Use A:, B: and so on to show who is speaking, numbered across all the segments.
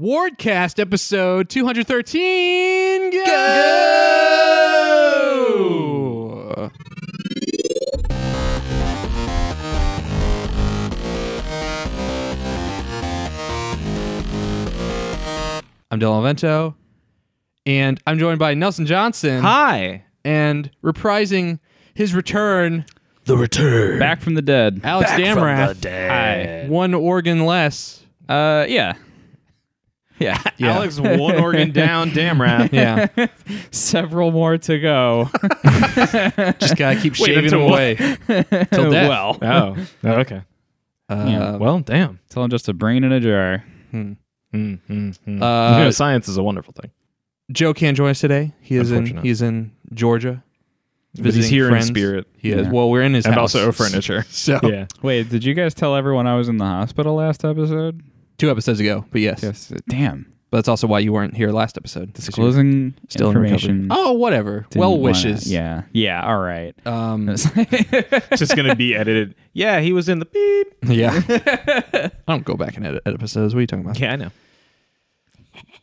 A: Wardcast episode 213. Go! I'm Dylan Vento, and I'm joined by Nelson Johnson.
B: Hi.
A: And reprising his return,
C: The return.
B: Back from the dead.
A: Alex Damrath.
B: Hi.
A: One organ less.
B: Uh, yeah. Yeah.
C: Alex, one organ down, Damrath.
A: Yeah,
B: Several more to go.
A: just gotta keep
C: Wait,
A: shaving
C: until
A: him
C: what?
A: away till death.
B: well,
C: Oh, okay.
A: Uh,
C: well, damn.
B: tell him just a brain in a jar.
C: Mm, mm, mm.
A: Uh,
C: You know, science is a wonderful thing.
A: Joe can't join us today. He is in
C: Unfortunate.
A: he's in Georgia.
C: But he's
A: visiting
C: here
A: friends.
C: in spirit
A: He is.
B: Yeah.
A: Well, we're in his
C: and
A: house.
C: also furniture.
A: So
C: yeah.
B: Wait, did you guys tell everyone I was in the hospital last episode?
A: two episodes ago, but yes.
B: Yes. Damn.
A: But that's also why you weren't here last episode.
B: Disclosing
A: Still in recovery.
B: information.
A: Oh, whatever.
B: Didn't
A: well
B: wanna-
A: wishes.
B: Yeah. Yeah. All right.
A: Um,
C: Just going to be edited. Yeah, he was in the beep.
A: yeah. I don't go back and edit edit episodes. What are you talking about?
C: Yeah, I know.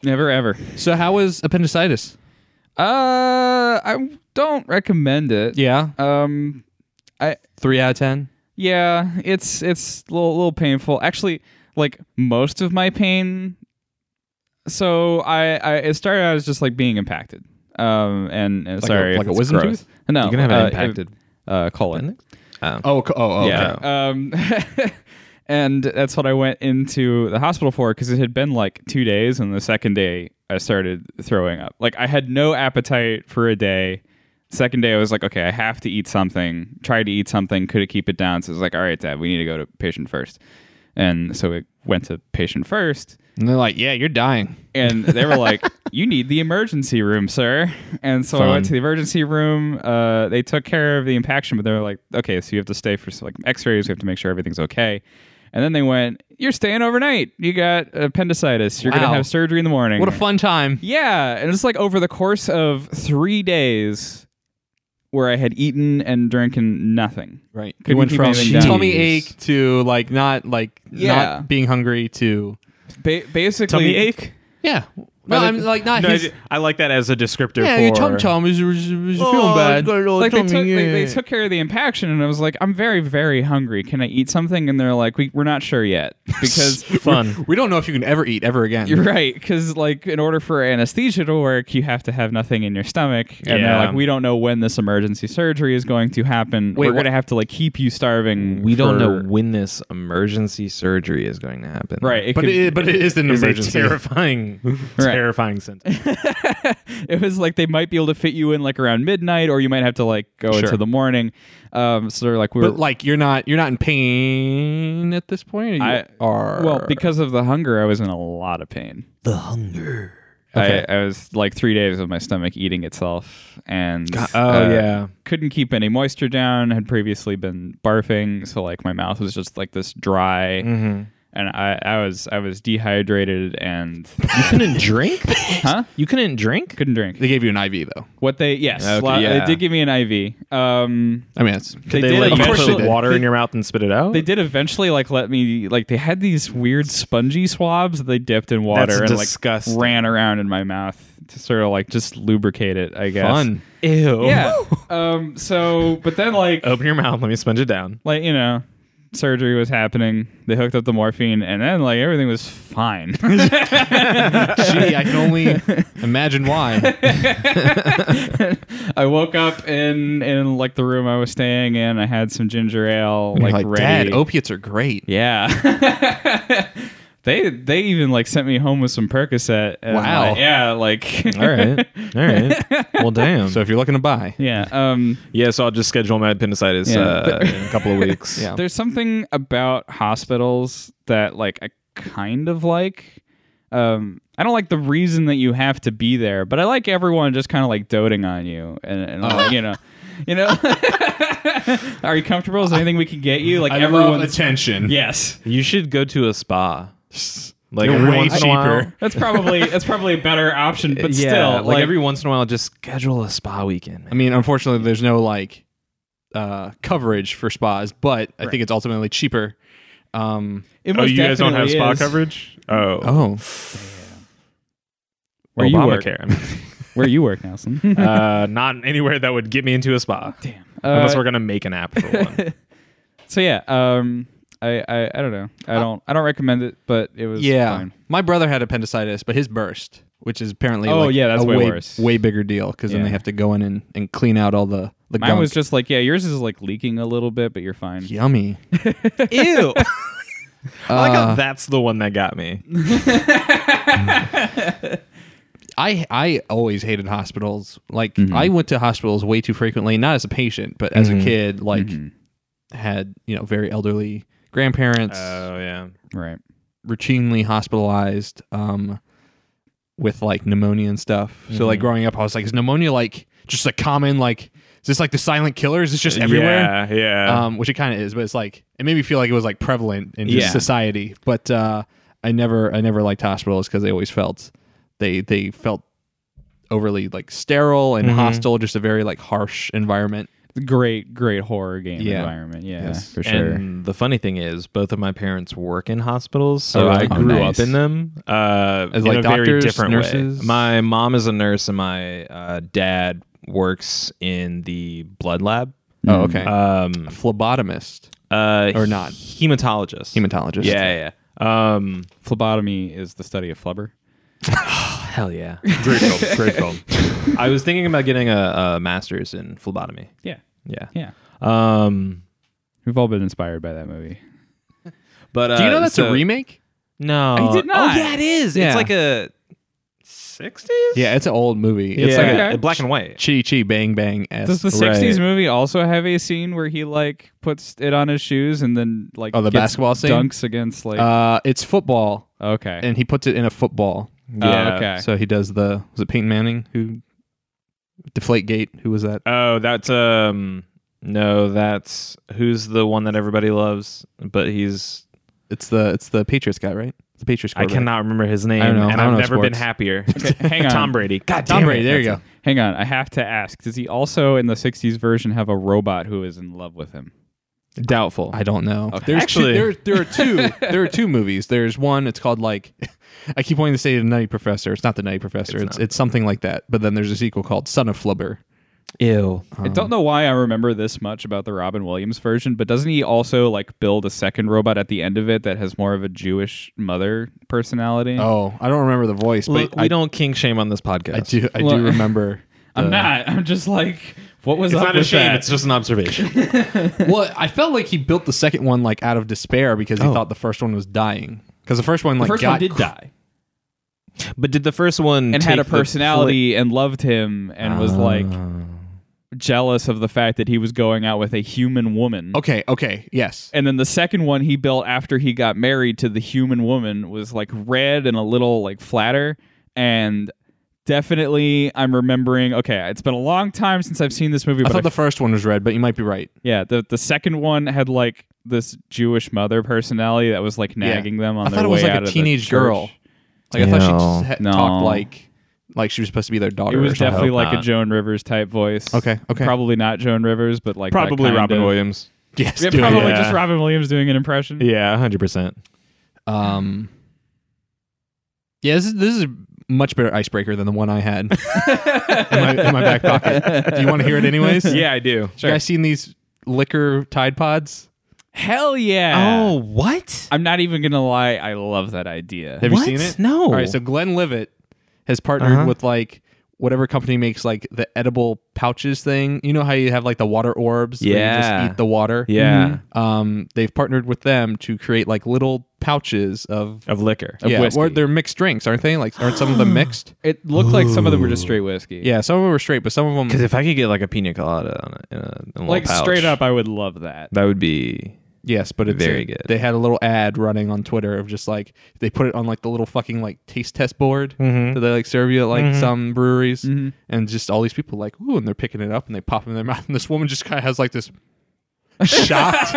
B: Never ever.
A: So how was appendicitis?
B: Uh, I don't recommend it.
A: Yeah.
B: Um, I
A: Three out of ten.
B: Yeah, it's it's a little, little painful. Actually, like most of my pain. So I, I it started out as just like being impacted. Um and, and
A: a-
B: sorry,
A: like
B: if
A: a
B: it's
A: wisdom
B: gross.
A: tooth?
B: No,
C: You can have it
B: uh,
C: impacted.
B: Uh, colon.
C: Um,
A: Oh, co- oh, oh.
B: Yeah.
A: okay.
B: Um, and that's what I went into the hospital for because it had been like two days, and the second day I started throwing up. Like I had no appetite for a day. Second day I was like, okay, I have to eat something. Tried to eat something, couldn't keep it down. So I was like, all right, Dad, we need to go to patient first. And so it went to patient first,
A: And they're like, yeah, you're dying.
B: and they were like, "You need the emergency room, sir." And so I
C: Fun.
B: went to the emergency room. Uh, they took care of the impaction, but they were like, "Okay, so you have to stay for some, like X-rays. We have to make sure everything's okay." And then they went, "You're staying overnight. You got appendicitis. You're
A: Wow.
B: gonna have surgery in the morning."
A: What a fun time.
B: yeah! And it's like over the course of three days, where I had eaten and drinking nothing.
A: Right.
B: Couldn't
A: went
B: keep
A: from
B: anything down.
A: tummy
B: Jeez.
A: ache to like not like
B: Yeah.
A: not being hungry to
B: Ba- basically,
C: Tummy ache?
A: Yeah. No,
B: they-
A: I'm like not
C: No, I,
A: his.
C: ju- I like that as a descriptor
A: Oh, yeah,
C: for.
A: your tum tum is, is, is feeling
C: Oh,
A: bad.
C: got a little
B: like they took,
C: tummy
B: they, they
C: ache.
B: took care of the impaction and i was like i'm very very hungry can i eat something and they're like we, we're not sure yet because
C: Fun.
A: We don't know if you can ever eat ever again.
B: you're right because like in order for anesthesia to work you have to have nothing in your stomach and they're
C: Yeah.
B: like we don't know when this emergency surgery is going to happen
A: Wait,
B: we're
A: what-
B: going to have to like keep you starving for-
C: when this emergency surgery is going to happen.
B: right it
A: but
B: could-
A: it, but it is an
C: It's a
A: emergency.
C: terrifying, terrifying sentence.
B: it was like they might be able to fit you in like around midnight or you might have to like go
C: Sure.
B: into the morning um so they're like we're
A: But like you're not you're not in pain at this point. or You
B: I-
A: are
B: well because of the hunger i was in a lot of pain
C: The hunger.
B: I, I was like three days of my stomach eating itself and
C: Oh,
B: uh,
C: yeah.
B: couldn't keep any moisture down had previously been barfing so like my mouth was just like this dry
C: Mm-hmm.
B: and I, I was i was dehydrated and
C: You couldn't drink?
B: huh
C: You couldn't drink?
B: couldn't drink
A: they gave you an IV though.
B: what they yes
C: Okay,
B: lo-
C: yeah.
B: they did give me an iv um
A: I mean, it's
B: they,
C: they,
B: did
C: let you
A: course
B: eventually
C: put
A: they did.
C: water in your mouth and spit it out?
B: they did eventually like let me like they had these weird spongy swabs that they dipped in water
C: That's
B: and
C: disgusting.
B: like ran around in my mouth to sort of like just lubricate it i guess
A: fun. Oh.
C: Ew.
B: yeah um so but then like
C: Open your mouth. Let me sponge it down.
B: like you know surgery was happening they hooked up the morphine and then like everything was fine
A: Gee, I can only imagine why.
B: i woke up in in like the room i was staying in i had some ginger ale like,
A: Like,
B: ready
A: Dad, oh, opiates are great.
B: yeah they they even like sent me home with some percocet and,
A: Wow.
B: like, yeah like
C: All right. All right. Well, damn.
A: So if you're looking to buy,
B: yeah um
C: yeah, so I'll just schedule my appendicitis
B: Yeah.
C: uh, in a couple of weeks.
A: Yeah.
B: There's something about hospitals that like I kind of like. Um, I don't like the reason that you have to be there, but I like everyone just kind of like doting on you and, and
C: Uh-huh.
B: like, you know, you know. Are you comfortable? Is there anything we can get you? Like everyone's
A: attention.
B: yes.
C: You should go to a spa. Like
A: They're
C: every
A: way
C: once in a while-
A: cheaper.
B: That's probably that's probably a better option, but
C: yeah,
B: still,
C: like, every once in a while, just schedule a spa weekend.
A: I mean, unfortunately, there's no like uh, coverage for spas, but I think it's ultimately cheaper. Um,
C: oh,
B: it most definitely is.
C: coverage? Oh,
A: oh,
B: Where you work.
C: Obamacare. I mean,
B: Where you work, Nelson?
C: uh, not anywhere that would get me into a spa. Damn. Unless we're gonna make an app for one.
B: Uh, so yeah, um, I, I I don't know. I don't I don't recommend it, but it was
A: Uh, Yeah,
B: fine.
A: my brother had appendicitis, but his burst, which is apparently
B: Oh,
A: like,
B: yeah, that's
A: a
B: way
A: way
B: worse.
A: way bigger deal because then
B: Yeah.
A: they have to go in and, and clean out all the the
B: Mine
A: gunk.
B: was just like yeah, yours is like leaking a little bit, but you're fine.
A: yummy.
C: Ew. I like how
A: Uh,
C: that's the one that got me.
A: I I always hated hospitals. Like
B: Mm-hmm.
A: I went to hospitals way too frequently, not as a patient, but as a kid. Like
B: Mm-hmm.
A: had you know very elderly grandparents.
B: Uh.
C: Oh yeah.
B: Right.
A: routinely hospitalized um, with like pneumonia and stuff. So
B: Mm-hmm.
A: like growing up, I was like, is pneumonia like just a common like? Is this like the silent killer? Is this just everywhere?
C: Yeah. Yeah.
A: Um, which it kind of is, but it's like it made me feel like it was like prevalent in just
B: Yeah.
A: society. But uh, I never, I never liked hospitals because they always felt they they felt overly like sterile and hostile, just a very like harsh environment.
B: Great, great horror game
A: Yeah.
B: environment. Yeah,
A: Yes.
B: for sure.
C: And the funny thing is, both of my parents work in hospitals, so
B: Oh,
C: I
B: really? Oh,
C: grew
B: nice.
C: up in them. Uh,
A: As,
C: in
A: like,
C: a very
A: doctors,
C: different
A: nurses?
C: way. My mom is a nurse, and my uh, dad works in the blood lab.
A: Oh, okay.
C: Um,
A: Phlebotomist,
C: uh,
A: Or not.
C: hematologist.
A: hematologist.
C: Yeah, yeah. Um,
B: Phlebotomy is the study of flubber.
C: hell yeah. Great film. Great film. I was thinking about getting a, a master's in phlebotomy.
B: Yeah,
C: Yeah.
B: yeah.
C: Um,
B: We've all been inspired by that movie.
C: but uh,
A: Do you know that's
C: so-
A: a remake?
C: No,
B: I did not.
C: Oh yeah, it is.
A: Yeah.
C: It's like a sixties.
A: Yeah, it's an old movie. It's
C: It's
A: like
C: like
B: Okay.
C: a, black and white.
A: Chitty Chitty Bang Bang.
B: Does the
C: Right.
B: '60s movie also have a scene where he like puts it on his shoes and then like
A: Oh, the
B: gets
A: basketball scene?
B: dunks against like
A: Uh, it's football,
B: okay
A: and he puts it in a football.
C: Uh,
B: Yeah. okay.
A: So he does the was it Peyton Manning who deflate gate? Who was that?
C: Oh, that's um. No, that's who's the one that everybody loves, but he's.
A: It's the it's the Patriots guy, right? The Patriots.
C: I
A: quarterback.
C: cannot remember his name,
A: I don't know.
C: and
A: I don't
C: I've
A: know
C: never been
A: sports.
C: happier.
B: hang on.
C: Tom Brady. God
A: Tom
C: damn
A: Brady.
C: it.
A: There you
C: That's
A: go.
B: Hang on, I have to ask. Does he also in the '60s version have a robot who is in love with him?
C: it. Doubtful.
A: I don't know. There's two,
C: Actually-
A: there there are two there are two movies. There's one. It's called like I keep wanting to say the Nutty Professor. It's not the Nutty Professor. It's it's,
C: not.
A: something like that. But then there's a sequel called Son of Flubber.
C: Ew.
B: I don't know why I remember this much about the Robin Williams version, but doesn't he also like build a second robot at the end of it that has more of a Jewish mother personality?
A: Oh, I don't remember the voice,
C: Look,
A: but
C: we
A: I,
C: don't king shame on this podcast.
A: I do I
B: Well-
A: do remember.
B: I'm
A: the-
B: not. I'm just like, what was
C: It's
B: up
C: not a
B: with
C: shame.
B: that?
C: It's just an observation.
A: well, I felt like he built the second one like out of despair because he thought the first one was dying. Because the first one like
B: first
A: got
B: one did die
C: but did the first one
B: and had a
C: take the Ah.
B: personality and loved him and was like
C: flick-
B: jealous of the fact that he was going out with a human woman.
A: Okay, okay, yes.
B: And then the second one he built after he got married to the human woman was like red and a little like flatter. And definitely, I'm remembering. Okay, it's been a long time since I've seen this movie,
A: I
B: but
A: thought
B: I
A: the first one was red, but you might be right.
B: yeah, the the second one had like this Jewish mother personality that was like nagging them on
A: I
B: their
A: thought it
B: way
A: was
B: out
A: like
B: of
A: a
B: the
A: teenage
B: church.
A: girl. Like I thought she
C: No.
A: just had,
B: No.
A: talked like like she was supposed to be their
B: It
A: daughter. or
B: was
A: something.
B: definitely like a
C: not.
B: Joan Rivers type voice.
A: Okay, okay.
B: Probably not Joan Rivers, but like that
C: Probably
B: kind
C: Robin
B: of-
C: Williams.
A: yes,
B: Yeah,
A: do it.
B: probably
C: Yeah.
B: just Robin Williams doing an impression.
C: Yeah, hundred percent.
A: Um, yeah, this is this is a much better icebreaker than the one I had in, my, in my back pocket. Do you want to hear it anyways?
C: Yeah, I do.
A: You guys seen these liquor Tide Pods?
B: Hell yeah.
A: Oh.
C: Oh, what?
B: I'm not even gonna lie, I love that idea.
A: Have
C: What?
A: you seen it?
C: No.
A: All right, so Glenn Livett has partnered
C: Uh-huh.
A: with like whatever company makes like the edible pouches thing. You know how you have like the water orbs? where you
C: Yeah.
A: just eat the water.
C: Yeah.
A: Um, they've partnered with them to create like little pouches of,
C: Of liquor.
A: yeah,
B: whiskey.
A: or they're mixed drinks, aren't they? Like, aren't some of them mixed?
B: It looked like some of them were just straight whiskey.
A: Yeah, some of them were straight, but some of them,
C: Because if I could get like a pina colada on a, in a, in a little
B: Like
C: pouch,
B: straight up, I would love that.
C: that would be.
A: yes, but it's
C: Very good.
A: They had a little ad running on Twitter of just like they put it on like the little fucking like taste test board
C: Mm-hmm.
A: that they like serve you at like some breweries, and just all these people like ooh, and they're picking it up and they pop it in their mouth, and this woman just kind of has like this shocked,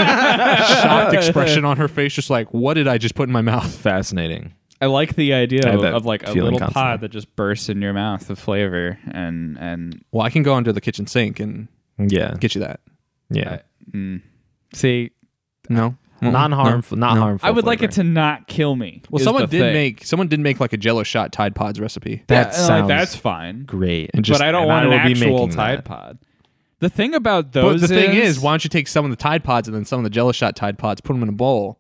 A: shocked expression on her face, just like what did I just put in my mouth?
C: Fascinating.
B: I like the idea
C: have
B: of,
C: that
B: of like a
C: feeling
B: little pod
C: constantly.
B: that just bursts in your mouth of flavor and and
A: Well, I can go under the kitchen sink and
C: Yeah. Mm-hmm.
A: get you that.
C: Yeah.
B: see.
A: No,
C: non harmful, not harmful.
B: I would like it to not kill me.
A: Well,
B: is
A: someone
B: the
A: did
B: thing.
A: make someone did make like a Jello shot Tide Pods recipe.
B: Yeah,
C: That
B: and, like,
C: sounds
B: that's fine.
C: great.
A: And just-
B: but I don't
C: and
B: want
C: I
B: an
C: will be
B: actual
C: making
B: Tide
C: that.
B: Pod. The thing about
A: But
B: those
A: the thing is, why don't you take some of the Tide Pods and then some of the Jello shot Tide Pods, put them in a bowl?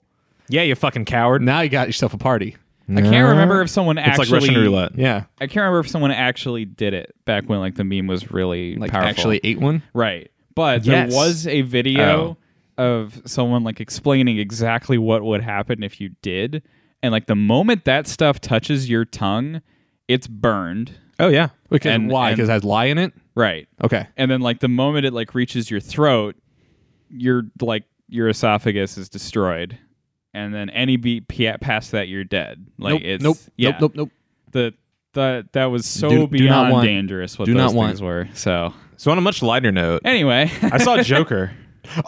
C: yeah, you fucking coward.
A: Now you got yourself a party.
B: I can't remember if someone
C: It's
B: actually
C: like Russian roulette.
A: Yeah,
B: I can't remember if someone actually did it back when like the meme was really
A: like
B: powerful.
A: actually ate one.
B: right. But
C: Yes.
B: there was a
A: Oh.
B: video of someone like explaining exactly what would happen if you did, and like the moment that stuff touches your tongue, it's burned.
C: Oh yeah.
A: Because
B: And-
A: why?
B: and-
A: Because it has lie in it.
B: Right.
A: Okay.
B: and then like the moment it like reaches your throat your like your esophagus is destroyed and then any beat p- past that you're dead like
A: nope,
B: it's
A: nope,
B: yeah,
A: nope. Nope. Nope.
B: the the that was so
A: Do- do not
B: beyond
A: want-
B: dangerous what
A: do
B: those
A: not
B: things were so
C: So on a much lighter note,
B: anyway
C: I saw Joker.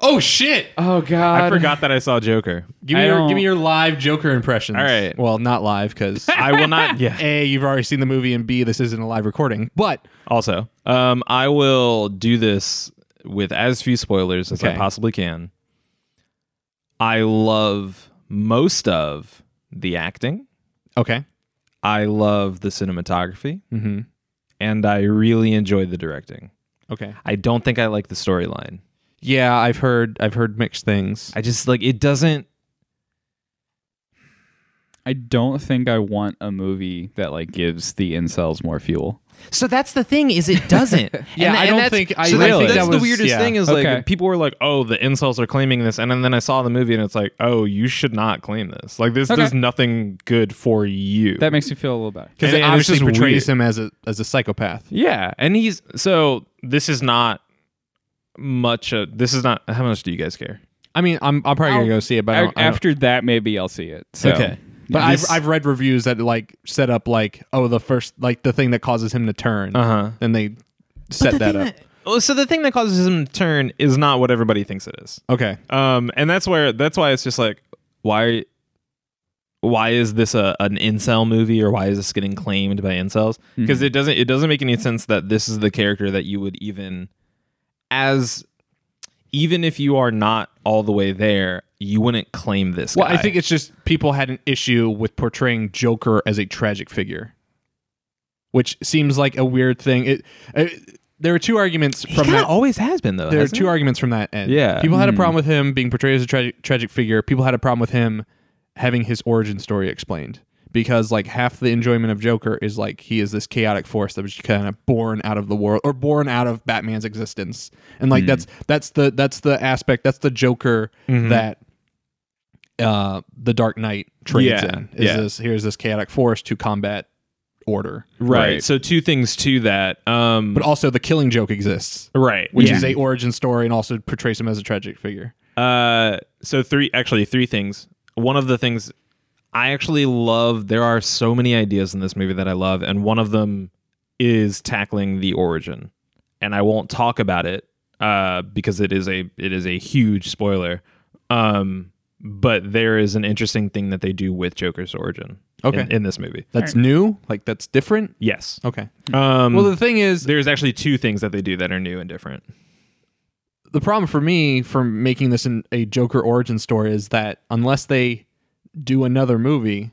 A: Oh shit!
B: oh god
C: I forgot that I saw Joker.
A: Give
B: I
A: me your
B: don't-
A: give me your live Joker impressions.
C: All right.
A: Well, not live because
C: I will not. Yeah.
A: a you've already seen the movie and b this isn't a live recording. But
C: Also, um, I will do this with as few spoilers as I
A: Okay.
C: possibly can. I love most of the acting.
A: okay.
C: I love the cinematography,
A: Mm-hmm.
C: and I really enjoy the directing.
A: Okay.
C: I don't think I like the storyline.
A: Yeah, I've heard I've heard mixed things.
C: I just like it doesn't.
B: i don't think i want a movie that like gives the incels more fuel
C: So that's the thing is it doesn't.
A: Yeah,
C: And-
A: I
C: and
A: don't
C: that's-
A: think- I-
C: so
A: I
C: that's-
A: think
C: that's
A: that
C: the
A: was-
C: weirdest
A: yeah.
C: thing is
B: Okay.
C: like people were like, "Oh, the insults are claiming this," and then I saw the movie and it's like, "Oh, you should not claim this. Like this
B: Okay.
C: does nothing good for you."
B: that makes me feel a little better
A: because
C: And-
A: it
C: and it's
A: obviously
C: just
A: portrays
C: weird.
A: him as a as a psychopath.
C: yeah, and he's so this is not much. Of, this is not how much do you guys care?
A: I mean, I'm I'm probably
B: I'll-
A: gonna go see it, but I don't, I don't-
B: after that maybe i'll see it so
C: Okay.
A: But
C: This-
A: I've I've read reviews that like set up like oh the first like the thing that causes him to turn,
C: Uh-huh.
A: and they set that up.
C: Well, so the thing that causes him to turn is not what everybody thinks it is.
A: okay,
C: Um, and that's where that's why it's just like why why is this a an incel movie or why is this getting claimed by incels?
A: Mm-hmm.
C: Because it doesn't it doesn't make any sense that this is the character that you would even as even if you are not all the way there, you wouldn't claim this.
A: well
C: guy.
A: I think it's just people had an issue with portraying Joker as a tragic figure, which seems like a weird thing. It, it there are two arguments
C: he
A: from
C: kind
A: that.
C: of always has been though.
A: there are
C: hasn't
A: two
C: he?
A: arguments from that end.
C: Yeah. Hmm.
A: people had a problem with him being portrayed as a tragic tragic figure. People had a problem with him having his origin story explained because like half the enjoyment of Joker is like he is this chaotic force that was kind of born out of the world or born out of Batman's existence, and
C: Hmm.
A: like that's that's the that's the aspect that's the Joker
C: Mm-hmm.
A: that uh the Dark Knight trades
C: Yeah,
A: in. Is
C: yeah.
A: this here's this chaotic force to combat order,
C: right.
B: Right.
C: So two things to that. Um
A: but also the Killing Joke exists.
C: right.
A: Which
C: Yeah.
A: is a origin story and also portrays him as a tragic figure.
C: Uh, so three, actually three things. One of the things I actually love. There are so many ideas in this movie that I love, and one of them is tackling the origin. And I won't talk about it uh, because it is a it is a huge spoiler. Um, but there is an interesting thing that they do with Joker's origin.
A: Okay.
C: in, in this movie,
A: That's new? Like that's different?
C: yes.
A: Okay.
C: Um,
A: Well, the thing is,
C: there's actually two things that they do that are new and different.
A: the problem for me from making this an, a Joker origin story is that unless they do another movie,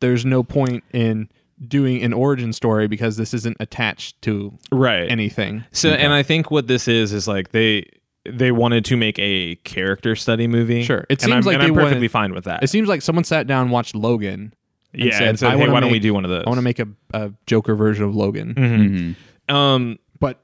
A: there's no point in doing an origin story because this isn't attached to
C: Right.
A: anything.
C: So, and I think what this is is like they they wanted to make a character study movie.
A: Sure. It
C: and
A: seems
C: I'm,
A: like
C: and
A: they
C: I'm perfectly
A: wanted-
C: fine with that.
A: It seems like someone sat down and watched Logan. and
C: yeah, and said,
A: "I
C: hey,
A: wanna
C: why don't we
A: make-
C: do Mm-hmm. one of those?
A: I want to make a, a Joker version of Logan,
C: um.
A: but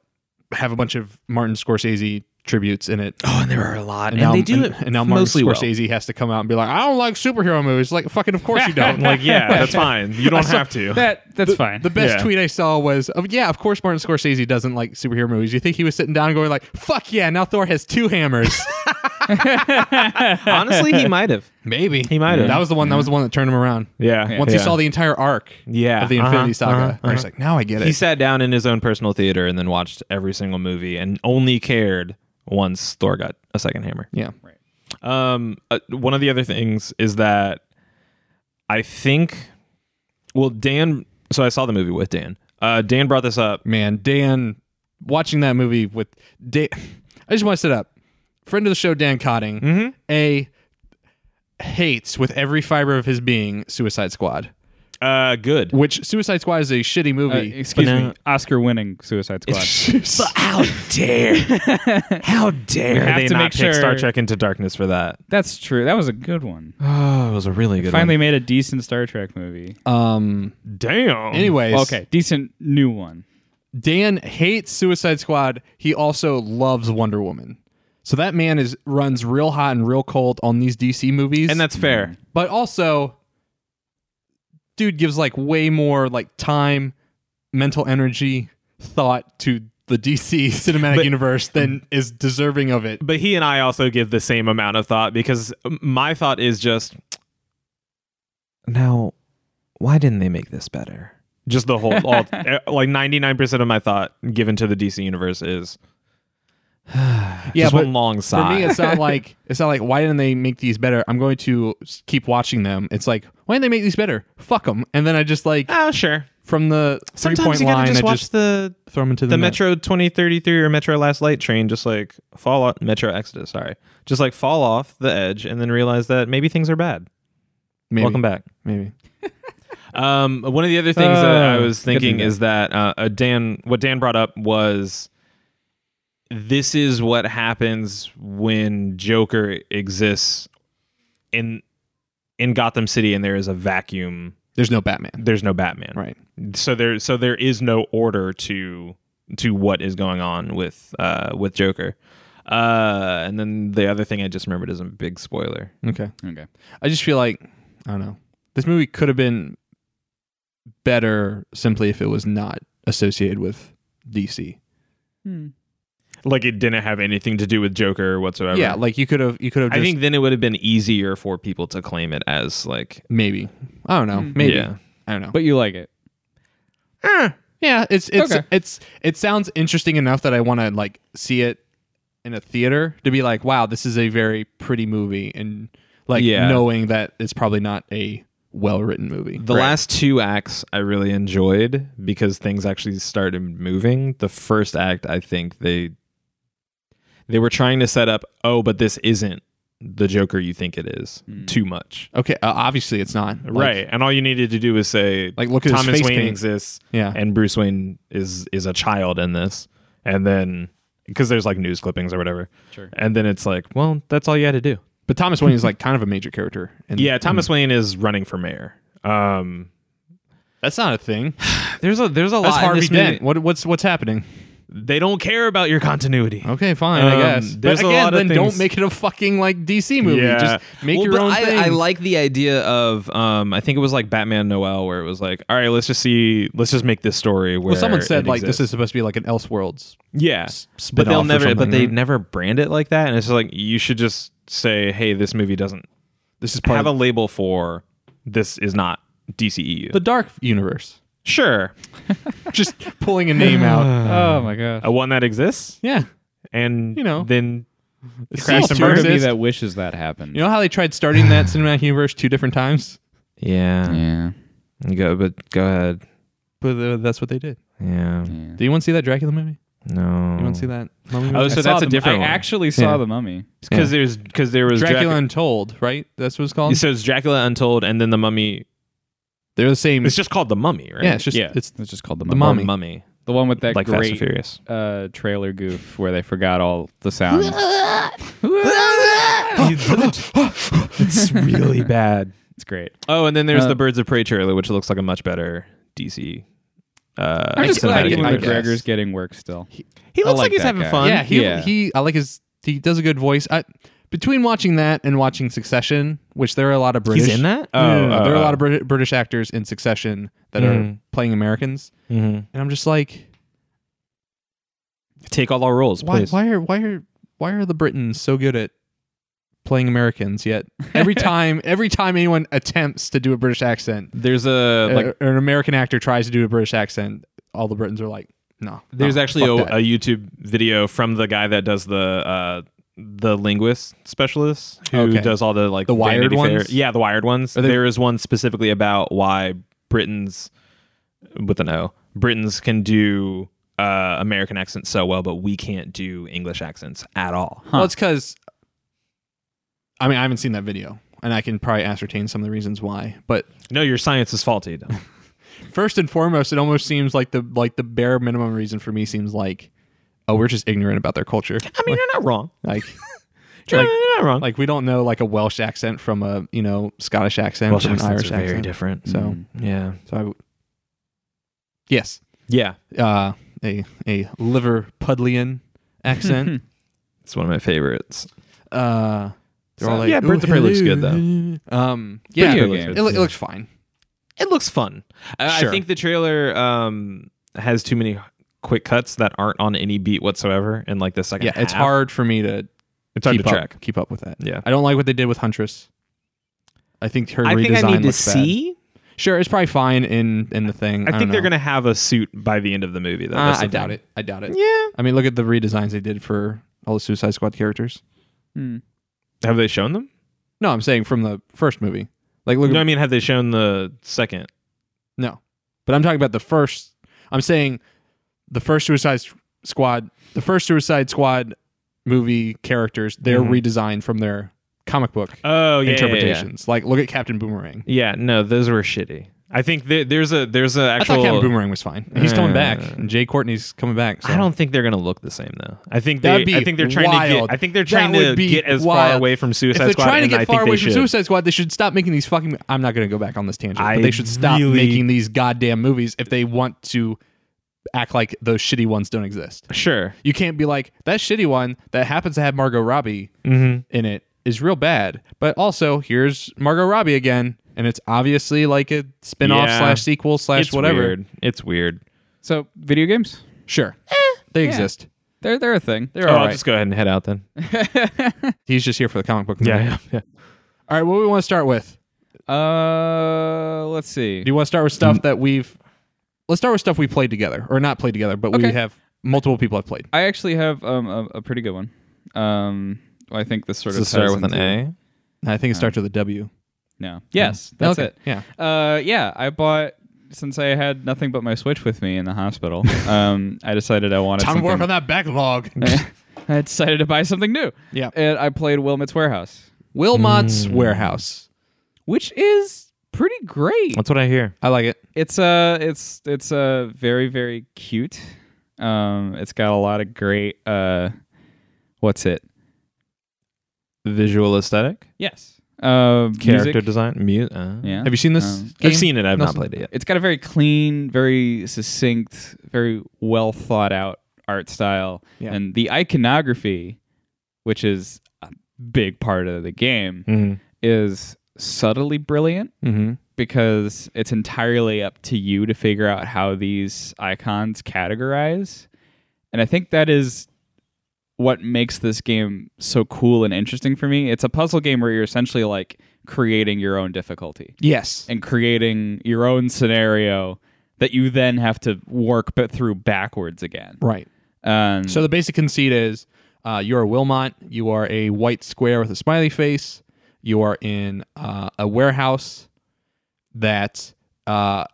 A: have a bunch of Martin Scorsese tributes in it.
C: Oh, and there are a lot, and,
A: now,
C: they do
A: and,
C: it
A: and now Martin
C: mostly well.
A: Scorsese has to come out and be like, "I don't like superhero movies." Like, fucking, of course you don't.
C: Like, yeah, that's fine. You don't have to.
B: that that's fine
A: The best
C: Yeah.
A: tweet I saw was, oh, yeah, of course Martin Scorsese doesn't like superhero movies. You think he was sitting down going like, fuck yeah, now Thor has two hammers.
C: Honestly, he might have.
A: Maybe.
C: He might have.
A: That was the one that was the one that turned him around.
C: Yeah.
A: Once
C: Yeah.
A: he saw the entire arc
C: Yeah.
A: of the
C: Uh-huh,
A: Infinity Saga.
C: uh-huh,
A: where he's like, now I get it.
C: he sat down in his own personal theater and then watched every single movie and only cared once Thor got a second hammer.
A: yeah.
C: Um, uh, one of the other things is that I think, well, Dan. So I saw the movie with Dan. Uh, Dan brought this up.
A: Man, Dan watching that movie with Dan I just want to set up. Friend of the show Dan Cotting. A hates with every fiber of his being Suicide Squad,
C: Uh, good.
A: which Suicide Squad is a shitty
B: Uh,
A: movie.
B: excuse
C: But now-
B: me, Oscar-winning Suicide Squad.
C: how dare, how dare
B: have
C: they
B: to
C: not
B: make
C: take
B: sure-
C: Star Trek Into Darkness for that?
B: That's true. That was a good one.
C: Oh, it was a really good
B: Finally made a decent Star Trek movie.
A: um.
C: one. Damn.
A: Anyways,
B: Well, okay, decent new one.
A: Dan hates Suicide Squad. He also loves Wonder Woman. So that man is runs real hot and real cold on these DC movies.
C: and that's fair.
A: but also dude gives like way more like time, mental energy, thought to the DC cinematic
C: But-
A: universe than is deserving of it.
C: But he and I also give the same amount of thought because um, my thought is just now, why didn't they make this better? Just the whole, all, eh, like ninety nine percent of my thought given to the DC universe is
A: Yeah,
C: just
A: but
C: one long
A: For
C: sigh.
A: me, it's not like it's not like why didn't they make these better? I'm going to s- keep watching them. It's like why didn't they make these better? Fuck them. And then I just like
C: oh sure.
A: from the three
C: Sometimes
A: point
C: you gotta
A: line,
C: just
A: I
C: watch
A: just
C: the
A: throw them into the,
C: the
A: net.
C: Metro 2033 or Metro Last Light train just like fall off Metro Exodus, sorry. Just like fall off the edge and then realize that maybe things are bad.
A: Maybe.
C: Welcome back.
A: Maybe.
C: Um, one of the other things that I
A: Ah,
B: Oh,
C: was thinking
B: goodness.
C: is that uh, uh, Dan, what Dan brought up was this is what happens when Joker exists in in Gotham City and there is a vacuum.
A: There's no Batman.
C: There's no Batman.
A: Right.
C: So there so there is no order to to what is going on with uh with Joker. Uh and then the other thing I just remembered is a big spoiler.
A: Okay.
B: Okay.
A: I just feel like I don't know. This movie could have been better simply if it was not associated with DC.
C: Like it didn't have anything to do with Joker whatsoever.
A: Yeah, like you could have you could have
C: I
A: just
C: think then it would have been easier for people to claim it as like
A: maybe. I don't know.
B: Mm.
A: Maybe.
C: yeah.
A: I don't know. But
B: But you like it.
A: yeah, it's it's
B: Okay.
A: it's it sounds interesting enough that I want to like see it in a theater to be like, wow, this is a very pretty movie and like
C: Yeah.
A: knowing that it's probably not a well-written movie.
C: The last two acts I really enjoyed because things actually started moving. The first act, I think they they were trying to set up, oh, but this isn't the Joker you think it is too much.
A: okay, uh, obviously it's not. Mm. Like-
C: right. And all you needed to do is say
A: Like, look at his
C: Thomas
A: face
C: Wayne
A: paint.
C: exists
A: Yeah.
C: and Bruce Wayne is is a child in this. And then because there's like news clippings or whatever.
B: Sure.
C: And then it's like, well, that's all you had to do.
A: But Thomas Wayne is like kind of a major character. And
C: Yeah, Thomas Wayne is running for mayor. Um,
A: that's not a thing.
C: there's a there's a
A: That's
C: lot. in
A: Harvey
C: this movie.
A: Dent. What, what's what's happening?
C: They don't care about your continuity.
A: Okay, fine, I
C: Um,
A: guess. But
C: there's a
A: again,
C: lot of
A: then
C: things-
A: don't make it a fucking like DC movie. Just make
C: Well,
A: your
C: but
A: own
C: I,
A: thing.
C: I like the idea of um, I think it was like Batman Noel, where it was like, all right, let's just see, let's just make this story. Where
A: well, someone said
C: it
A: like this
C: exists.
A: is supposed to be like an Elseworlds.
C: yeah,
A: spin-off
C: but they'll
A: or
C: never, but
A: something,
C: they
A: right?
C: never brand it like that, and it's just like you should just say, hey, this movie doesn't
A: This is part
C: have a
A: of
C: label for this is not E DCEU.
A: the Dark Universe.
C: sure,
A: Just pulling a name out.
B: oh my god.
A: Uh,
C: a one that exists,
A: Yeah,
C: and
A: You know.
C: then
A: Crash
B: Crash
A: and
B: and
A: burn
B: part of me
A: exist.
B: that wishes that happened.
A: you know how they tried starting that cinematic universe two different times,
C: yeah,
B: Yeah.
C: Go, but go ahead.
A: but uh, that's what they did.
C: Yeah.
B: yeah.
A: Do you want to see that Dracula movie?
C: No.
A: You want to see that? Mummy movie?
C: Oh, so
B: I saw
C: that's a
B: the-
C: different
B: I
C: one.
B: actually saw
A: Yeah.
B: the mummy.
C: because there's because there was
A: Dracula
C: Dracula.
A: Untold, right? That's what it's called.
C: so it's Dracula Untold, and then the Mummy.
A: They're the same.
C: It's just called the Mummy, right?
A: yeah, it's just
B: yeah.
A: it's
B: It's just called the
A: the
B: mummy.
A: mommy.
C: Mummy,
B: The one with that
C: like Fast and
B: great
C: Furious.
B: uh, trailer goof where they forgot all the sounds.
C: it's really bad.
B: it's great.
C: Oh, and then there's
B: Uh,
C: the Birds of Prey trailer, which looks like a much better DC. Uh,
A: I'm just glad
C: cinematic
A: Ewan
C: universe.
A: McGregor-
B: McGregor's getting work still.
C: He
B: I
C: looks like,
B: like
C: he's
B: that
C: having
B: guy.
C: fun.
A: Yeah, he
B: Yeah.
A: he. I like his. He does a good voice. I between watching that and watching Succession, which there are a lot of British.
C: he's in that.
A: No, no, no, no.
C: oh,
A: there are a
C: oh.
A: lot of Brit- British actors in Succession that are
C: Mhm.
A: playing Americans,
C: Mhm.
A: and I'm just like,
C: Take all our roles,
A: why?
C: please.
A: Why are why are why are the Britons so good at playing Americans? Yet every time every time anyone attempts to do a British accent,
C: There's a like
A: like an American actor tries to do a British accent, all the Britons are like, no.
C: There's
A: no,
C: actually a,
A: Oh, fuck that.
C: a YouTube video from the guy that does the uh, the linguist specialist who
A: Okay.
C: does all the like
A: The wired
C: Vanity Fair-
A: ones?
C: Yeah, the wired ones.
A: they-
C: there is one specifically about why Britons with an O Britons can do uh, American accents so well, but we can't do English accents at all.
A: Well, it's because I mean I haven't seen that video. and I can probably ascertain some of the reasons why. But
C: No, your science is faulty. Dylan.
A: first and foremost, it almost seems like the like the bare minimum reason for me seems like, oh, we're just ignorant about their culture.
C: I mean, you're not wrong.
A: Like,
C: You're
A: like,
C: not- you're not wrong.
A: like we don't know like a Welsh accent from a you know Scottish accent
C: Welsh
A: from an Irish
C: accents are very
A: accent.
B: Hmm.
C: different.
A: So
C: Yeah.
A: so I w- yes,
C: Yeah.
A: uh, a a Liverpudlian accent.
C: It's one of my favorites.
A: uh, they're all
C: So-
A: like,
C: yeah, Birds of
A: "Ooh,
C: Prey looks good,
A: hello." Um, yeah,
B: Video
A: it,
B: games,
A: loo- it looks fine.
C: It looks fun. I,
A: Sure.
C: I think the trailer um, has too many quick cuts that aren't on any beat whatsoever in like the second
A: Yeah, it's
C: half.
A: hard for me to
C: It's hard
A: keep
C: to
A: up,
C: track.
A: Keep up with that.
C: Yeah.
A: I don't like what they did with Huntress. I think her
C: I
A: redesign
C: think I need to
A: looks bad.
C: see.
A: Sure, it's probably fine in in the thing.
C: I, think they're Ah,
A: don't
C: going to have a suit by the end of the movie, though.
A: know. Uh,
C: That's
A: I
C: the
A: doubt
C: thing.
A: it. I doubt it.
C: Yeah.
A: I mean, look at the redesigns they did for all the Suicide Squad characters.
B: Hmm.
C: Have they shown them?
A: No, I'm saying from the first movie. Like, look.
C: No, I
A: at,
C: mean, have they shown the second?
A: no, but I'm talking about the first. I'm saying the first Suicide S- Squad, the first Suicide Squad movie characters, they're
C: Mhm.
A: redesigned from their comic book
C: Oh,
A: interpretations. Like, look at Captain Boomerang.
C: Yeah, no, those were shitty. I think there, there's a there's a
A: I thought
C: actual. I,
A: Captain Boomerang was fine. And He's coming back.
C: Uh.
A: And Jay Courtney's coming back. So.
C: don't think they're gonna look the same though. I think
A: That'd
C: they.
A: be
C: I think they're trying to
A: wild.
C: get. I think they're
A: That
C: trying
A: would
C: to
A: be
C: get as
A: wild.
C: far away from
A: If
C: Suicide
A: they're
C: Squad.
A: trying to
C: and
A: get
C: I
A: far
C: think
A: away
C: they
A: from
C: should.
A: Suicide Squad, they should stop making these fucking. I'm not going to go back on this tangent,
C: I
A: but they should stop
C: really-
A: making these goddamn movies if they want to act like those shitty ones don't exist.
C: Sure.
A: You can't be like that shitty one that happens to have Margot Robbie in it is real bad, but also here's Margot Robbie again, and it's obviously like a spin-off
C: Yeah.
A: slash sequel slash
C: It's
A: whatever.
C: Weird. It's weird.
B: So video games,
A: Sure, they exist.
B: they're they're a thing.
A: They're
C: oh,
A: all
C: I'll
A: right.
C: just go ahead and head out then.
A: He's just here for the comic book. Movie.
C: yeah.
A: All right, what do we want to start with?
B: Uh, let's see.
A: Do you want to start with stuff that we've? Let's start with stuff we played together, or not played together, but we
B: Okay.
A: have multiple people have played.
B: I actually have um a, a pretty good one. Um, I think this sort
C: Does it
B: of
C: start
B: ties
C: with an
B: into-
C: A?
A: And I think it starts with a W.
B: No.
C: Oh.
B: Yes, that's
A: Okay,
B: it.
A: Yeah.
B: Uh, yeah, I bought since I had nothing but my Switch with me in the hospital. um, I decided I wanted something.
A: that backlog.
B: I decided to buy something new.
A: Yeah.
B: and I played Wilmot's Warehouse,
A: Wilmot's Warehouse.
B: which is pretty great.
C: That's what I hear.
A: I like it.
B: It's uh it's it's uh very very cute. Um, it's got a lot of great uh, what's it?
C: Visual aesthetic,
B: Yes. Uh,
C: character
B: music.
C: design, mute. Uh,
B: Yeah.
A: Have you seen this?
B: Um,
A: game?
C: I've seen it. I've not
A: Nelson?
C: played it yet.
B: it's got a very clean, very succinct, very well thought out art style,
A: Yeah.
B: and the iconography, which is a big part of the game,
C: Mm-hmm.
B: is subtly brilliant
A: Mm-hmm.
B: because it's entirely up to you to figure out how these icons categorize, and I think that is what makes this game so cool and interesting for me. It's a puzzle game where you're essentially like creating your own difficulty
A: Yes.
B: and creating your own scenario that you then have to work but through backwards again.
A: Right.
B: Um,
A: So
B: so
A: the basic conceit is, uh, you are Wilmot. You are a white square with a smiley face. You are in uh, a warehouse that uh,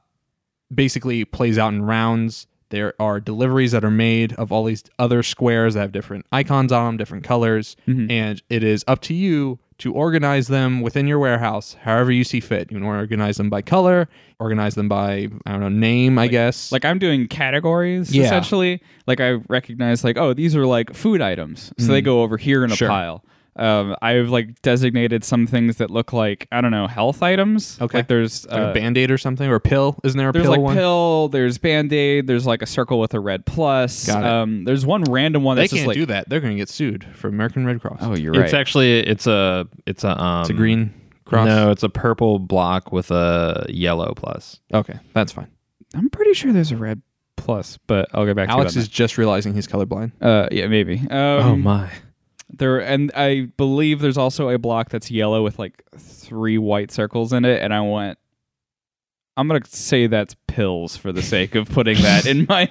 A: basically plays out in rounds. There are deliveries that are made of all these other squares that have different icons on them, different colors,
B: Mm-hmm.
A: and it is up to you to organize them within your warehouse however you see fit. You can organize them by color, organize them by I don't know name, I guess.
B: like I'm doing categories
A: Yeah.
B: essentially. Like I recognize like oh these are like food items, so they go over here in a
A: Mm-hmm. Sure.
B: pile. Um, I've like designated some things that look like I don't know health items.
A: Okay.
B: like there's
A: Like
B: uh,
A: a band aid or something or a pill? Isn't there a
B: there's
A: pill
B: like
A: one?
B: pill, there's band aid, there's like a circle with a red plus.
A: Got it.
B: Um, there's one random one
A: They
B: that's
A: can't
B: just like
A: do that. They're going to get sued for American Red Cross.
B: oh you're right.
C: It's actually it's a it's a um,
A: it's a green cross.
C: No, it's a purple block with a yellow plus.
A: Okay, that's fine.
B: I'm pretty sure there's a red plus, but I'll get back
A: Alex
B: to you
A: is Oh, just realizing he's colorblind.
B: about that. uh yeah maybe. Um,
C: Oh, my!
B: There and I believe there's also a block that's yellow with like three white circles in it, and I went. I'm gonna say that's pills for the sake of putting that in my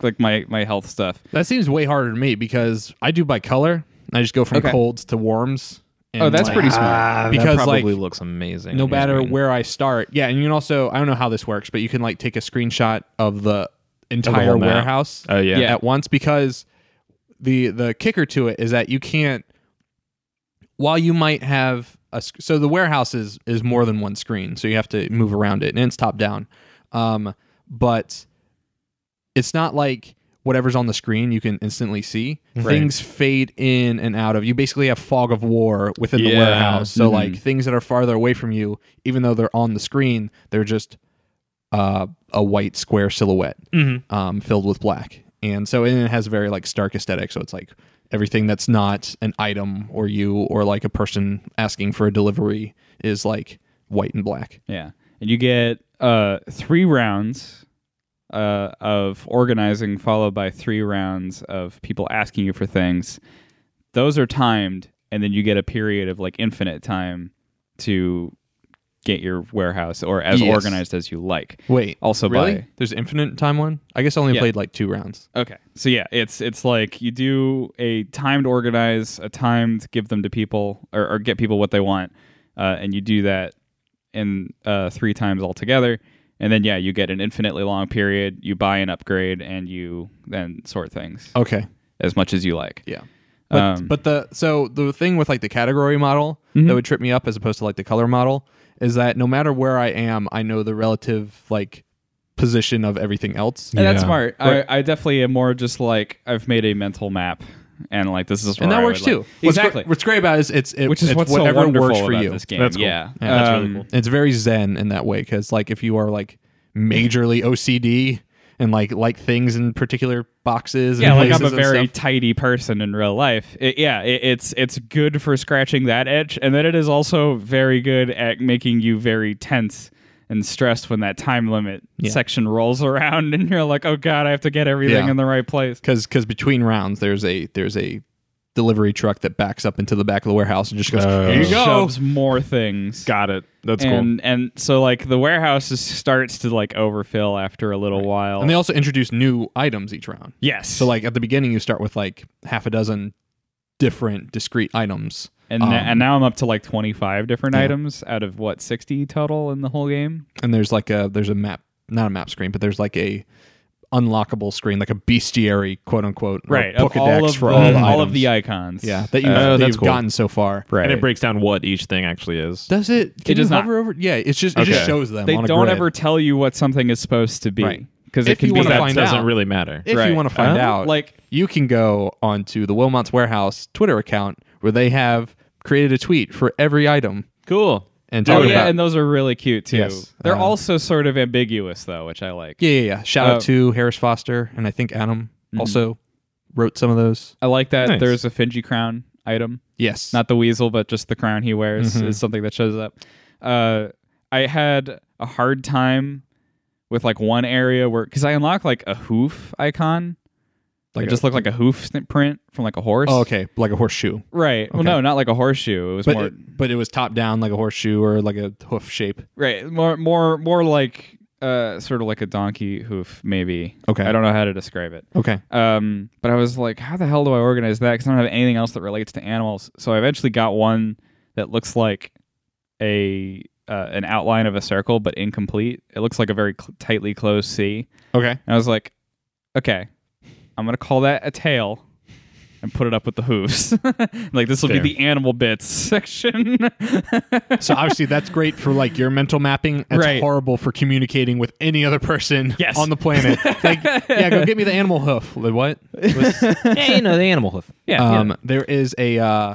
B: like my my health stuff.
A: That seems way harder to me because I do by color. I just go from
B: Okay.
A: colds to warms. and,
B: Oh, that's
A: like,
B: pretty smart.
A: Because,
C: Ah, that probably
A: like,
C: looks amazing.
A: No
C: on your
A: matter
C: screen.
A: where I start, yeah, and you can also I don't know how this works, but you can like take a screenshot of the entire
C: whole map.
A: warehouse.
C: Oh yeah.
B: Yeah.
A: at once because the the kicker to it is that you can't while you might have a sc- so the warehouse is is more than one screen, so you have to move around it, and it's top down. Um, but it's not like whatever's on the screen you can instantly see. Things fade in and out of. You basically have fog of war within the
C: Yeah. Mm-hmm.
A: warehouse. So like things that are farther away from you, even though they're on the screen, they're just uh, a white square silhouette
B: Mm-hmm.
A: um, filled with black. And so and it has a very like stark aesthetic. So it's like everything that's not an item or you or like a person asking for a delivery is like white and black.
B: Yeah. And you get uh, three rounds uh, of organizing, followed by three rounds of people asking you for things. Those are timed, and then you get a period of like infinite time to get your warehouse or as
A: Yes.
B: organized as you like.
A: Wait,
B: Also
A: really?
B: by-
A: There's infinite time one. I guess I only
B: Yeah.
A: played like two rounds.
B: Okay. So yeah, it's it's like you do a timed organize, a timed give them to people or, or get people what they want, uh, and you do that in uh, three times altogether, and then yeah, you get an infinitely long period. You buy an upgrade, and you then sort things
A: Okay,
B: as much as you like.
A: yeah. But,
B: Um, Mm-hmm.
A: but the so the thing with like the category model that would trip me up as opposed to like the color model is that no matter where I am, I know the relative like position of everything else.
B: And that's
C: Yeah.
B: smart. I, I definitely am more just like I've made a mental map, and like this is where
A: and that
B: I
A: works
B: would,
A: too.
B: like-
A: What's gr-
B: exactly.
A: what's great about it is it's it,
B: Which is
A: it's
B: what's so
A: whatever
B: wonderful
A: works for
B: about
A: you.
B: this game.
C: That's cool.
B: Yeah,
A: Yeah, that's
C: really
B: Um,
C: cool.
A: It's very zen in that way because like if you are like majorly OCD and like like things in particular boxes. And
B: yeah like i'm a
A: places and
B: very
A: stuff,
B: tidy person in real life It- yeah it, it's it's good for scratching that itch and then it is also very good at making you very tense and stressed when that time limit section rolls around and you're like oh god i have to get everything
A: Yeah.
B: in the right place
A: because because between rounds there's a there's a delivery truck that backs up into the back of the warehouse and just goes
C: Oh.
A: here you go.
B: shoves more things
C: Got it. That's cool.
B: and and so like the warehouse is, starts to like overfill after a little while
A: And they also introduce new items each round.
B: yes
A: So like at the beginning you start with like half a dozen different discrete items.
B: and,
A: um,
B: and now i'm up to like 25 different
A: Yeah.
B: items out of what 60 total in the whole game
A: and there's like a there's a map not a map screen but there's like a unlockable screen like a bestiary quote unquote or
B: right of
A: pokedex
B: all of
A: for
B: the,
A: all, the
B: all of
A: items. Oh,
B: the icons
A: yeah that you've,
B: Uh,
A: that
C: Oh, that's
A: you've
C: cool.
A: gotten so far
B: right
C: And it breaks down what each thing actually is.
A: does it can
B: It does
A: you
B: not.
A: hover over yeah it's just it just
C: Okay.
A: shows them
B: they
A: on a
B: don't
A: grid.
B: ever tell you what something is supposed to
A: Right.
B: be because
A: If
B: it can
A: you
B: be
A: wanna
B: that
A: find
C: doesn't
A: out.
C: really matter.
A: if
B: Right. Oh,
A: you want to find
C: Huh?
A: out
B: Like-
A: you can go onto the wilmot's warehouse twitter account where they have created a tweet for every item
C: Cool.
A: and
B: oh
A: talk
B: yeah
A: about
B: and those are really cute too
A: Yes.
B: they're
A: Uh,
B: also sort of ambiguous though which i like
A: yeah yeah yeah shout
B: Uh,
A: out to harris foster and i think adam
B: Mm-hmm.
A: also wrote some of those
B: i like that
C: Nice.
B: there's a finji crown item
A: yes
B: not the weasel but just the crown he wears
A: Mm-hmm.
B: is something that shows up uh, i had a hard time with like one area where because i unlocked like a hoof icon like
A: Like
B: it
A: a-
B: just looked like a hoof print from like a horse
A: oh, okay like a horseshoe
B: Right. Well, no, not like a horseshoe. It was
A: but
B: more
A: it, but it was top down like a horseshoe or like a hoof shape.
B: right, more more more like uh, sort of like a donkey hoof, maybe.
A: Okay.
B: I don't know how to describe it.
A: Okay.
B: Um, but I was like, how the hell do I organize that? Because I don't have anything else that relates to animals. So I eventually got one that looks like a uh, an outline of a circle, but incomplete. It looks like a very cl- tightly closed C.
A: Okay.
B: And I was like, okay, I'm gonna call that a tail and put it up with the hooves. like this will be
C: Fair.
B: the animal bits section.
A: So obviously that's great for like your mental mapping. It's
B: Right.
A: horrible for communicating with any other person
B: Yes.
A: on the planet. It's like, yeah, go get me the animal hoof. Like, What?
C: yeah, you know, the animal hoof.
B: yeah.
A: Um, There is a uh,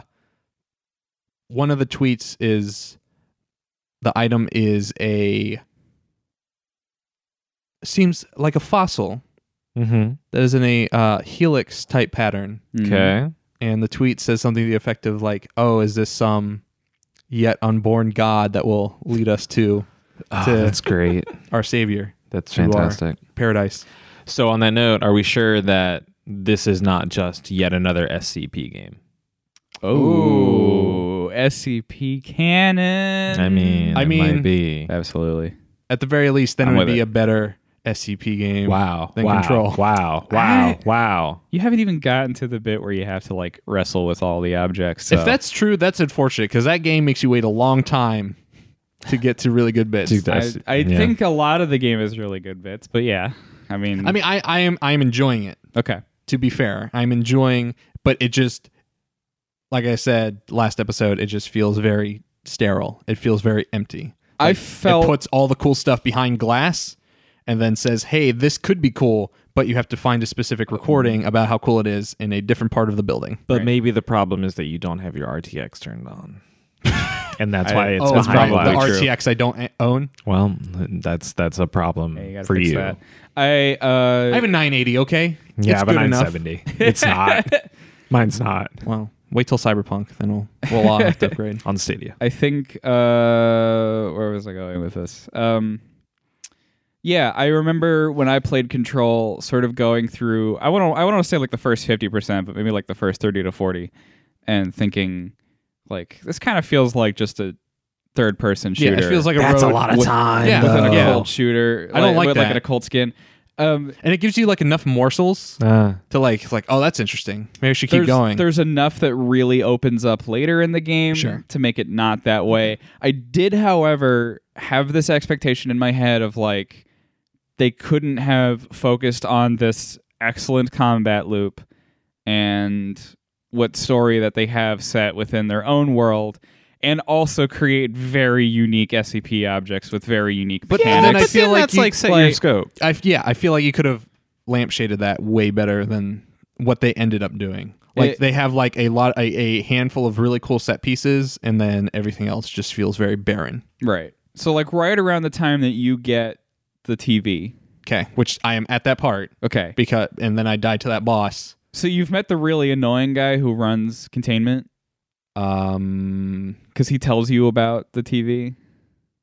A: one of the tweets is the item is a seems like a fossil
C: Mm-hmm.
A: that is in a uh, helix type pattern.
B: Mm.
C: Okay.
A: and the tweet says something to the effect of like, "Oh, is this some yet unborn god that will lead us to To-
C: Ah, that's great.
A: our savior,
C: That's
A: You are.
C: fantastic.
A: paradise?"
C: So on that note, are we sure that this is not just yet another SCP game?
B: Oh, SCP cannon.
C: I mean,
A: I
C: it
A: mean-
C: might be.
B: absolutely.
A: At the very least, then
B: I'm
A: it would
B: with
A: be
B: it.
A: a better SCP game.
C: Wow.
A: Then
C: wow.
A: control.
C: Wow.
B: I-
C: Wow. Wow.
B: You haven't even gotten to the bit where you have to like wrestle with all the objects.
A: If
B: so-
A: that's true, that's unfortunate because that game makes you wait a long time to get to really good bits.
C: Dude, that-
B: I,
C: that's-
B: I
C: yeah.
B: think a lot of the game is really good bits, but yeah, I mean,
A: I mean, I, I am I am enjoying it.
B: okay,
A: To be fair, I'm enjoying, but it just, like I said last episode, it just feels very sterile. It feels very empty.
B: I felt-
A: it puts all the cool stuff behind glass, and then says, "Hey, this could be cool, but you have to find a specific recording about how cool it is in a different part of the building."
C: But maybe the problem is that you don't have your RTX turned on, and that's why it's
A: oh,
C: behind
A: right.
C: glass.
A: the RTX I don't a- own.
C: Well, that's that's a problem
B: You gotta
C: for
B: fix
C: you.
B: that. I uh,
A: I have a 980. Okay,
C: Yeah,
A: it's
C: but
A: good enough.
C: 970. It's not. Mine's not
A: Well, wait till Cyberpunk, then we'll we'll all have to upgrade.
C: on Stadia.
B: I think uh where was I going with this? Um yeah, I remember when I played Control sort of going through I want to I want to say like the first 50%, but maybe like the first 30 to 40 and thinking like this kind of feels like just a third person
A: Yeah,
B: shooter.
A: it feels like a road with-
C: time.
A: yeah,
B: within a
A: Oh. Yeah.
B: cold shooter.
A: I don't like
B: with,
A: that.
B: like an occult skin. Um
A: and it gives you like enough morsels
C: Uh,
A: to like like oh that's interesting. Maybe I should keep
B: there's,
A: going.
B: there's enough that really opens up later in the game
A: Sure.
B: to make it not that way. I did, however, have this expectation in my head of like they couldn't have focused on this excellent combat loop and what story that they have set within their own world and also create very unique SCP objects with very unique
A: But
B: mechanics.
A: then I feel like
C: that's
A: you-
C: like set your
B: like-
C: scope.
A: I f- yeah, I feel like you could have lampshaded that way better than what they ended up doing. Like
B: It-
A: they have like a lot a, a handful of really cool set pieces and then everything else just feels very barren.
B: right. So like right around the time that you get the TV.
A: Okay, which I am at that part
B: Okay.
A: because and then I die to that boss.
B: So you've met the really annoying guy who runs containment
A: Um
B: because he tells you about the TV.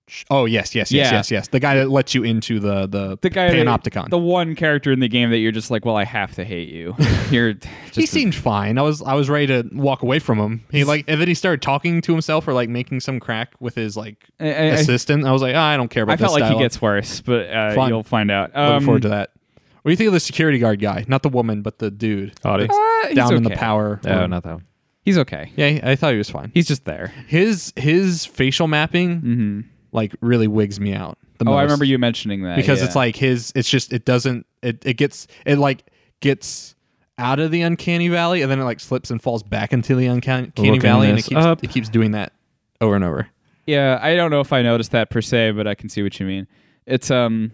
A: sh- Oh yes, yes, yes,
B: Yeah.
A: yes, yes. The guy that lets you into the the,
B: The guy, that-
A: panopticon.
B: the one character in the game that you're just like, well, I have to hate you. You're just
A: he seemed fine. I was I was ready to walk away from him. He like and then he started talking to himself or like making some crack with his like
B: I, I- I-
A: assistant. I was like, ah, I don't care about
B: I
A: this.
B: felt like
A: dialogue.
B: he gets worse, but uh,
A: Fun.
B: you'll find out.
A: Looking
B: Um,
A: forward to that. What do you think of the security guard guy? Not the woman, but the dude.
C: Audi?
A: That's
B: uh, he's
A: down
B: okay.
A: in the power.
C: Oh,
A: room.
C: not that. One.
B: He's okay.
A: Yeah, I thought he was fine.
B: He's just there.
A: His his facial mapping like really wigs me out. The
B: Mm-hmm. Oh,
A: most.
B: I remember you mentioning that
A: because
B: yeah.
A: it's like his. It's just it doesn't. It it gets it like gets out of the uncanny valley and then it like slips and falls back into the uncanny uncanny
C: Looking
A: valley and it
C: this
A: keeps
C: up.
A: it keeps doing that over and over.
B: Yeah, I don't know if I noticed that per se, but I can see what you mean. It's um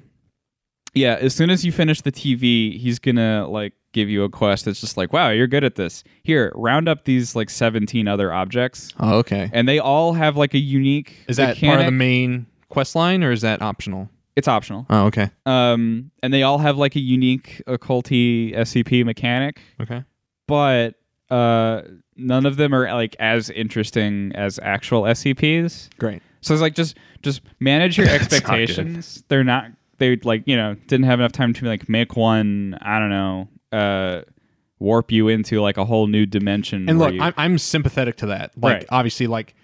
B: yeah, as soon as you finish the TV, he's going to like give you a quest that's just like, "Wow, you're good at this. Here, round up these like 17 other objects."
A: Oh, okay.
B: And they all have like a unique
A: Is that part of the
B: mechanic.
A: main quest line or is that optional?
B: It's optional.
A: Oh, okay.
B: Um and they all have like a unique occulty SCP mechanic,
A: Okay.
B: but uh none of them are like as interesting as actual SCPs.
A: Great.
B: So it's like just just manage your expectations. They're not they like you know didn't have enough time to like make one. I don't know. Uh, warp you into like a whole new dimension.
A: And
B: where
A: look,
B: you-
A: I'm, I'm sympathetic to that. Like,
B: Right.
A: obviously, like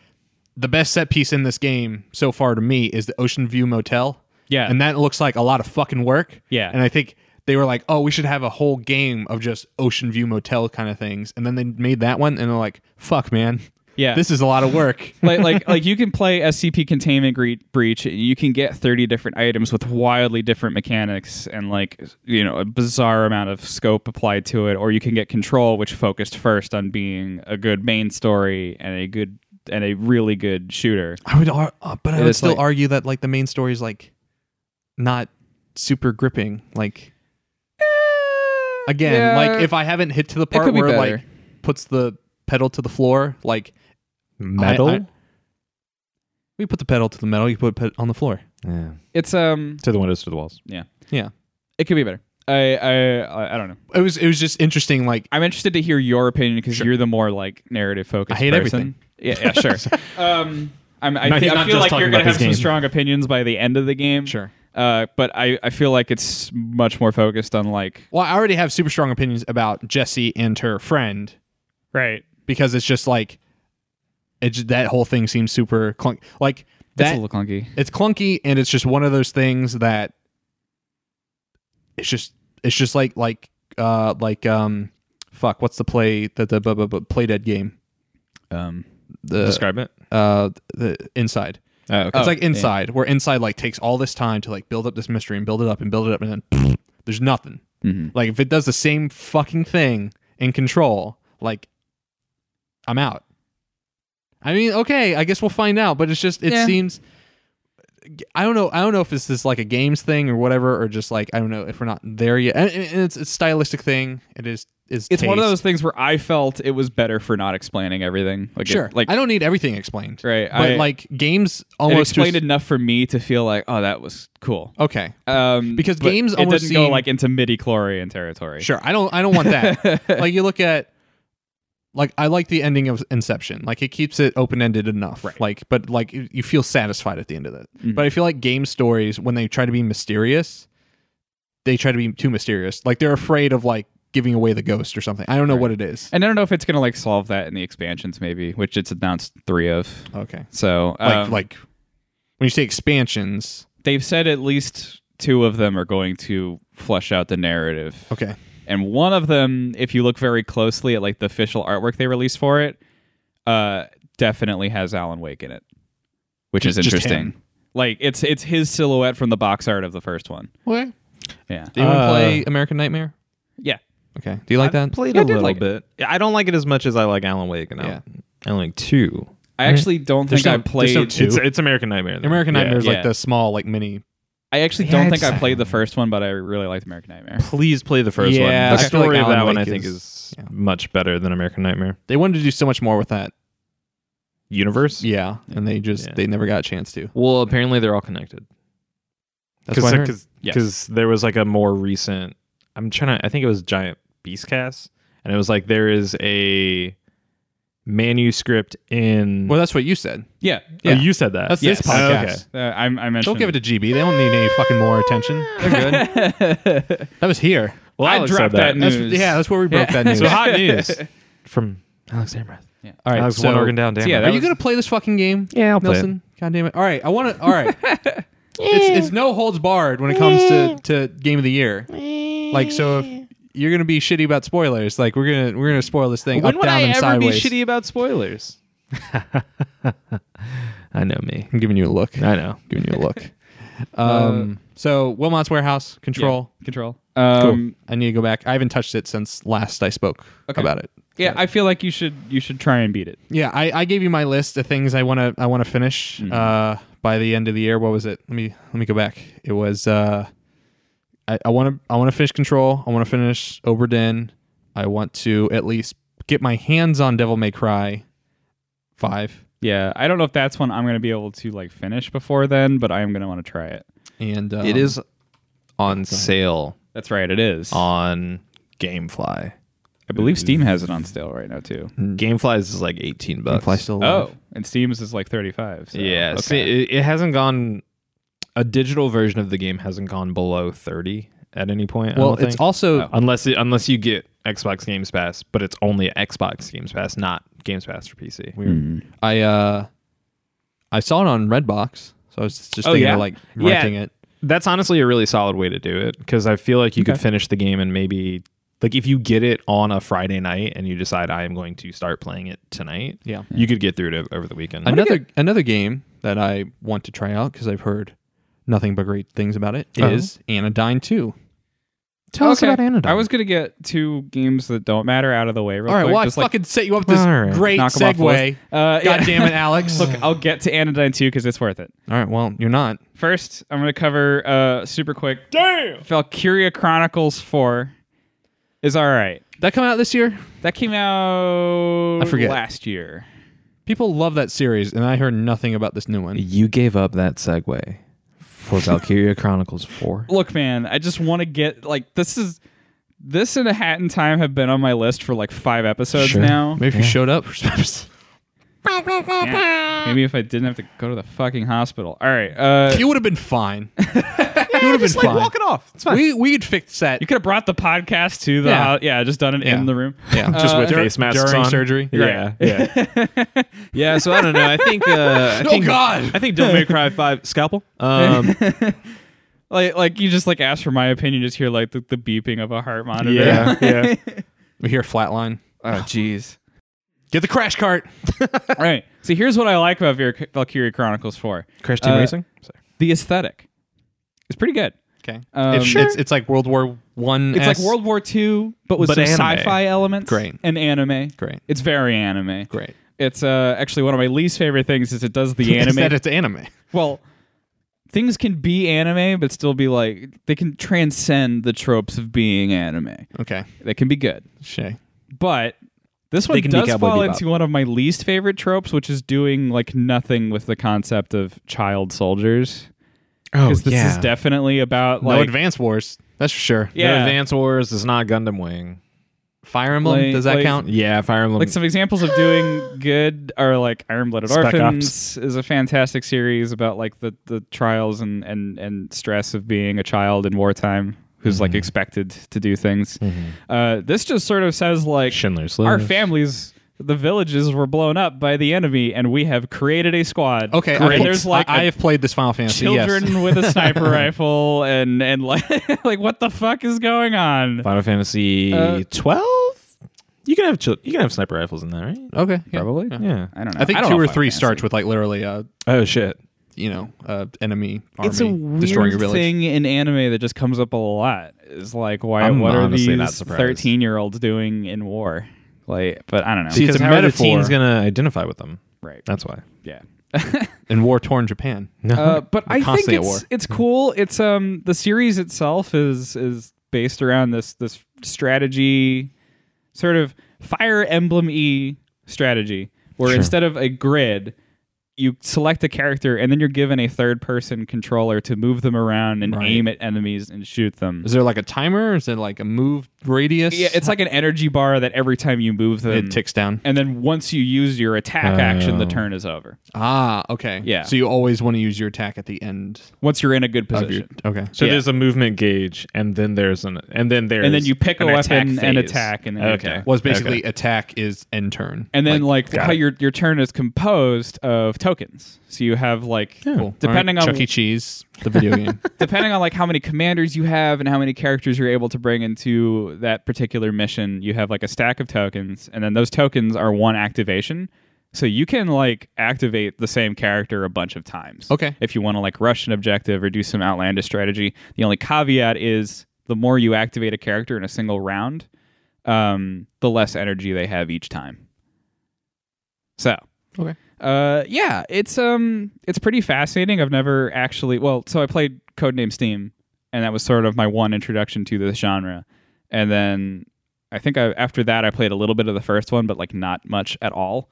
A: the best set piece in this game so far to me is the Ocean View Motel.
B: Yeah.
A: and that looks like a lot of fucking work.
B: Yeah.
A: and I think they were like, oh, we should have a whole game of just Ocean View Motel kind of things, and then they made that one, and they're like, fuck, man,
B: Yeah.
A: this is a lot of work.
B: like like like you can play SCP containment gre- breach and you can get 30 different items with wildly different mechanics and like you know a bizarre amount of scope applied to it or you can get control which focused first on being a good main story and a good and a really good shooter.
A: I would, ar- uh, but I would
B: It's
A: still
B: like-
A: argue that like the main story is like not super gripping. Like again,
B: yeah.
A: like if I haven't hit to the part
B: could be
A: where it, like
B: better.
A: puts the pedal to the floor, like
C: Metal.
A: I- we put the pedal to the metal, you put it on the floor.
C: yeah.
B: It's um
C: To the windows, to the walls.
A: Yeah,
B: It could be better. I I I- I don't know.
A: it was it was just interesting. Like
B: I'm interested to hear your opinion because you're the more like narrative focused.
A: I hate
B: person. Yeah, yeah, sure. um, I'm, I,
C: No,
B: thi-
C: he's
B: I
C: not
B: feel
C: just
B: like
C: talking
B: you're
C: about
B: gonna have
C: this
B: some
C: game.
B: strong opinions by the end of the game.
A: Sure.
B: Uh, but I I feel like it's much more focused on like
A: well, I already have super strong opinions about Jessie and her friend
B: right.
A: because it's just like it, ju- that whole thing seems super clunk. Like
B: That's
A: that
B: a little clunky.
A: it's clunky and it's just one of those things that it's just it's just like like uh like um fuck what's the play that the bu- bu- bu- play dead game
B: Um,
A: the
C: Describe it.
A: uh the inside
C: Oh, okay.
A: it's like
B: yeah.
A: inside where inside like takes all this time to like build up this mystery and build it up and build it up and then there's nothing
B: Mm-hmm.
A: like if it does the same fucking thing in control like i'm out I mean, okay, I guess we'll find out. But it's just it
B: Yeah.
A: seems. I don't know. I don't know if it's this like a games thing or whatever, or just like I don't know if we're not there yet. And, and it's a stylistic thing. It is. Is
B: It's one of
A: taste.
B: those things where I felt it was better for not explaining everything. Like, it-
A: Sure.
B: like
A: I don't need everything explained.
B: Right,
A: But
B: I-
A: like games
B: it
A: almost
B: explained
A: just,
B: enough for me to feel like, oh, that was cool.
A: Okay.
B: Um,
A: Because
B: but
A: games
B: it
A: almost
B: didn't go
A: seem-
B: like into midi chlorian territory.
A: Sure. I don't I don't want that. like you look at like I like the ending of Inception. Like it keeps it open-ended enough.
B: Right.
A: Like but like you you feel satisfied at the end of it. But I feel like game stories when they try to be mysterious, they try to be too mysterious. Like they're afraid of like giving away the ghost or something. I don't know what it is.
B: And I don't know if it's gonna like solve that in the expansions, maybe, which it's announced three of.
A: Okay.
B: So
A: Like
B: um,
A: like when you say expansions,
B: they've said at least two of them are going to flesh out the narrative.
A: okay.
B: And one of them, if you look very closely at like the official artwork they released for it, uh, definitely has Alan Wake in it, which is
A: Just- just
B: interesting.
A: him.
B: Like it's it's his silhouette from the box art of the first one.
A: What?
B: Yeah,
A: Do you want to
C: Uh,
A: play American Nightmare?
B: yeah.
A: Okay. Do you like that?
C: Played
B: Yeah, I
C: a
B: did
C: little
B: like it.
C: bit. I don't like it as much as I like Alan Wake and
A: Yeah.
C: Alan, Alan Wake Two.
B: I actually don't
A: There's
B: think I
A: no- there's
B: played.
A: no two.
C: It's it's American Nightmare. though.
A: American
C: Yeah.
A: Nightmare is
B: yeah.
A: like the small like mini
B: I actually
C: Yeah,
B: don't think
C: it's-
B: I played the first one, but I really liked American Nightmare.
C: Please play the first
A: Yeah,
C: one.
A: I
C: The
A: feel like
C: story of
A: Alan
C: that one, I
A: Wake
C: think,
A: is-
C: is
A: yeah.
C: much better than American Nightmare
A: they wanted to do so much more with that
C: universe.
A: yeah and they just
C: Yeah.
A: they never got a chance to
C: Well, apparently they're all connected.
A: That's what I heard.
C: Because
B: Yes.
C: there was like a more recent. I'm trying to. I think it was Giant Beastcast, and it was like there is a manuscript in.
A: well that's what you said
B: Yeah,
C: Oh,
A: yeah.
C: you said that.
A: That's
B: Yes.
A: this podcast
C: Okay.
B: Uh, I, I mentioned.
A: don't give it to gb they don't need any fucking more attention they're good that was here
C: Well,
B: I
C: Alex
B: dropped
C: said
B: that
A: that's,
B: News.
A: yeah that's where we broke that news
C: So hot news from Alex Amrath.
A: all right
C: Alex
A: so
C: one organ down. Damn.
B: So yeah,
C: right.
A: are
B: That
A: you
B: was-
A: gonna play this fucking game
C: Yeah, I'll play
A: Nelson god damn it all right I want to all right it's, it's no holds barred when it comes to to game of the year like so if you're gonna be shitty about spoilers like we're gonna we're gonna spoil this thing
C: When
A: up
C: would
A: down
C: I
A: and
C: ever
A: sideways
C: be shitty about spoilers? I know me.
A: I'm giving you a look
C: I know.
A: giving you a look um so Wilmot's warehouse control
B: control. Um,
A: I need to go back. I haven't touched it since last I spoke
B: Okay.
A: about it.
B: Yeah, I feel like you should you should try and beat it.
A: Yeah, I, I gave you my list of things I want to I want to finish uh, by the end of the year. What was it? Let me let me go back. It was uh, I I want to I want to finish Control. I want to finish Oberdin. I want to at least get my hands on Devil May Cry five
B: Yeah, I don't know if that's one I'm gonna be able to like finish before then, but I am gonna want to try it.
A: and um,
C: it is on sale
B: That's right, it is.
C: on GameFly.
B: I believe Steam has it on sale right now too.
C: GameFly is like 18 bucks.
A: Fly Hmm. still alive.
B: Oh, and Steam's is like 35. So,
C: yeah.
B: okay.
C: see, it, it hasn't gone. A digital version of the game hasn't gone below 30 at any point. I
A: well,
C: don't think. Oh.
A: it's also
C: unless it, unless you get Xbox Games Pass, but it's only Xbox Games Pass, not Games Pass for PC.
A: I uh I saw it on Redbox, so I was just thinking
C: yeah?
A: of like
C: Yeah.
A: renting it.
C: That's honestly a really solid way to do it because I feel like you could finish the game and maybe like if you get it on a Friday night and you decide I am going to start playing it tonight,
A: Yeah.
C: you could get through it o- over the weekend.
A: another another game that I want to try out because I've heard nothing but great things about it is
C: Oh.
A: Anodyne Two.
C: Tell us
B: Okay.
C: about Anodyne.
B: I was gonna get two games that don't matter out of the way. Real
A: All right,
B: quick,
A: well I
B: just, like,
A: fucking set you up with this
C: All right.
A: great
B: knock 'em off the
A: segue.
B: list. Uh, yeah.
A: God damn it, Alex! Look,
B: I'll get to Anodyne 2 because it's worth it.
A: all right, well you're not.
B: First, I'm going to cover uh, super quick. Damn! Valkyria Chronicles 4 is all right.
A: That come out this year?
B: That came out
A: I forget.
B: last year.
A: People love that series, and I heard nothing about this new one.
C: You gave up that segue for Valkyria Chronicles 4.
B: Look, man, I just want to get like this is this and a hat in time have been on my list for like five episodes
C: Sure.
B: now.
A: Maybe if you showed up for
B: Maybe if I didn't have to go to the fucking hospital. All right, uh,
A: you would have been fine. you would have been fine.
C: it off. It's
A: we we could fix that.
B: you could have brought the podcast to the
A: Yeah.
B: yeah, yeah just done it
A: Yeah.
B: in the room.
A: yeah,
C: Just with
A: Dur-
C: face masks
A: during
C: on.
A: surgery.
C: Yeah, yeah, yeah. So I don't know. I think. Uh, I
A: Oh
C: think,
A: God!
C: I think Devil May Cry Five scalpel. Um,
B: Like like you just like ask for my opinion, just hear like the, the beeping of a heart monitor.
C: yeah.
A: We hear flatline.
B: Oh jeez.
A: Get the crash cart.
B: All right. So here's what I like about Valky- Valkyria Chronicles 4.
C: Crash Team
B: Uh,
C: Racing. Sorry.
B: The aesthetic. It's pretty good.
A: Okay.
B: Um,
A: it's,
B: Sure.
A: it's it's like World War One.
B: It's like World War II, but with
C: But
B: some
C: anime.
B: sci-fi elements
A: Great.
B: and anime.
A: Great.
B: It's very anime.
A: Great.
B: It's uh, actually one of my least favorite things is it does the
A: Is that
B: anime.
A: it's anime.
B: well, things can be anime, but still be like they can transcend the tropes of being anime.
A: Okay,
B: They can be good,
A: Shay.
B: but this one
C: can be
B: does
C: Cowboy
B: fall
C: Bebop.
B: into one of my least favorite tropes, which is doing like nothing with the concept of child soldiers.
C: Oh,
B: Because this is definitely about
A: no
B: like
A: Advance Wars. That's for sure.
B: Yeah.
C: No Advance Wars is not Gundam Wing.
A: Fire Emblem.
B: Like-
A: does that
B: like-
A: count?
C: Yeah, Fire Emblem.
A: Um,
B: Like some examples of doing good are like Iron Blooded
C: Spec
B: Orphans is a fantastic series about like the, the trials and, and, and stress of being a child in wartime who's
A: Mm-hmm.
B: like expected to do things. Uh, this just sort of says like
C: Schindler's
B: our
C: List.
B: families, the villages were blown up by the enemy, and we have created a squad.
A: Okay, I,
B: and there's like
A: I, I
B: a
A: have played this Final Fantasy.
B: children
A: Yes.
B: with a sniper rifle, and and like like what the fuck is going on?
C: Final Fantasy
B: Uh,
C: twelve. You can have chil- you can have sniper rifles in there, right?
A: Okay, Oh, yeah.
B: Probably,
C: Yeah.
B: I don't know.
A: I think
B: don't
A: two
B: know
A: or
B: if I
A: three
B: fancy
A: starts with like literally a
C: Oh shit.
A: you know uh, enemy army
B: it's a
A: destroying your
B: weird
A: village.
B: thing in anime that just comes up a lot. Is like, why?
C: I'm
B: what are
C: honestly not
B: these
C: surprised.
B: thirteen-year-olds doing in war? Like, but I don't know.
C: See, it's
A: Because
C: a
A: how are the
C: metaphor.
A: teens
C: gonna identify with them.
B: right?
C: That's why.
B: Yeah.
A: in war torn Japan.
C: No.
B: Uh, but I think
A: constantly at
B: it's
A: war.
B: it's cool. It's um the series itself is is based around this this strategy, sort of Fire Emblem e strategy, where
C: Sure.
B: instead of a grid. You select a character, and then you're given a third-person controller to move them around and
A: Right.
B: aim at enemies and shoot them.
A: Is there like a timer? Is there like a move radius?
B: Yeah, it's um, like an energy bar that every time you move them,
A: it ticks down.
B: and then once you use your attack action, the
C: Oh.
B: turn is over.
A: Ah, okay.
B: Yeah.
A: So you always want to use your attack at the end
B: Once you're in a good
A: of your.
B: position,
A: Okay.
C: so
B: yeah.
C: there's a movement gauge, and then there's an and then there's
B: and then you pick a
C: an attack
B: weapon and
C: phase.
B: attack, and then you
C: Okay.
B: attack.
A: Was basically attack is end turn.
B: and then like,
C: got
B: how
C: it.
B: your your turn is composed of tokens. So you have like
A: Cool.
B: depending
A: All right,
B: on
A: Chuck E. Cheese, the video game.
B: depending on like how many commanders you have and how many characters you're able to bring into that particular mission you have like a stack of tokens and then those tokens are one activation so you can like activate the same character a bunch of times
A: Okay.
B: if you want to like rush an objective or do some outlandish strategy the only caveat is the more you activate a character in a single round um, the less energy they have each time so
A: Okay.
B: uh, yeah, it's um, it's pretty fascinating. I've never actually well, so I played Codename Steam, and that was sort of my one introduction to this genre. And then I think I, after that, I played a little bit of the first one, but like not much at all.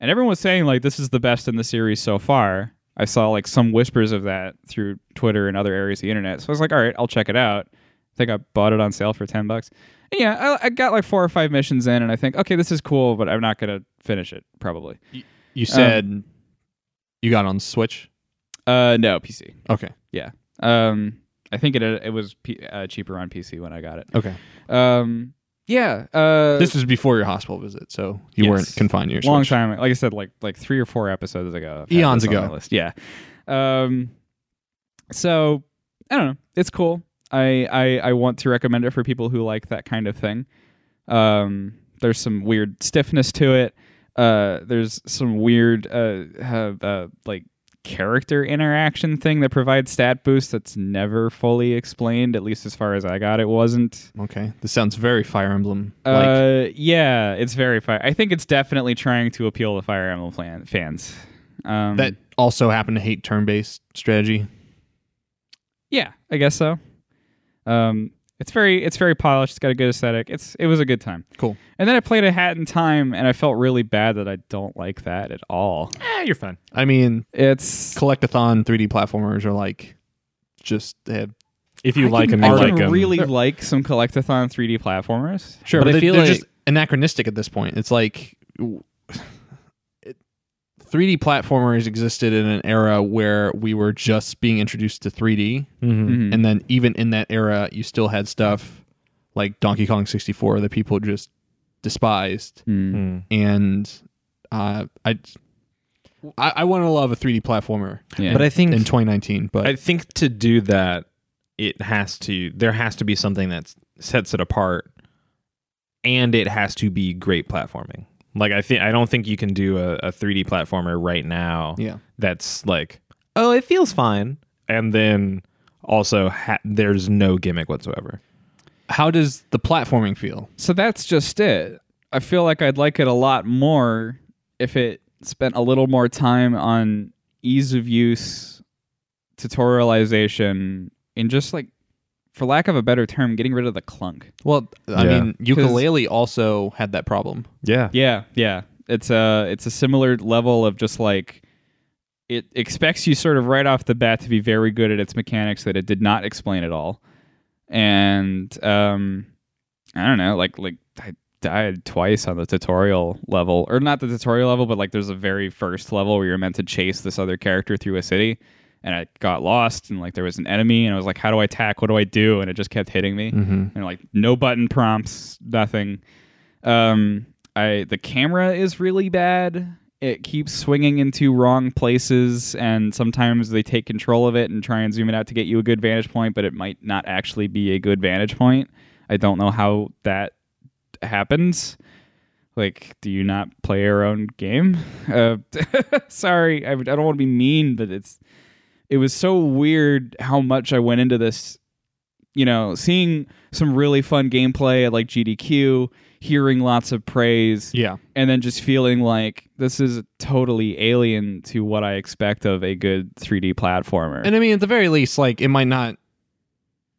B: And everyone was saying like this is the best in the series so far. I saw like some whispers of that through Twitter and other areas of the internet. So I was like, all right, I'll check it out. I think I bought it on sale for ten bucks. And yeah, I, I got like four or five missions in, and I think okay, this is cool, but I'm not gonna finish it probably.
A: You
B: Um,
A: said you got on Switch.
B: Uh, no PC.
A: Okay.
B: Um, I think it it was P- uh, cheaper on PC when I got it.
A: Okay.
B: Um, yeah. Uh,
A: This was before your hospital visit, so you
B: Yes.
A: weren't confined to your
B: long
A: Switch.
B: time. Like I said, like like three or four episodes ago. I've had
A: Eons
B: this on
A: ago.
B: my list. Yeah. Um, so I don't know. It's cool. I, I I want to recommend it for people who like that kind of thing. Um, there's some weird stiffness to it. Uh, there's some weird uh, uh, uh like character interaction thing that provides stat boost that's never fully explained. At least as far as I got, it wasn't.
A: Okay. This sounds very Fire Emblem. Like
B: Uh, yeah, it's very fire. I think it's definitely trying to appeal to Fire Emblem fan- fans. Um,
A: that also happened to hate turn-based strategy.
B: yeah, I guess so. Um, it's very it's very polished. It's got a good aesthetic. It's it was a good time.
A: Cool.
B: And then I played a Hat in Time, and I felt really bad that I don't like that at all.
C: Ah, you're fine.
A: I mean,
B: It's
A: collectathon 3D platformers are like just they have
C: If you
B: I
C: like
B: can,
C: them, you
B: I
C: like
B: can
C: them.
B: really like some collectathon 3D platformers.
A: Sure,
C: But
A: but,
C: I
A: they,
C: feel
A: feel are
C: like-
A: just anachronistic at this point. It's like w- it- 3D platformers existed in an era where we were just being introduced to 3D,
C: Mhm.
B: Mhm.
A: and then even in that era, you still had stuff like Donkey Kong 64 that people just despised,
B: Mm.
C: Mm.
A: and uh, I. I, I want to love a 3D platformer
B: Yeah.
C: But I think
A: in 2019, but
C: I think to do that, it has to there has to be something that sets it apart, and it has to be great platforming. Like I think I don't think you can do a, a 3D platformer right now.
A: yeah,
C: That's like oh, it feels fine, and then also ha- there's no gimmick whatsoever.
A: how does the platforming feel?
B: So that's just it. I feel like I'd like it a lot more if it spent a little more time on ease of use, tutorialization, and just like, for lack of a better term, getting rid of the clunk.
A: Well, I
C: Yeah.
A: mean, ukulele also had that problem.
C: Yeah.
B: Yeah, yeah. It's a it's a similar level of just like it expects you sort of right off the bat to be very good at its mechanics that it did not explain at all. And um I don't know, like like I died twice on the tutorial level or not the tutorial level, but like there's a very first level where you're meant to chase this other character through a city and I got lost and like there was an enemy and I was like how do I attack? What do I do? And it just kept hitting me. And like no button prompts, nothing. Um, I the camera is really bad. It keeps swinging into wrong places, and sometimes they take control of it and try and zoom it out to get you a good vantage point, but it might not actually be a good vantage point. I don't know how that happens. Like, do you not play your own game? Uh, sorry, I, I don't want to be mean, but it's it was so weird how much I went into this you know, seeing some really fun gameplay at like GDQ, hearing lots of praise,
A: Yeah.
B: and then just feeling like this is totally alien to what I expect of a good 3D platformer.
A: And I mean, at the very least, like it might not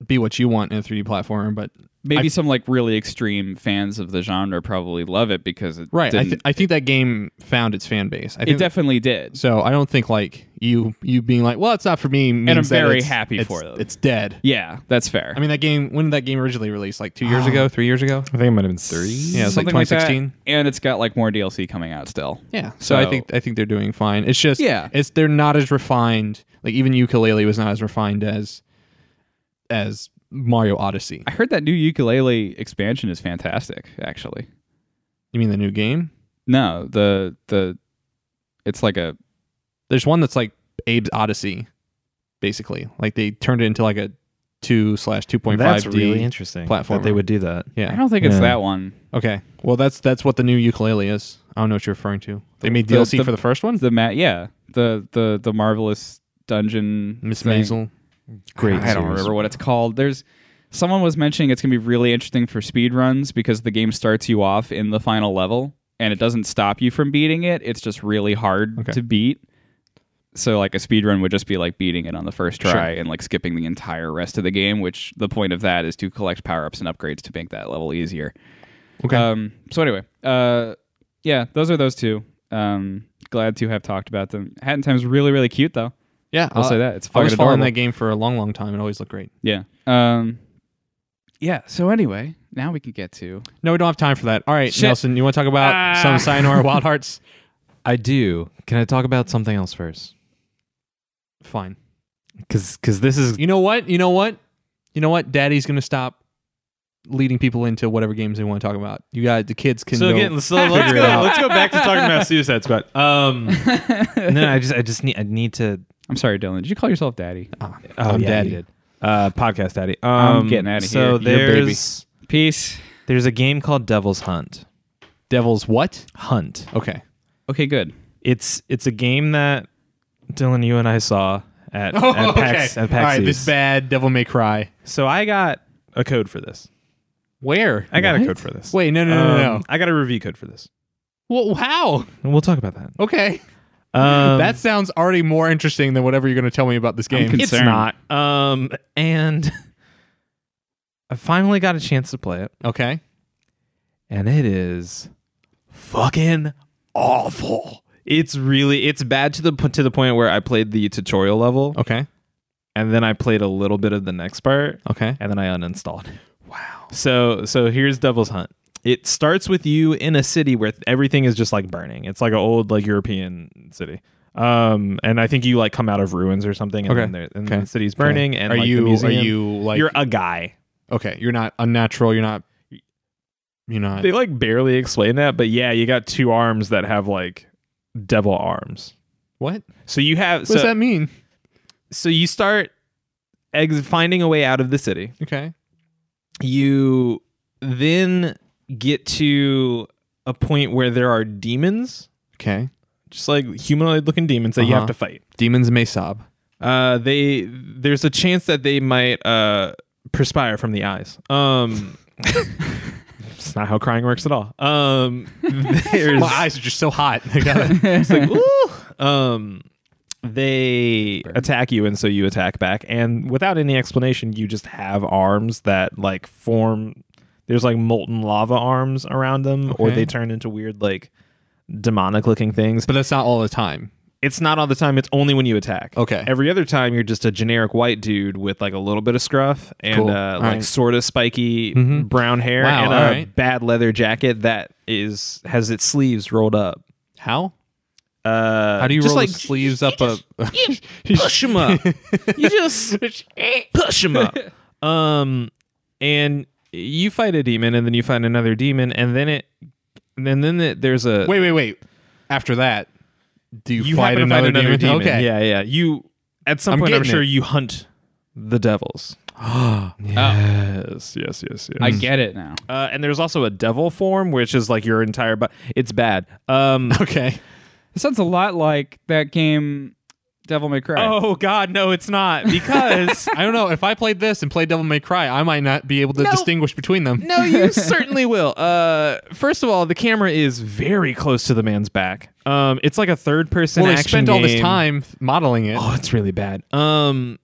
A: be what you want in a 3D platform, but
B: Maybe some like really extreme fans of the genre probably love it because it
A: right. I,
B: didn't-
A: th- I think that game found its fan base. I
B: it
A: think
B: definitely did.
A: so. I don't think like you you being like, well, it's not for me. Means
B: I'm
A: that
B: very
A: it's-
B: happy
A: it's-
B: for them.
A: It's dead.
B: Yeah, that's fair.
A: I mean, that game. When did that game originally release? Like two years ago, three years ago.
C: I think it might have been three.
A: Yeah, it's like
B: Something like that.
A: 2016.
B: and it's got like more DLC coming out still.
A: Yeah. So, I
B: So-
A: think I think they're doing fine. It's just
B: Yeah.
A: It's they're not as refined. Like even ukulele was not as refined as as Mario Odyssey.
B: I heard that new ukulele expansion is fantastic, actually.
A: You mean the new game?
B: No, the the it's like a
A: There's one that's like Abe's Odyssey, basically. Like they turned it into like a two slash two point five
C: That's
A: D.
C: really interesting.
A: platformer.
C: That they would do that.
B: I
A: Yeah.
B: don't think it's
C: Yeah.
B: that one.
A: Okay. Well, that's that's what the new ukulele is. I don't know what you're referring to. They made
B: the-
A: DLC
B: the-
A: for the first one.
B: The mat, yeah, the the the marvelous dungeon.
A: Miss
B: thing.
A: Maisel.
C: Great.
B: I don't
C: series.
B: remember what it's called. There's someone was mentioning it's gonna be really interesting for speed runs because the game starts you off in the final level and it doesn't stop you from beating it. It's just really hard
A: Okay.
B: to beat. So like a speed run would just be like beating it on the first try and like skipping the entire rest of the game, which the point of that is to collect power ups and upgrades to make that level easier.
A: Okay.
B: Um, so anyway, uh, yeah, those are those two. Um, glad to have talked about them. Hat in Time's really, really cute though.
A: yeah.
B: I'll
A: I-
B: say that it's
A: Uh, I
B: fucking
A: was following
B: adorable.
A: that game for a long, long time. It always looked great.
B: yeah. Um, yeah. So anyway, now we can get to
A: No, we don't have time for that. All right,
B: Shit.
A: Nelson, you want to talk about
B: Ah.
A: some Sayonara Wild Hearts?
C: I do. Can I talk about something else first?
A: Fine.
C: Because this is
A: You know what? You know what? You know what? Daddy's gonna stop leading people into whatever games they want to talk about. You got the kids can
C: so
A: go-
C: again. So let's
A: figure it
C: go.
A: out.
C: Let's go back to talking about Suicide Squad. Um, no, I just I just need I need to.
B: I'm sorry, Dylan. Did you call yourself daddy?
A: Ah,
C: Oh,
A: I'm
C: yeah,
A: daddy.
C: you did. Uh, podcast daddy. Um,
B: I'm getting outta
C: So
B: here. Your
A: baby.
C: there's
B: Peace.
C: there's a game called Devil's Hunt.
A: Devil's what?
C: Hunt.
A: Okay.
B: Okay, good.
C: It's it's a game that Dylan, you and I saw at at PAX. At PAX
A: Oh, All right, this
C: East.
A: bad Devil May Cry.
C: So I got a code for this.
A: Where?
C: I got a
A: What?
C: code for this.
A: Wait, no, no, no, no, no.
C: Um, I got a review code for this.
A: Well, how?
C: And we'll talk about that.
A: Okay.
C: Um,
A: that sounds already more interesting than whatever you're going to tell me about this game.
B: con-
C: it's
B: concern.
C: not. Um, and I finally got a chance to play it,
A: okay.
C: and it is fucking awful. It's really it's bad to the to the point where I played the tutorial level,
A: Okay.
C: and then I played a little bit of the next part,
A: Okay.
C: and then I uninstalled. Wow. So so here's Devil's Hunt. It starts with you in a city where everything is just like burning. It's like an old like European city. Um, and I think you like come out of ruins or something, and
A: Okay.
C: then there- and
A: Okay.
C: the city's burning. And
A: are
C: like, the
A: you are
C: museum-
A: you like
C: you're a guy?
A: okay? You're not unnatural. You're not. You're not.
C: They like barely explain that, but yeah, you got two arms that have like devil arms.
A: What? What
C: So you have so
A: does that mean?
C: so you start ex- finding a way out of the city.
A: Okay.
C: you then get to a point where there are demons,
A: Okay.
C: just like humanoid looking demons that you
A: Uh-huh.
C: have to fight.
A: Demons may sob.
C: Uh, they there's a chance that they might uh perspire from the eyes. Um That's not how crying works at all. Um, there's
A: My eyes are just so hot. I got
C: it's like ooh. Um, they attack you, and so you attack back, and without any explanation, you just have arms that like form. There's like molten lava arms around them, or
A: Okay.
C: they turn into weird like demonic looking things.
A: but
C: But
A: that's not all the time.
C: it's not all the time. It's only when you attack.
A: Okay.
C: Every other time, you're just a generic white dude with like a little bit of scruff and
A: Cool.
C: uh,
A: All
C: like
A: right. Mm-hmm.
C: sort of spiky brown hair
A: Wow,
C: and a
A: all right.
C: bad leather jacket that is has its sleeves rolled up.
A: How?
C: Uh,
A: How do you
C: just
A: roll
C: like
A: the sleeves up? a
C: push him up. you just push him up. Um, and you fight a demon, and then you fight another demon, and then it, and then it, there's a
A: wait, wait, wait. After that, do you,
C: you
A: fight,
C: happen to
A: another
C: fight another demon.
A: Okay.
C: Yeah, yeah. You at some
A: I'm
C: point, I'm
A: getting
C: sure
A: it.
C: you hunt the devils. yes, yes, yes, yes.
B: I get it now.
C: uh, and there's also a devil form, which is like your entire, but it's bad. Um.
A: Okay.
B: It sounds a lot like that game, Devil May Cry.
C: Oh God, no, it's not because
A: I don't know. If I played this and played Devil May Cry, I might not be able to
C: No.
A: distinguish between them.
C: No, you certainly will. Uh, first of all, the camera is very close to the man's back. Um, it's like a third person
A: Well, they
C: action
A: spent all this
C: game.
A: time modeling it.
C: Oh, it's really bad. Um,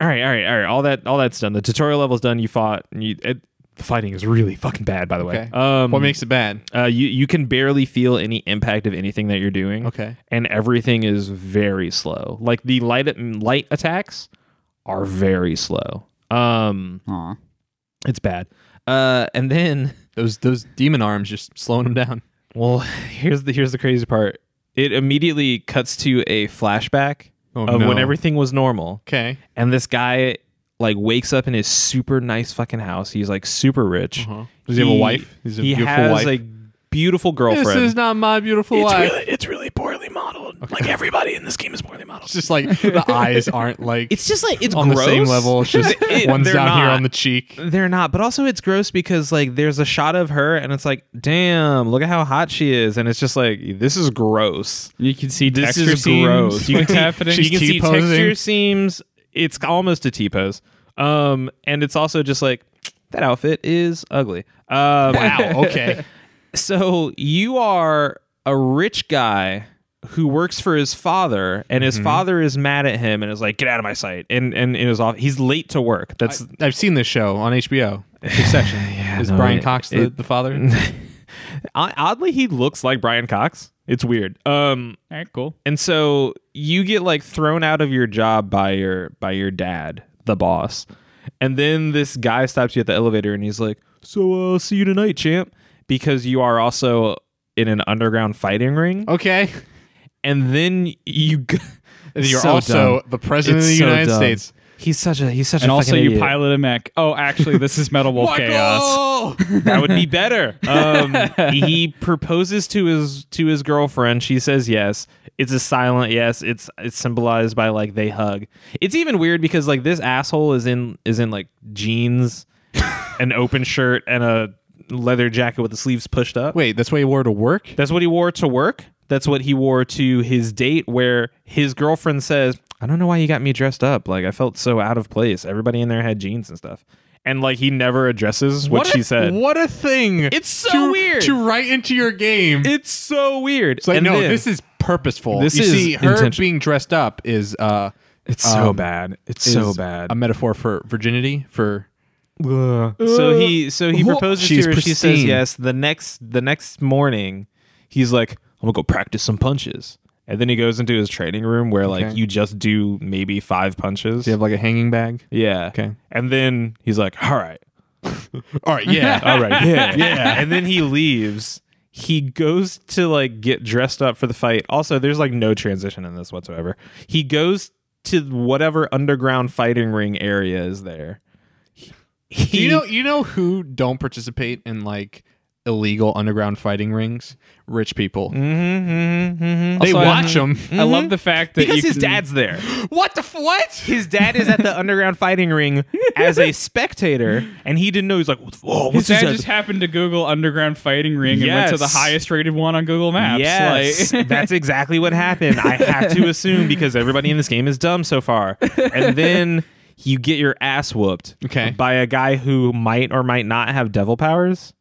C: all right, all right, all right. All that, all that's done. The tutorial level's done. You fought. And you, it, the fighting is really fucking bad, by the way.
A: Okay.
C: Um,
A: what makes it bad?
C: uh, you you can barely feel any impact of anything that you're doing.
A: Okay.
C: and everything is very slow. Like the light light attacks are very slow. Um,
B: Aw.
C: it's bad. Uh, and then.
A: Those those demon arms just slowing them down.
C: Well, here's the here's the crazy part. It immediately cuts to a flashback
A: Oh,
C: of when
A: no.
C: everything was normal,
A: Okay.
C: and this guy like wakes up in his super nice fucking house. He's like super
A: Does
C: rich.
A: Uh-huh. he have a wife? He's a
C: he
A: beautiful
C: has
A: wife.
C: a beautiful girlfriend.
A: This is not my beautiful
C: it's,
A: wife.
C: really, it's really poorly modeled. Like everybody in this game is poorly modeled.
A: It's just like the eyes aren't like
C: It's just like it's
A: on
C: gross.
A: the same level. It's just
C: It-
A: one's
C: they're
A: down here
C: not.
A: on the cheek.
C: They're not, but also it's gross because like there's a shot of her and it's like, damn, look at how hot she is, and it's just like this is gross.
B: You can see
C: this
B: texture
C: is
B: seams.
C: gross. Oh, You can
B: What's
C: see,
B: happening?
C: You can see
A: T-posing.
C: texture seams. It's almost a T pose. Um, and it's also just like that outfit is ugly. Um,
A: Wow. Okay.
C: So you are a rich guy who works for his father, and his father is mad at him and is like, "Get out of my sight!" And and it is off. He's late to work. That's
A: I've seen this show on HBO. Succession. Is
C: no,
A: Brian
C: it-
A: Cox the,
C: it-
A: the father?
C: o- oddly he looks like Brian Cox. It's weird. Um,
B: All right, cool.
C: and so you get like thrown out of your job by your by your dad the boss and then this guy stops you at the elevator and he's like so uh see you tonight champ because you are also in an underground fighting ring
A: Okay.
C: and then you g-
A: And you're
C: So
A: also
C: dumb.
A: the president
C: It's
A: of the
C: so
A: United
C: dumb.
A: States.
C: he's such a he's such
B: And
C: a
B: also,
C: fucking
B: you
C: idiot.
B: pilot a mech. Oh, actually, this is Metal Wolf Chaos.
C: that would be better um he proposes to his to his girlfriend she says yes it's a silent yes it's it's symbolized by like they hug it's even weird because like this asshole is in is in like jeans an open shirt and a leather jacket with the sleeves pushed up
A: Wait, that's what he wore to work?
C: that's what he wore to work that's what he wore to his date where his girlfriend says i don't know why you got me dressed up like i felt so out of place everybody in there had jeans and stuff and like he never addresses what, she
A: a,
C: said
A: What a thing.
C: It's so
A: to,
C: weird.
A: To write into your game.
C: It's so weird.
A: it's like, no, this is purposeful.
C: This
A: you
C: is
A: see, her
C: intention-
A: being dressed up is uh
C: it's so
A: um,
C: bad. It's
A: is um,
C: so bad.
A: A metaphor for virginity, for
C: so he so he proposes
A: uh, She's
C: to her. She says
A: pristine.
C: yes. The next the next morning, he's like, I'm gonna go practice some punches. And then he goes into his training room where like
A: Okay.
C: you just do maybe five punches.
A: do you have like a hanging bag?
C: yeah.
A: Okay.
C: And then he's like, All right,
A: All right, yeah.
C: all right, yeah, Uh, yeah. And then he leaves. He goes to like get dressed up for the fight. Also, there's like no transition in this whatsoever. He goes to whatever underground fighting ring area is there. He,
A: Do you know you know who don't participate in like illegal underground fighting rings? Rich people.
C: Mhm, mhm, mhm.
A: They
B: Also,
A: watch them.
C: Mm.
B: I love the fact that
C: because
B: you
C: his
B: can-
C: dad's there.
A: What the f- what?
C: His dad is at the underground fighting ring as a spectator, and he didn't know. He's like, "Whoa, what's
B: His
C: his
B: dad
C: dad's-
B: just happened to Google underground fighting ring and went to the
C: Yes.
B: highest rated one on Google Maps.
C: Yes,
B: Like,
C: that's exactly what happened. I have to assume because everybody in this game is dumb so far. And then you get your ass whooped
A: Okay.
C: by a guy who might or might not have devil powers.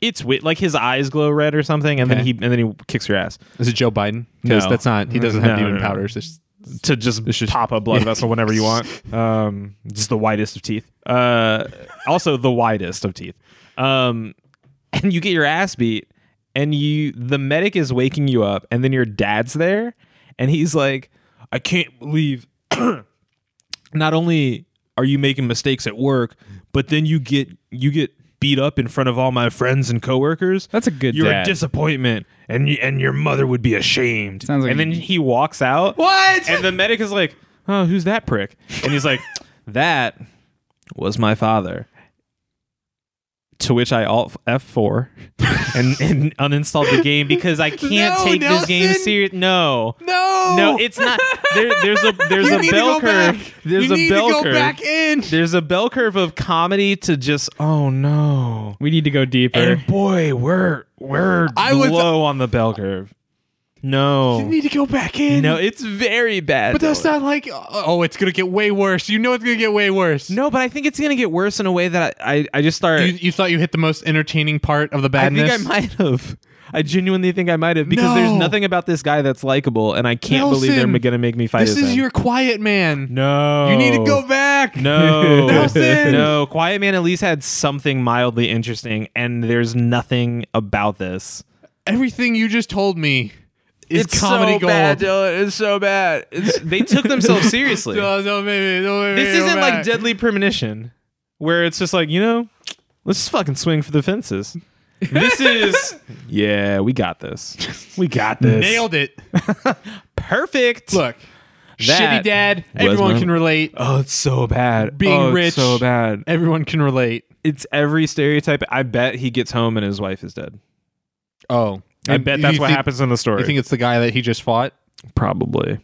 C: It's weird. Like his eyes glow red or something, and then
A: Okay.
C: he and then he kicks your ass
A: Is it Joe Biden? Because
C: No.
A: that's not. He doesn't have
C: No,
A: demon
C: no, no.
A: powders. It's
C: to just, pop a blood vessel whenever you want. Um, just the widest of teeth. Uh, also the widest of teeth. Um, and you get your ass beat, and you the medic is waking you up, and then your dad's there, and he's like, "I can't believe." not only are you making mistakes at work, but then you get you get beat up in front of all my friends and coworkers.
B: That's a good
C: You're
B: dad.
C: a disappointment, and you, and your mother would be ashamed.
B: Sounds like
C: and
B: a-
C: then he walks out.
A: what?
C: And the medic is like, "Oh, who's that prick?" And he's like, "That was my father." To which I alt F four and, and uninstalled the game because I can't
A: No,
C: take this game
A: Nelson!
C: serious. No,
A: no,
C: no, it's not. There, there's a there's
A: You
C: a
A: need to
C: bell
A: go back.
C: curve. There's
A: you
C: a
A: need
C: bell
A: to go
C: curve.
A: back in.
C: There's a bell curve of comedy to just oh no.
B: We need to go deeper.
C: And boy, we're we're
A: I was-
C: low on the bell curve. No,
A: You need to go back in.
C: no, it's very bad.
A: but that's
C: Dylan.
A: not like. Oh, it's gonna get way worse. You know it's gonna get way worse.
C: No, but I think it's gonna get worse in a way that I, I, I just start.
A: You, you thought you hit the most entertaining part of the
C: I think
A: badness.
C: I might have. I genuinely think I might have because there's
A: No.
C: nothing about this guy that's likable, and I can't believe they're
A: Nelson,
C: m- gonna make me fight.
A: This
C: his
A: is
C: end.
A: your quiet man.
C: no.
A: You need to go back.
C: No,
A: Nelson.
C: no. Quiet Man at least had something mildly interesting, and there's nothing about this.
A: Everything you just told me is
C: so
A: comedy gold.
C: bad, Dylan. It's so bad. It's, they took themselves seriously.
A: No, no, baby, no, baby,
C: this
A: go
C: isn't like
A: back.
C: Deadly Premonition, where it's just like you know, let's just fucking swing for the fences. This is yeah, we got this. We got this.
A: Nailed it.
C: Perfect.
A: Look,
C: That
A: shitty dad.
C: was
A: Everyone
C: my-
A: can relate.
C: Oh, it's so bad.
A: Being
C: Oh, it's
A: rich.
C: so bad.
A: Everyone can relate.
C: It's every stereotype. I bet he gets home and his wife is dead.
A: Oh,
C: I bet that's what happens in the story.
A: You think it's the guy that he just fought?
C: Probably.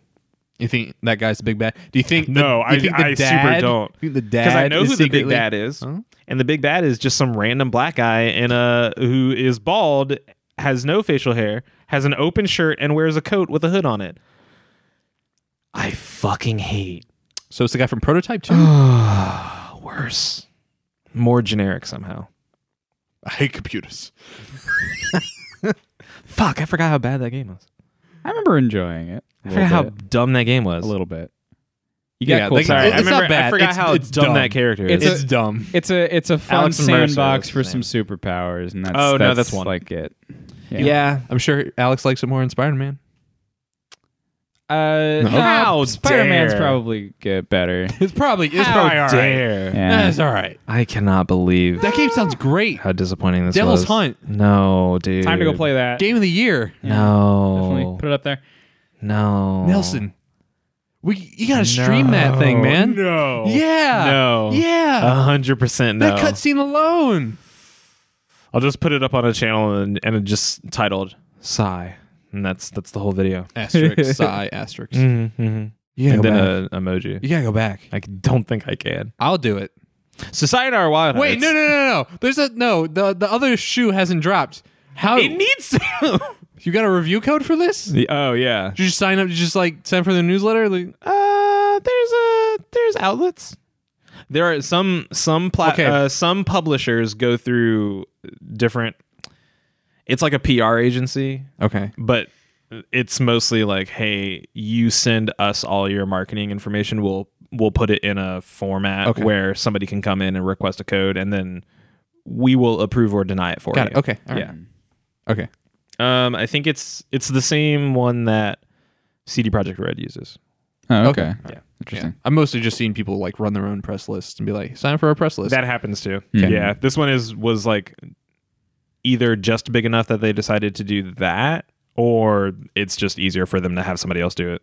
A: You think that guy's the big bad? Do you think?
C: No,
A: the, do you
C: I-
A: think the
C: I super
A: dad,
C: don't.
A: you think the dad.
C: Because I know
A: is
C: who the big
A: secretly-
C: bad is,
A: Huh?
C: and the big bad is just some random black guy in a who is bald, has no facial hair, has an open shirt, and wears a coat with a hood on it. I fucking hate
A: So it's the guy from Prototype Two.
C: worse, more generic somehow.
A: I hate computers.
C: Fuck, I forgot how bad that game was.
B: I remember enjoying it. A
C: I
B: little
C: forgot how
B: bit.
C: dumb that game was.
B: a little bit. You got
A: Yeah,
B: cool
A: like,
C: Sorry,
B: powers.
C: I
A: It's not
C: remember. I
A: bad.
C: forgot
A: It's-
C: how
A: it's
C: dumb,
A: dumb.
C: that character is.
A: It's,
B: It's a-
A: dumb.
B: It's a it's a fun
C: Alex and Mercer,
B: sandbox
C: that's
B: for
C: his
B: some
C: name.
B: superpowers, and that's
C: Oh, no,
B: that's,
C: that's one.
B: like it.
C: yeah.
A: I'm sure Alex likes it more than Spider Man.
B: Uh,
A: No.
C: How
B: Spider Man's
C: dare.
B: probably get better.
A: It's probably it's probably all right.
B: Yeah.
A: it's all right.
C: I cannot believe
A: That game sounds great.
C: how disappointing this
A: Devil's
C: was.
A: Hunt.
C: No, dude.
B: Time to go play that.
A: Game of the year.
C: No.
B: Definitely put it up there.
C: No.
A: Nelson, we you gotta stream that thing, man.
C: No.
A: Yeah.
C: No.
A: Yeah.
C: A hundred percent no.
A: that cutscene alone.
C: I'll just put it up on a channel and, and it just titled Sigh. And that's that's the whole video.
A: Asterisk. sigh. Asterisk.
C: Mm-hmm,
A: You gotta
C: And
A: go
C: then uh,
A: back.
C: an emoji.
A: you gotta go back.
C: I don't think I can.
A: I'll do it.
C: So Sayonara Wild
A: Wait,
C: Hearts.
A: no, no, no, no. There's a no. The the other shoe hasn't dropped. How
C: It needs to.
A: you got a review code for this? Did
C: The- oh yeah.
A: you just sign up? Did you just like sign for the newsletter? Like,
C: Uh, there's a there's outlets. There are some some pla-
A: Okay.
C: uh, some publishers go through different. It's like a PR agency,
A: okay.
C: but it's mostly like, hey, you send us all your marketing information. We'll we'll put it in a format
A: Okay.
C: where somebody can come in and request a code, and then we will approve or deny it for
A: Got it.
C: you.
A: Okay. All right.
C: Yeah.
A: Okay.
C: Um, I think it's it's the same one that CD Project Red uses.
A: Okay.
B: Oh, okay.
C: Yeah.
A: Yeah.
B: Interesting.
A: I've mostly just seen people like run their own press lists and be like, sign up for our press list.
C: That Hmm. happens too.
B: Okay.
C: Yeah, this one is was like either just big enough that they decided to do that, or it's just easier for them to have somebody else do it.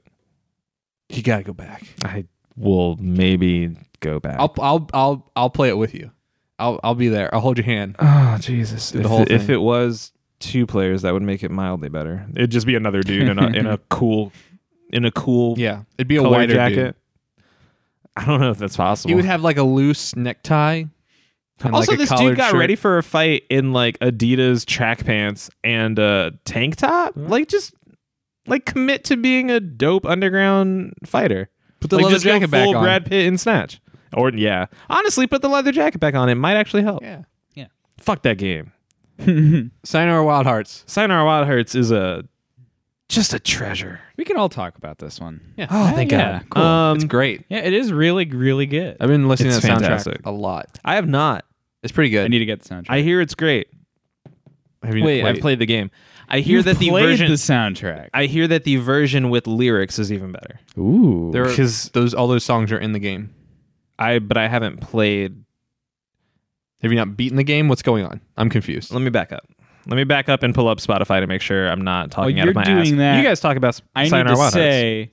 A: you gotta go back.
C: I will maybe go back.
A: I'll I'll I'll I'll play it with you. I'll I'll be there. I'll hold your hand.
C: oh Jesus! If,
A: the whole
C: if
A: thing.
C: it was two players, that would make it mildly better. It'd just be another dude in a in a cool in a cool
A: Yeah, it'd be a
C: color
A: wider
C: jacket.
A: Dude.
C: I don't know if that's possible.
A: He would have like a loose necktie. and,
C: also,
A: like, a
C: this dude
A: collared
C: got
A: shirt.
C: ready for a fight in like Adidas track pants and a tank top. Like, just like commit to being a dope underground fighter.
A: Put the
C: like,
A: leather
C: just go
A: jacket back
C: full
A: on.
C: Brad Pitt in Snatch. Or yeah, honestly, put the leather jacket back on. It might actually help.
A: Yeah.
C: Fuck that game.
A: Sayonara Wild Hearts.
C: Sayonara Wild Hearts is a just a treasure.
B: We can all talk about this one.
A: Yeah.
C: Oh, thank
B: yeah,
C: God.
B: cool.
C: Um,
A: it's great.
B: Yeah, it is really, really good.
A: I've been listening
C: it's
A: to the
C: fantastic.
A: soundtrack a lot.
C: I have not.
A: It's pretty good.
B: I need to get the soundtrack.
C: I hear it's great.
A: Have you-
C: Wait, I've played the game. I hear
B: You've
C: that the
B: played
C: version.
B: the soundtrack.
C: I hear that the version with lyrics is even better.
B: Ooh,
A: There are,
C: 'Cause-
A: those all those songs are in the game.
C: I but I haven't played.
A: Have you not beaten the game? What's going on? I'm confused.
C: Let me back up. Let me back up and pull up Spotify to make sure I'm not talking out
B: Oh, you're
C: of my
B: doing
C: ass.
B: that.
C: You guys talk about S-
B: I need
C: Sayonara
B: to
C: Wild Hearts.
B: say,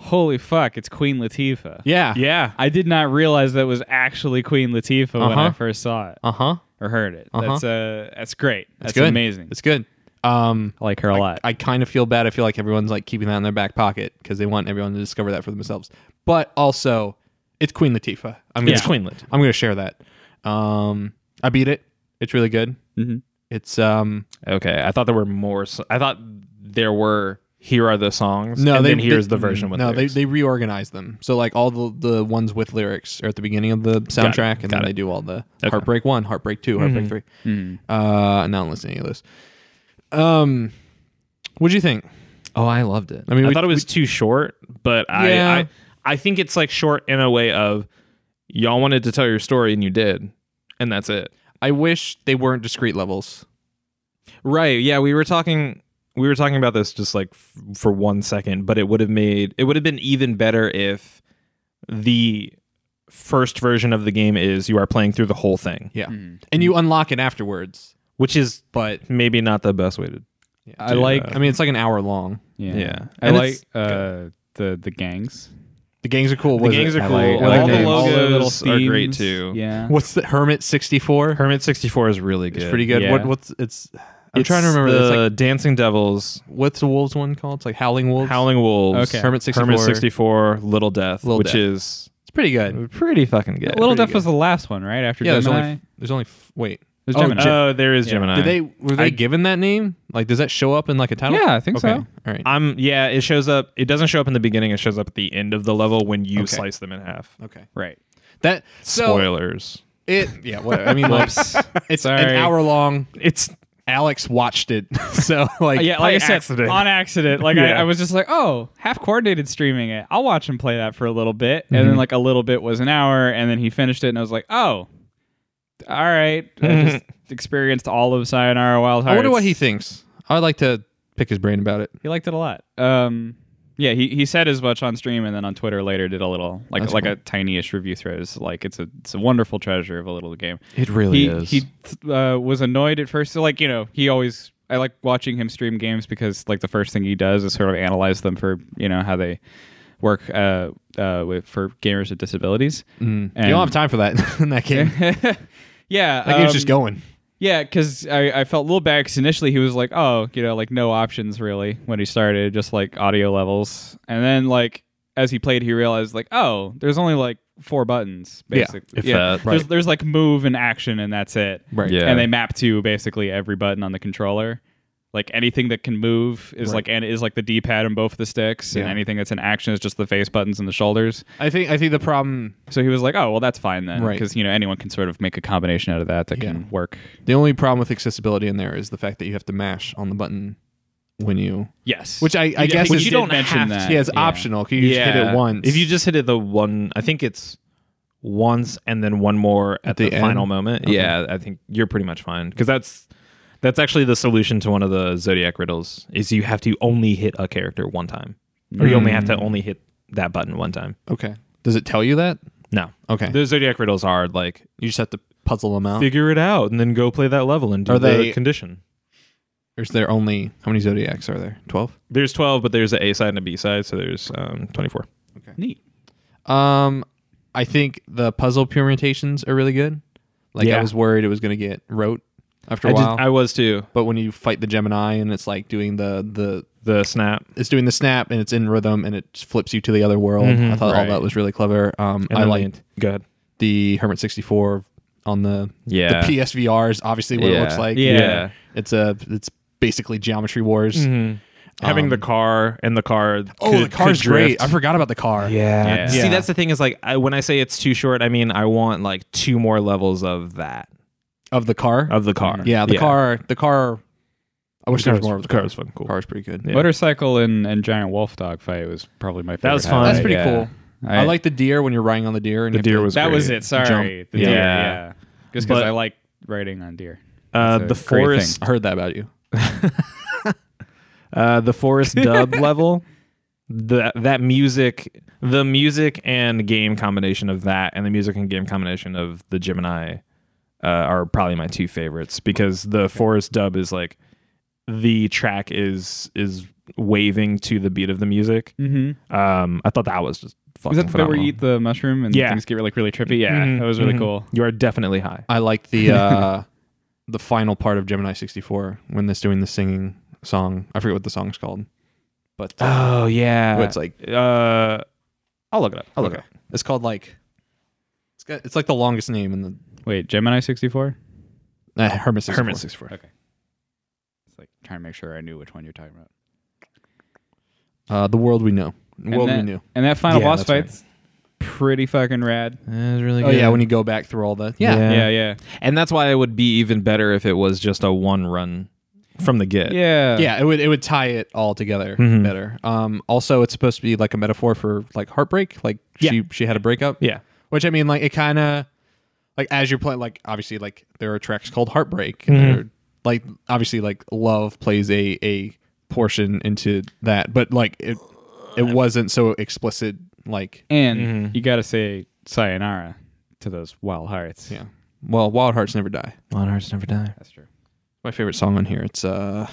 B: holy fuck, it's Queen Latifah.
A: Yeah.
C: yeah.
B: I did not realize that was actually Queen Latifah when I
A: Uh-huh.
B: first saw it
A: Uh huh.
B: or heard it.
A: Uh-huh.
B: That's uh, that's great. That's,
A: It's good.
B: amazing.
A: It's good. Um,
B: I like her a lot.
A: I kind of feel bad. I feel like everyone's like keeping that in their back pocket because they want everyone to discover that for themselves. But also, it's Queen Latifah. I'm gonna,
C: It's Queenland.
A: I'm going to share that. Um, I beat it. It's really good.
B: Mhm.
A: It's um
C: Okay, I thought there were more. So- I thought there were. Here are the songs.
A: no
C: and
A: they,
C: then here's
A: they-
C: the version with
A: no
C: lyrics.
A: they they reorganized them so like all the the ones with lyrics are at the beginning of the soundtrack and
C: Got
A: then
C: it. Mm-hmm.
A: they do all the heartbreak one heartbreak 2 heartbreak 3 uh not listening to any of those um what'd you think
C: Oh, I loved it. I
A: mean,
C: mean, I
A: we-
C: thought it was too short, but
A: Yeah.
C: I, I I think it's like short in a way of y'all wanted to tell your story and you did, and that's it.
A: I wish they weren't discrete levels
C: Right. Yeah, we were talking we were talking about this just like f- for 1 second, but it would have made it would have been even better if the first version of the game is you are playing through the whole thing,
A: yeah and you unlock it afterwards
C: which is
A: but
C: maybe not the best way to
B: I like.
A: I mean it's like an hour long
B: Yeah,
C: yeah.
B: I
C: And
B: like
C: it's
B: uh, the the gangs.
A: the gangs are cool what
C: the
A: is
C: gangs
A: it?
C: are
B: I
C: cool.
B: like- I
A: like
C: all the
A: names.
B: All the little
C: logos are great
B: themes.
C: too.
B: Yeah.
A: what's the hermit 64
C: Hermit 64 is really good.
A: it's pretty good what
B: Yeah.
A: what's it's I'm trying to remember
C: the
A: it's like
C: Dancing Devils,
A: what's the wolves one called? It's like Howling Wolves.
C: Howling Wolves,
B: Okay.
A: Hermit 64.
C: Hermit 64, Little Death,
A: Little
C: which
A: Death.
C: is
A: It's pretty good.
C: pretty fucking good.
B: Little
A: pretty
B: Death
A: good.
B: was the last one, right? After
A: Yeah, there's
B: Gemini,
A: only there's only f- wait.
B: There's
A: oh,
B: Gemini.
C: Oh, there is
B: Yeah.
C: Gemini.
A: Did they were they
C: I-
A: given that name? Like, does that show up in like a title?
B: Yeah, I think
A: okay.
B: so.
A: All right.
C: I'm yeah, it shows up. It doesn't show up in the beginning. It shows up at the end of the level when you
A: Okay.
C: slice them in half.
A: okay.
B: right?
A: That so
C: Spoilers.
A: it yeah. Whatever. I mean, like, it's
B: Sorry.
A: an hour long.
C: It's
A: Alex watched it, so like
B: Uh, yeah, like I said,
C: accident.
B: on accident. Like
C: Yeah.
B: I, I was just like, oh, half coordinated streaming it. I'll watch him play that for a little bit, and
A: Mhm.
B: then like a little bit was an hour, and then he finished it, and I was like, oh, all right. I just experienced all of Sayonara Wild Hearts.
A: I wonder what he thinks. I'd like to pick his brain about it.
B: he liked it a lot. Um, yeah, he, he said as much on stream, and then on Twitter later did a little like
A: That's
B: like
A: cool.
B: a tinyish review thread. It's like it's a it's a wonderful treasure of a little game.
C: it really
B: he he th- uh, was annoyed at first. So, like you know, he always I like watching him stream games because like the first thing he does is sort of analyze them for you know how they work uh, uh, with, for gamers with disabilities. And-
A: Mm. you don't have time for that in that game.
B: yeah,
A: That game's
B: um,
A: just going.
B: yeah, because I, I felt a little bad 'cause initially he was like, oh, you know, like no options really when he started, just like audio levels. And then, like, as he played, he realized, like, oh, there's only like four buttons,
A: Yeah,
B: basically.
C: if that.
B: There's, there's like move and action, and that's it.
A: Right.
C: Yeah.
B: And they map to basically every button on the controller. Like anything that can move is like and is like the D pad on both the sticks, and
A: Yeah.
B: anything that's in action is just the face buttons and the shoulders.
A: I think I think the problem
B: So he was like, "Oh, well, that's fine then,"
A: Right.
B: because you know anyone can sort of make a combination out of that that
A: Yeah.
B: can work.
A: the only problem with accessibility in there is the fact that you have to mash on the button when you
B: Yes,
A: Which I- I
B: You-
A: guess
B: think
A: is-
B: you
A: did
B: don't mention
C: have
B: that.
A: yeah it's optional. Can you just hit
C: Yeah.
A: it once?
C: If you just hit it the one, I think it's once and then one more at,
A: the
C: the,
A: end?
C: final moment. Yeah, I think you're pretty much fine because that's that's actually the solution to one of the zodiac riddles is you have to only hit a character one time, or you only have
A: Mm.
C: to only hit that button one time.
A: okay, does it tell you that?
C: No,
A: Okay.
C: the zodiac riddles are like
A: You just have to puzzle them out.
C: figure it out and then go play that level and do
A: Are
C: the
A: they-
C: condition.
A: Or is there only how many zodiacs are there? Twelve.
C: There's 12, but there's an A side and a B side, so there's um, 24.
B: Neat.
A: Um, I think the puzzle permutations are really good. Like I
C: Yeah.
A: was worried it was going to get rote after a
C: I,
A: while,
C: did, I was too.
A: but when you fight the Gemini and it's like doing the the
C: The snap.
A: it's doing the snap and it's in rhythm and it just flips you to the other world.
C: Mm-hmm.
A: I thought all
B: right.
A: that was really clever. Um, I liked
C: Go ahead.
A: the Hermit sixty four on the
C: Yeah.
A: the PSVR is obviously what it looks
C: Yeah.
A: like.
B: Yeah.
A: it's a it's basically Geometry Wars.
C: Mm. Having the car and the car.
A: Oh,
C: could-
A: the car's
C: could drift.
A: great. I forgot about the car.
C: Yeah.
B: Yeah.
A: Yeah.
C: See, that's the thing is like I, when I say it's too short, I mean I want like two more levels of that.
A: of the car.
C: of the car.
A: yeah, the car. The car. I wish there was
C: car's-
A: more of the
C: car
A: car.
C: was fucking cool.
A: Car is pretty good.
C: Yeah.
B: Motorcycle and, and giant wolf dog fight was probably my favorite.
C: was fun.
B: highlight.
A: Oh, That's pretty
B: Yeah.
A: cool. I,
B: I-
A: like the deer when you're riding on the deer. And
C: The
A: you have
C: deer
A: to-
C: was
B: That was
C: great.
B: it. Sorry,
A: Jump.
B: the
C: Yeah.
B: deer.
C: Yeah.
B: Yeah, just because
C: But-
B: I like riding on deer.
C: Uh,
B: That's a
C: the
B: great thing.
C: forest,
A: I heard that about you.
C: uh, the forest dub level. That that music, the music and game combination of that, and the music and game combination of the Gemini, uh, are probably my two favorites because the forest dub is like the track is is waving to the beat of the music.
B: Mm-hmm.
C: Um, I thought that was just fucking
B: Was that the bit where
C: phenomenal.
B: you eat Mm-hmm, the mushroom and
C: Yeah.
B: things get like really trippy? Yeah,
C: Mhm,
B: that was really
C: mhm.
B: cool.
C: You are definitely high.
A: I like the uh, the final part of Gemini 64 when it's doing the singing song. I forget what the song's called, but uh,
C: Oh yeah,
A: it's like
C: uh, I'll look it up. I'll look it up.
A: it's called like it's got, it's like the longest name in
B: Wait, Gemini sixty four.
A: the uh, Hermit 64.
C: Hermit six four.
B: Okay. It's like trying to make sure I knew which one you're talking about.
A: Uh, the world we know. The
B: And
A: world we
B: that-
A: knew.
B: And that final
C: Yeah,
B: boss
C: that's right.
B: fight's pretty fucking rad.
A: Oh yeah, when you go back through all the yeah.
C: Yeah.
B: Yeah, yeah,
C: And that's why it would be even better if it was just a one run from the get.
B: yeah.
A: Yeah, it would it would tie it all together
C: Mhm.
A: better. Um, also, it's supposed to be like a metaphor for like heartbreak. Like
C: Yeah.
A: she she had a breakup.
C: Yeah.
A: Which I mean, like it kind of like as you're playing, like obviously, like there are tracks called Heartbreak. and
C: Mhm.
A: they're- Like obviously, like love plays a a portion into that, but like it it wasn't so explicit. Like
B: And
C: Mhm.
B: you got to say sayonara to those wild hearts.
A: Yeah. well, Wild Hearts Never Die.
C: Wild Hearts Never Die.
B: that's true.
A: My favorite song on here. It's uh,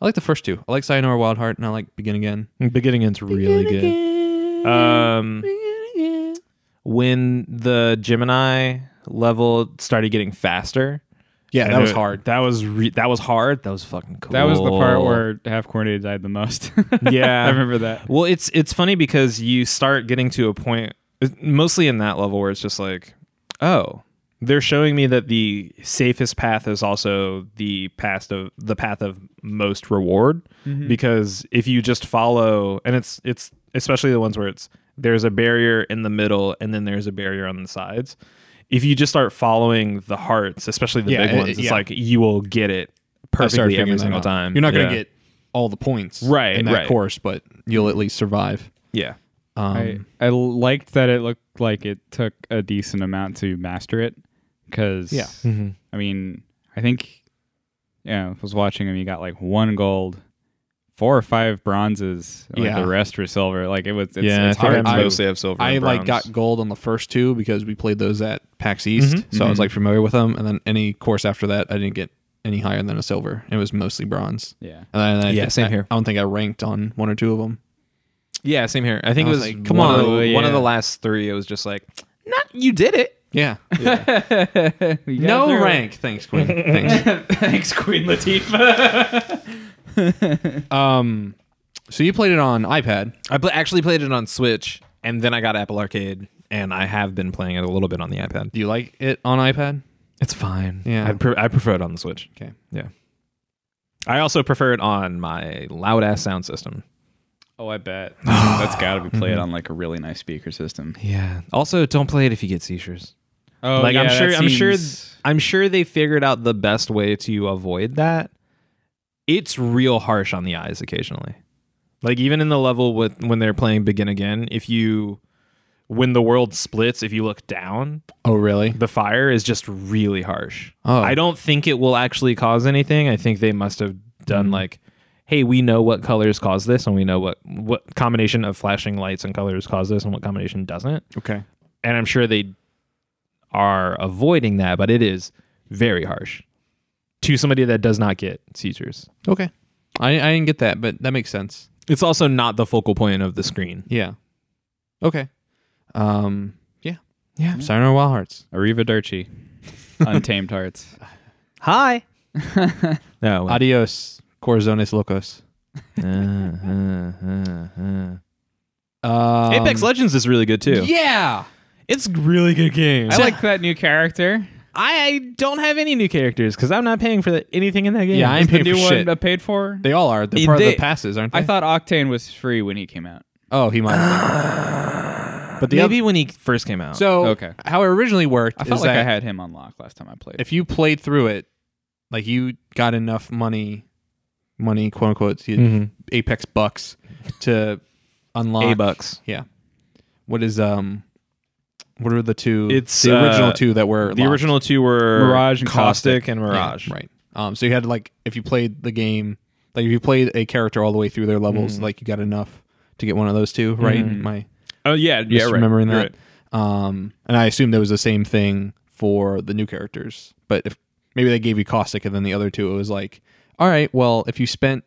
A: I like the first two. I like Sayonara Wild Heart, and I like Begin Again.
C: Beginning it's really good. Um, when the Gemini level started getting faster.
A: Yeah, that
C: and
A: was
C: it-
A: hard.
C: That was re- that was hard. That was fucking cool.
B: That was the part where half cornuda died the most.
C: Yeah.
B: I remember that.
C: Well, it's it's funny because you start getting to a point mostly in that level where it's just like, oh, they're showing me that the safest path is also the path of the path of most reward
A: Mm-hmm.
C: because if you just follow and it's it's especially the ones where it's there's a barrier in the middle and then there's a barrier on the sides. If you just start following the hearts, especially the
A: Yeah,
C: big
A: it-
C: ones, it's
A: yeah.
C: like you will get it
A: I started
C: perfectly
A: figuring
C: every
A: that
C: single
A: out.
C: time.
A: You're not going to
C: Yeah.
A: get all the points
C: Right,
A: in that
C: right.
A: course, but you'll at least survive.
C: yeah.
A: Um,
B: I, I liked that it looked like it took a decent amount to master it because
A: Yeah.
B: I mean, I think yeah, I was watching him. He got like one gold, four or five bronzes, and like
A: Yeah.
B: the rest were silver. Like it was, it's,
C: yeah,
B: it's
C: I think
B: hard.
A: I
B: to-
A: mostly
C: have silver.
A: I like got gold on the first two because we played those at PAX East,
C: Mm-hmm,
A: so I was like familiar with them. And then any course after that, I didn't get any higher than a silver. It was mostly bronze.
B: yeah,
A: And then, I-
C: Yeah, same
A: I-
C: here.
A: I don't think I ranked on one or two of them.
C: yeah, same here. I think
A: I
C: it
A: was
C: was
A: like,
C: come on,
B: whoa,
C: one of the
B: yeah.
C: last three. It was just like, not you did it.
A: Yeah,
B: You got
A: no
B: through it.
A: rank. Thanks, Queen. Thanks.
B: Thanks, Queen Latifah.
A: Um, so you played it on iPad.
C: I pla actually played it on Switch, and then I got Apple Arcade, and I have been playing it a little bit on the iPad.
A: Do you like it on iPad?
C: It's fine.
A: Yeah.
C: I, pre- I prefer it on the Switch.
A: Okay.
C: Yeah, I also prefer it on my loud ass sound system.
B: Oh, I bet that's got to be
C: Mm-hmm.
B: played on like a really nice speaker system.
C: Yeah. Also, don't play it if you get seizures.
B: Oh,
C: like I'm
B: yeah,
C: sure
B: that
C: I'm sure
B: seems-
C: I'm sure they figured out the best way to avoid that. It's real harsh on the eyes occasionally. Like even in the level with when they're playing begin again, if you when the world splits, if you look down,
A: Oh, really?
C: the fire is just really harsh.
A: Oh.
C: I don't think it will actually cause anything. I think they must have done like hey, we know what colors cause this and we know what what combination of flashing lights and colors cause this and what combination doesn't
A: Okay.
C: and I'm sure they are avoiding that, but it is very harsh to somebody that does not get seizures.
A: Okay. I I didn't get that, but that makes sense.
C: It's also not the focal point of the screen.
A: Yeah. Okay. Um. Yeah. Mm-hmm.
C: Yeah.
A: Sayonara Wild Hearts.
B: Arrivederci, Untamed Hearts.
C: Hi. no. wait.
A: Adios, Corazones Locos.
C: Uh, uh, uh,
A: Um,
C: uh. Apex Legends is really good too.
A: Yeah.
C: It's a really good game.
B: I like that new character.
C: I don't have any new characters because I'm not paying for the, anything in that game.
A: Yeah, I
B: Is
A: ain't
B: the
A: paying for
B: new one
A: shit.
B: that paid for.
A: They all are. They're
C: They-
A: part
C: they-
A: of the passes, aren't they?
B: I thought Octane was free when he came out.
A: Oh, he might. have
C: But the maybe when he first came out.
A: So
B: Okay.
A: how it originally worked
B: I
A: is
B: felt like
A: that
B: I had him on lock last time I played.
A: if you played through it, like you got enough money, money quote unquote, you-
C: Mm-hmm.
A: Apex bucks to unlock.
C: A bucks.
A: Yeah. What is um? What are the two?
C: It's,
A: the original
C: uh,
A: two that were
C: The
A: locked.
C: original two were
B: Mirage and
C: Caustic,
B: Caustic.
C: and
A: Yeah,
C: Mirage.
A: right? Um, so you had like if you played the game, like if you played a character all the way through their
C: Mm.
A: levels, like you got enough to get one of those two, right?
C: Mm-hmm.
A: My
B: oh yeah, yeah,
A: just remembering that. Um, and I assume there was the same thing for the new characters, but if maybe they gave you caustic and then the other two, it was like, all right, well, if you spent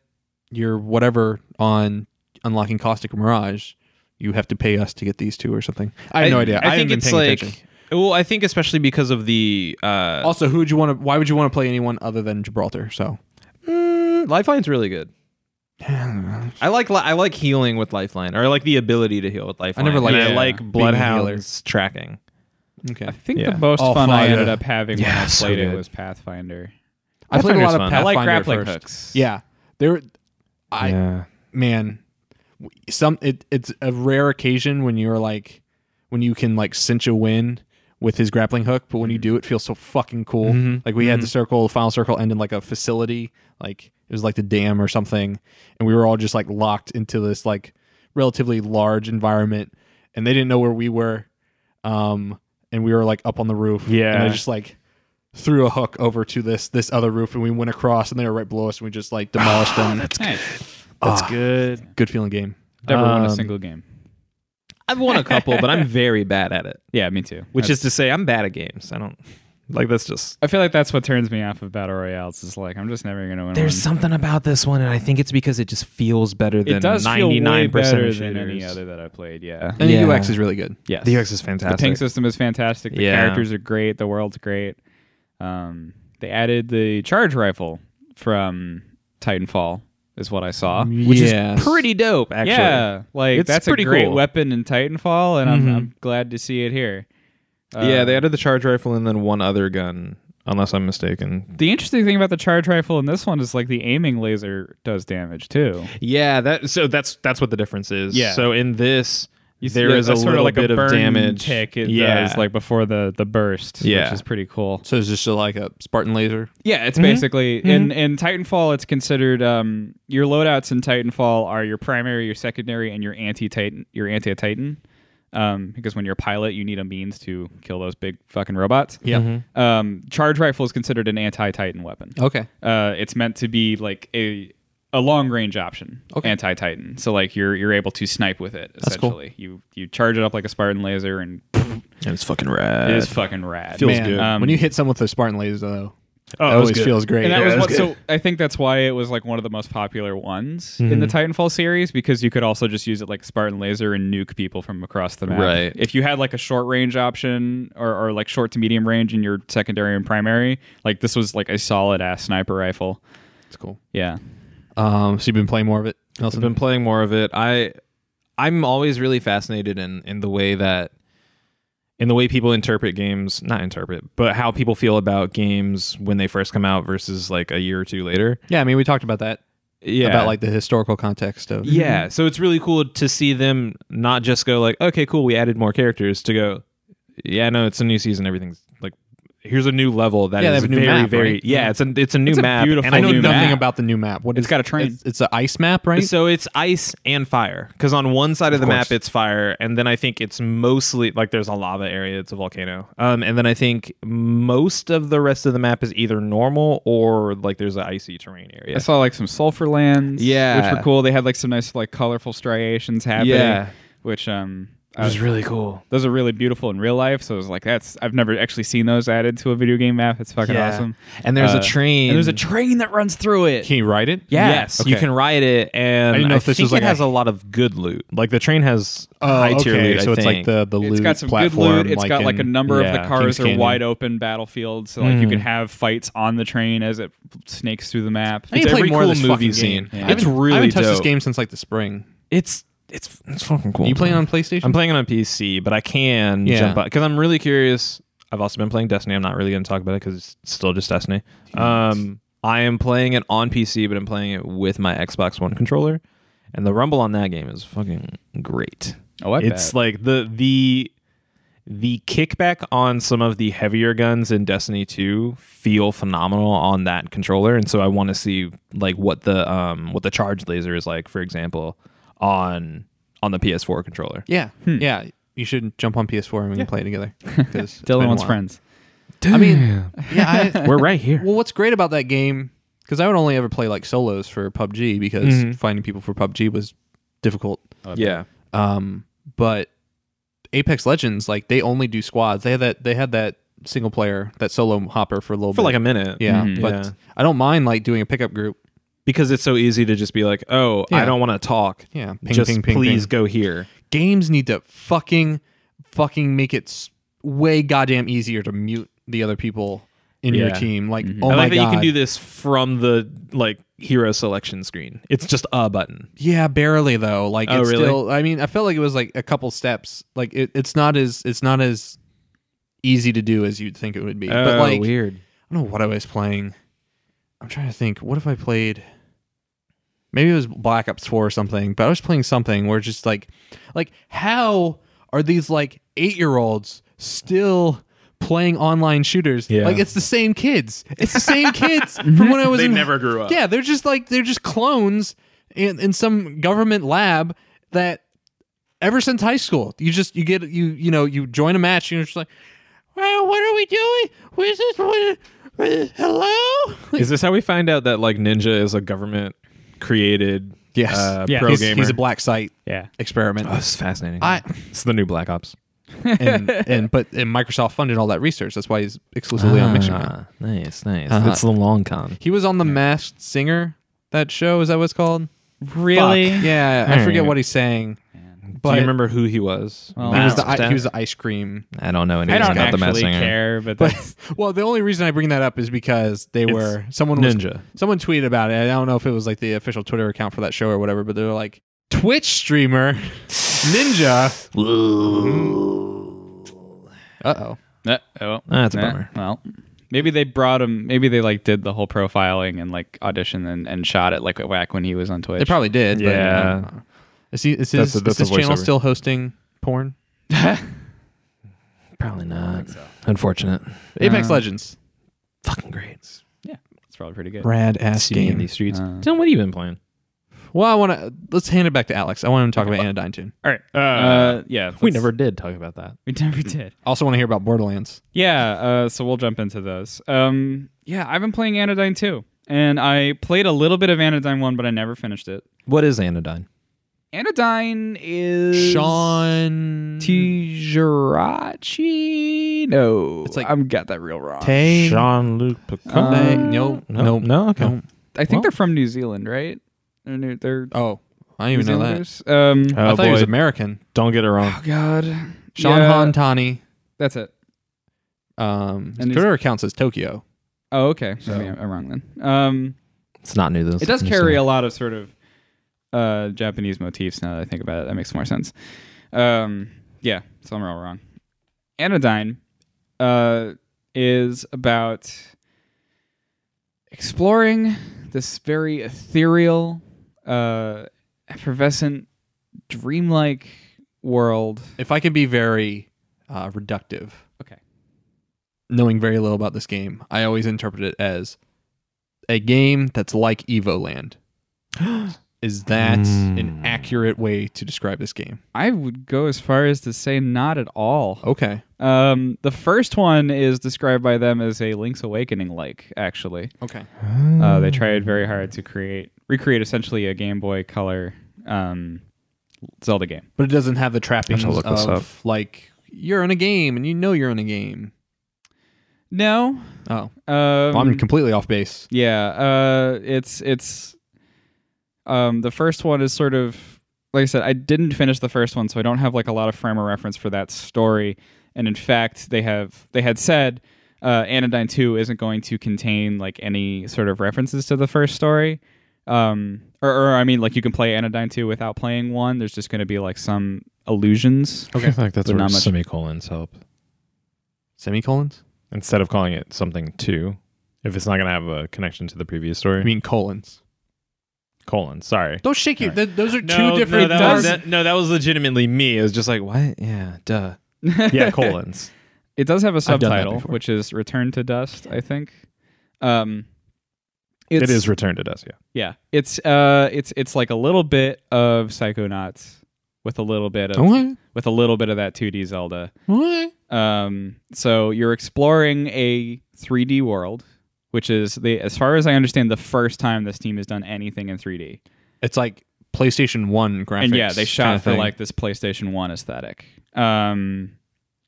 A: your whatever on unlocking caustic or mirage, you have to pay us to get these two or something. I have no idea. I,
C: think
A: haven't been
C: it's
A: paying
C: like.
A: attention.
C: Well, I think especially because of the uh,
A: Also, who would you want to? Why would you want to play anyone other than Gibraltar? So
C: Mm, Lifeline's really good. I like li- I like healing with Lifeline, or I like the ability to heal with Lifeline.
A: never
C: And
A: liked
C: I
B: it.
C: like
A: Yeah.
C: Bloodhound's tracking.
A: okay,
B: I think
C: Yeah.
B: the most
A: Oh,
B: fun I
A: fun,
B: ended
A: yeah.
B: up having
C: Yeah,
B: when I
C: so
B: played it
C: good.
B: was Pathfinder.
A: I played a lot of
C: Pathfinder's fun.
A: Pathfinder
C: I
B: I like grappling
A: at first.
B: hooks.
A: Yeah, there. I
C: yeah.
A: man w- some it, it's a rare occasion when you're like when you can like cinch a win with his grappling hook but when you do it feels so fucking cool like we had the circle the final circle end in like a facility like it was like the dam or something and we were all just like locked into this like relatively large environment and they didn't know where we were um and we were like up on the roof and i
B: Yeah.
A: just like threw a hook over to this this other roof and we went across and they were right below us and we just like demolished them
B: Nice.
C: That's good.
A: Ah, good feeling game
B: Never won a
C: Um,
B: single game.
C: I've won a couple, but I'm very bad at it.
B: Yeah, me too.
C: Which
B: That's-
C: is to say, I'm bad at games. I don't like. That's just
B: I feel like that's what turns me off of battle royales. Is like I'm just never gonna win.
C: There's
B: one.
C: something about this one, and I think it's because it just feels better than
B: it does feel
C: 99%
B: way better
C: of
B: than any
C: shooters.
B: other that I played. Yeah.
A: And
C: Yeah.
A: the UX is really good.
B: Yes.
C: The UX is
B: the
C: fantastic.
B: ping system is fantastic. The
C: Yeah.
B: characters are great. The world's great. Um, they added the charge rifle from Titanfall, is what I saw.
C: which
A: Yes.
C: is pretty dope. Actually,
B: Yeah, like
C: It's
B: that's
C: pretty
B: a great
C: cool.
B: weapon in Titanfall, and I'm,
C: Mm-hmm.
B: I'm glad to see it here. Uh,
C: yeah. They added the charge rifle and then one other gun, unless I'm mistaken.
B: Uh, the interesting thing about the charge rifle in this one is like the aiming laser does damage too.
C: Yeah, that. So that's that's what the difference is.
B: Yeah.
C: So in this,
B: You see
C: there
B: that-
C: is a
B: that's
C: little
B: sort of like
C: bit
B: a
C: of
B: burn
C: damage.
B: tick. It
C: yeah.
B: does like before the the burst,
C: Yeah.
B: which is pretty cool.
A: So it's just a, like a Spartan laser.
B: Yeah, it's basically in in Titanfall. It's considered um, your loadouts in Titanfall are your primary, your secondary, and your anti Titan, your anti Titan. Um, because when you're a pilot, you need a means to kill those big fucking robots.
A: Yeah.
B: Um, charge rifle is considered an anti Titan weapon.
A: Okay.
B: Uh, it's meant to be like a a long range option,
A: Okay.
B: anti Titan. So like you're you're able to snipe with it.
A: That's cool.
B: Essentially, you you charge it up like a Spartan laser, and
C: And it's fucking rad.
B: it is fucking rad.
C: Feels
A: Man,
C: good.
B: Um,
A: when you hit someone with a Spartan laser, though,
C: it
A: it
C: was
A: always
C: good.
A: feels great.
B: And that
A: Yeah,
B: Oh, was
A: it
B: what,
A: good.
B: so I think that's why it was like one of the most popular ones in the
A: Mhm.
B: Titanfall series because you could also just use it like Spartan laser and nuke people from across the map.
C: Right.
B: If you had like a short range option or, or like short to medium range in your secondary and primary, like this was like a solid ass sniper rifle.
A: It's cool.
B: Yeah.
A: Um, so you've been playing more of it, Nelson?
C: I've been playing more of it. I I'm always really fascinated in in the way that in the way people interpret games, not interpret, but how people feel about games when they first come out versus like a year or two later.
A: yeah, I mean, we talked about that
C: Yeah.
A: about like the historical context of.
C: yeah, so it's really cool to see them not just go like, okay, cool, we added more characters to go. Yeah, no, it's a new season. Everything's like, here's a new level that is
A: Yeah, they have a new
C: very,
A: map,
C: very.
A: right?
C: Yeah, it's a it's a new
B: It's a
C: map.
B: beautiful
C: and
A: I
C: I
A: know
C: don't
B: new
A: nothing
B: map.
A: about the new map. What
B: It's
A: is-
B: got a train.
A: It's, it's an ice map, right?
C: So it's ice and fire. Because on one side of, the
A: course.
C: map it's fire, and then I think it's mostly like there's a lava area. It's a volcano. Um, and then I think most of the rest of the map is either normal or like there's an icy terrain area.
B: I saw like some sulfur lands.
C: Yeah.
B: Which were cool. They had like some nice like colorful striations happening.
C: Yeah.
B: Which um
C: It was really cool.
B: those are really beautiful in real life. So I was like, that's I've never actually seen those added to a video game map. It's fucking
C: Yeah.
B: awesome.
C: And there's
B: Uh,
C: a train.
B: And there's a train that runs through it.
A: can you ride it?
B: Yeah.
C: Yes, you
A: Okay.
C: can ride it, and
A: I
C: I,
A: didn't know if this
C: think
A: was like
C: it has
A: a-
C: a lot of good loot. Like the train has
A: Oh,
C: high tier
A: okay.
C: loot.
A: so
C: I
A: it's like
C: think.
A: the the
B: it's
A: loot
B: got some good
A: platform.
B: loot. It's got like a
A: in-
B: number of
C: yeah,
B: the cars
A: King's
B: are
A: Canyon.
B: wide open battlefields, so like you can have fights on the train as it snakes through the map.
A: I need to play
C: every
A: more of
C: cool
A: this
C: movie
A: fucking
C: scene.
A: game. I
C: Yeah.
A: haven't-
C: It's really
A: I haven't touched this
C: dope.
A: game since like the spring.
C: it's it's it's fucking cool.
A: you playing on PlayStation?
C: I'm playing it on PC, but I can
A: Yeah.
C: jump up because I'm really curious. I've also been playing Destiny. I'm not really going to talk about it because it's still just Destiny. Um, I am playing it on PC, but I'm playing it with my Xbox One controller, and the rumble on that game is fucking great.
B: Oh, I
C: it's
B: bet.
C: like the the the kickback on some of the heavier guns in Destiny 2 feel phenomenal on that controller and so I want to see like what the um what the charge laser is like for example on on the PS4 controller.
A: Yeah, yeah. You should jump on PS4 and we can play together. 'cause it's been
B: Dylan
A: a
B: wants
A: while.
B: friends.
A: I mean, yeah. I,
C: We're right here.
A: well, what's great about that game? Because I would only ever play like solos for PUBG because
C: Mm-hmm.
A: finding people for PUBG was difficult.
C: yeah.
A: Um, but Apex Legends, like they only do squads. They had that. They had that single player, that solo hopper for a little
C: For
A: bit.
C: like a minute.
A: yeah,
B: Mhm.
A: but
C: Yeah.
A: I don't mind like doing a pickup group.
C: Because it's so easy to just be like, "Oh,
A: Yeah.
C: I don't want to talk.
A: Yeah, ping,
C: just
A: ping, ping,
C: please
A: ping.
C: go here."
A: Games need to fucking, fucking make it s- way goddamn easier to mute the other people in your
C: Yeah. Mm-hmm.
A: team. Like, oh my
C: I like that
A: god,
C: you can do this from the like hero selection screen. It's just a button.
A: Yeah, barely though. Like
C: Oh,
A: it's
C: really?
A: still I mean, I felt like it was like a couple steps. Like it, it's not as it's not as easy to do as you'd think it would be.
C: Oh,
A: but like
C: weird.
A: I don't know what I was playing. I'm trying to think. What if I played maybe it was Black Ops 4 or something, but I was playing something where just like like how are these like 8-year-olds still playing online shooters?
C: Yeah.
A: Like it's the same kids. It's the same kids from when I was
C: They
A: in-
C: never grew up.
A: Yeah, they're just like they're just clones in in some government lab that ever since high school. You just you get you you know you join a match and you're just like, well, what are we doing? Where's this? What, uh, hello? Like,
C: Is this how we find out that like Ninja is a government created
A: Yes.
C: uh,
B: Yeah.
C: pro
A: he's,
C: gamer?
A: he's a black site
B: Yeah.
A: experiment.
C: Oh, this is fascinating.
A: I
C: it's the new Black Ops.
A: and, and but and Microsoft funded all that research. That's why he's exclusively on Mission.
C: Ah.
A: Rock.
C: nice, nice.
A: Uh-huh.
C: It's the long con.
A: He was on the Masked Singer. That show is that what it's called?
B: Really?
A: Fuck. Yeah, I
C: Alright.
A: forget what he's saying. But
C: Do you remember who he was?
B: Well,
A: he was
B: No.
A: the i- he was the ice cream
C: I don't know anything
B: I don't
C: about the Masked
B: actually
C: Singer.
B: care, but
A: But
B: that's-
A: well, the only reason I bring that up is because they were someone was,
C: Ninja.
A: someone tweeted about it. I don't know if it was like the official Twitter account for that show or whatever, but they were like Twitch streamer Ninja. uh oh.
B: Uh, oh,
C: That's a
B: Nah,
C: bummer.
B: Well, maybe they brought him. Maybe they like did the whole profiling and like audition and, and shot it like back when he was on Twitch.
A: They probably did.
C: Yeah.
A: But, uh, is he, is his,
C: That's a- that's a
A: is his channel
C: voiceover.
A: still hosting porn?
C: Probably not. Unfortunate. Uh,
A: Apex Legends.
C: Fucking great.
B: it's probably pretty good.
A: Rad ass
C: Sitting in these streets.
B: Uh.
C: Tim, what have you been playing?
A: Well, I want to let's hand it back to Alex. I want him to talk about Anodyne Tune.
B: All right. Uh, yeah,
C: We
B: let's-
C: never did talk about that.
B: we never did.
A: Also want to hear about Borderlands.
B: Yeah. Uh, so we'll jump into those. Um, yeah, I've been playing Anodyne too, and I played a little bit of Anodyne one, but I never finished it.
C: What is Anodyne?
B: Anodyne is
A: Sean
B: Tijerachi. No,
A: It's like-
B: I'm got that real wrong.
A: Tay.
C: Jean Luc Picard.
A: Tay- no,
C: no,
A: no,
C: Uh, no, okay.
A: no.
B: I think
C: Well.
B: they're from New Zealand, right? They're new, they're
A: Oh, I didn't even
B: New
A: know that.
B: Zealanders. Um,
C: Oh,
A: I thought he was
C: boy.
A: American.
C: Don't get it wrong.
B: Oh God,
A: Sean
B: Yeah,
A: Han Tani.
B: That's it.
A: Um, his
B: And he's-
A: Twitter account says Tokyo.
B: Oh, okay. So yeah, I'm wrong then. Um,
C: It's not new. This
B: it does carry a lot of sort of uh, Japanese motifs. Now that I think about it, that makes more sense. Um, yeah, so I'm all wrong. Anodyne uh, is about exploring this very ethereal, uh, effervescent, dreamlike world.
A: If I can be very uh, reductive,
B: Okay.
A: knowing very little about this game, I always interpret it as a game that's like Evoland. Is that an accurate way to describe this game?
B: I would go as far as to say not at all.
A: Okay.
B: Um, the first one is described by them as a Link's Awakening like, actually.
A: Okay.
B: Uh, they tried very hard to create, recreate essentially a Game Boy Color um, Zelda game.
A: But it doesn't have the trappings
C: look this
A: of like you're in a game and you know you're in a game.
B: No.
A: Oh,
B: Um,
A: Well, I'm completely off base.
B: yeah. Uh, it's, it's, um, the first one is sort of, like I said, I didn't finish the first one, so I don't have like a lot of frame of reference for that story. And in fact, they have, they had said, uh, Anodyne 2 isn't going to contain like any sort of references to the first story. Um, or, or I mean, like you can play Anodyne 2 without playing one. There's just going to be like some allusions.
C: Okay, I feel like that's
B: But
C: where
B: not much-
C: semicolons help.
A: Semicolons?
C: Instead of calling it something two, if it's not going to have a connection to the previous story.
A: I mean colons.
C: colon. Sorry.
A: Don't shake your. th- those are
C: No,
A: two different.
C: No that, was,
A: does,
C: that, no, that was legitimately me. It was just like, what? Yeah, duh. Yeah, colons.
B: It does have a
C: done that
B: subtitle,
C: before.
B: which is "Return to Dust." I think. Um, it's,
C: it is returned to us. Yeah.
B: Yeah, it's uh, it's it's like a little bit of Psychonauts with a little bit of
A: What?
B: with a little bit of that 2D Zelda.
A: What?
B: Um, so you're exploring a 3D world, which is the as far as I understand the first time this team has done anything in 3D.
A: It's like PlayStation One graphics.
B: and yeah, they
A: kinda
B: shot for
A: thing.
B: like this PlayStation One aesthetic. Um,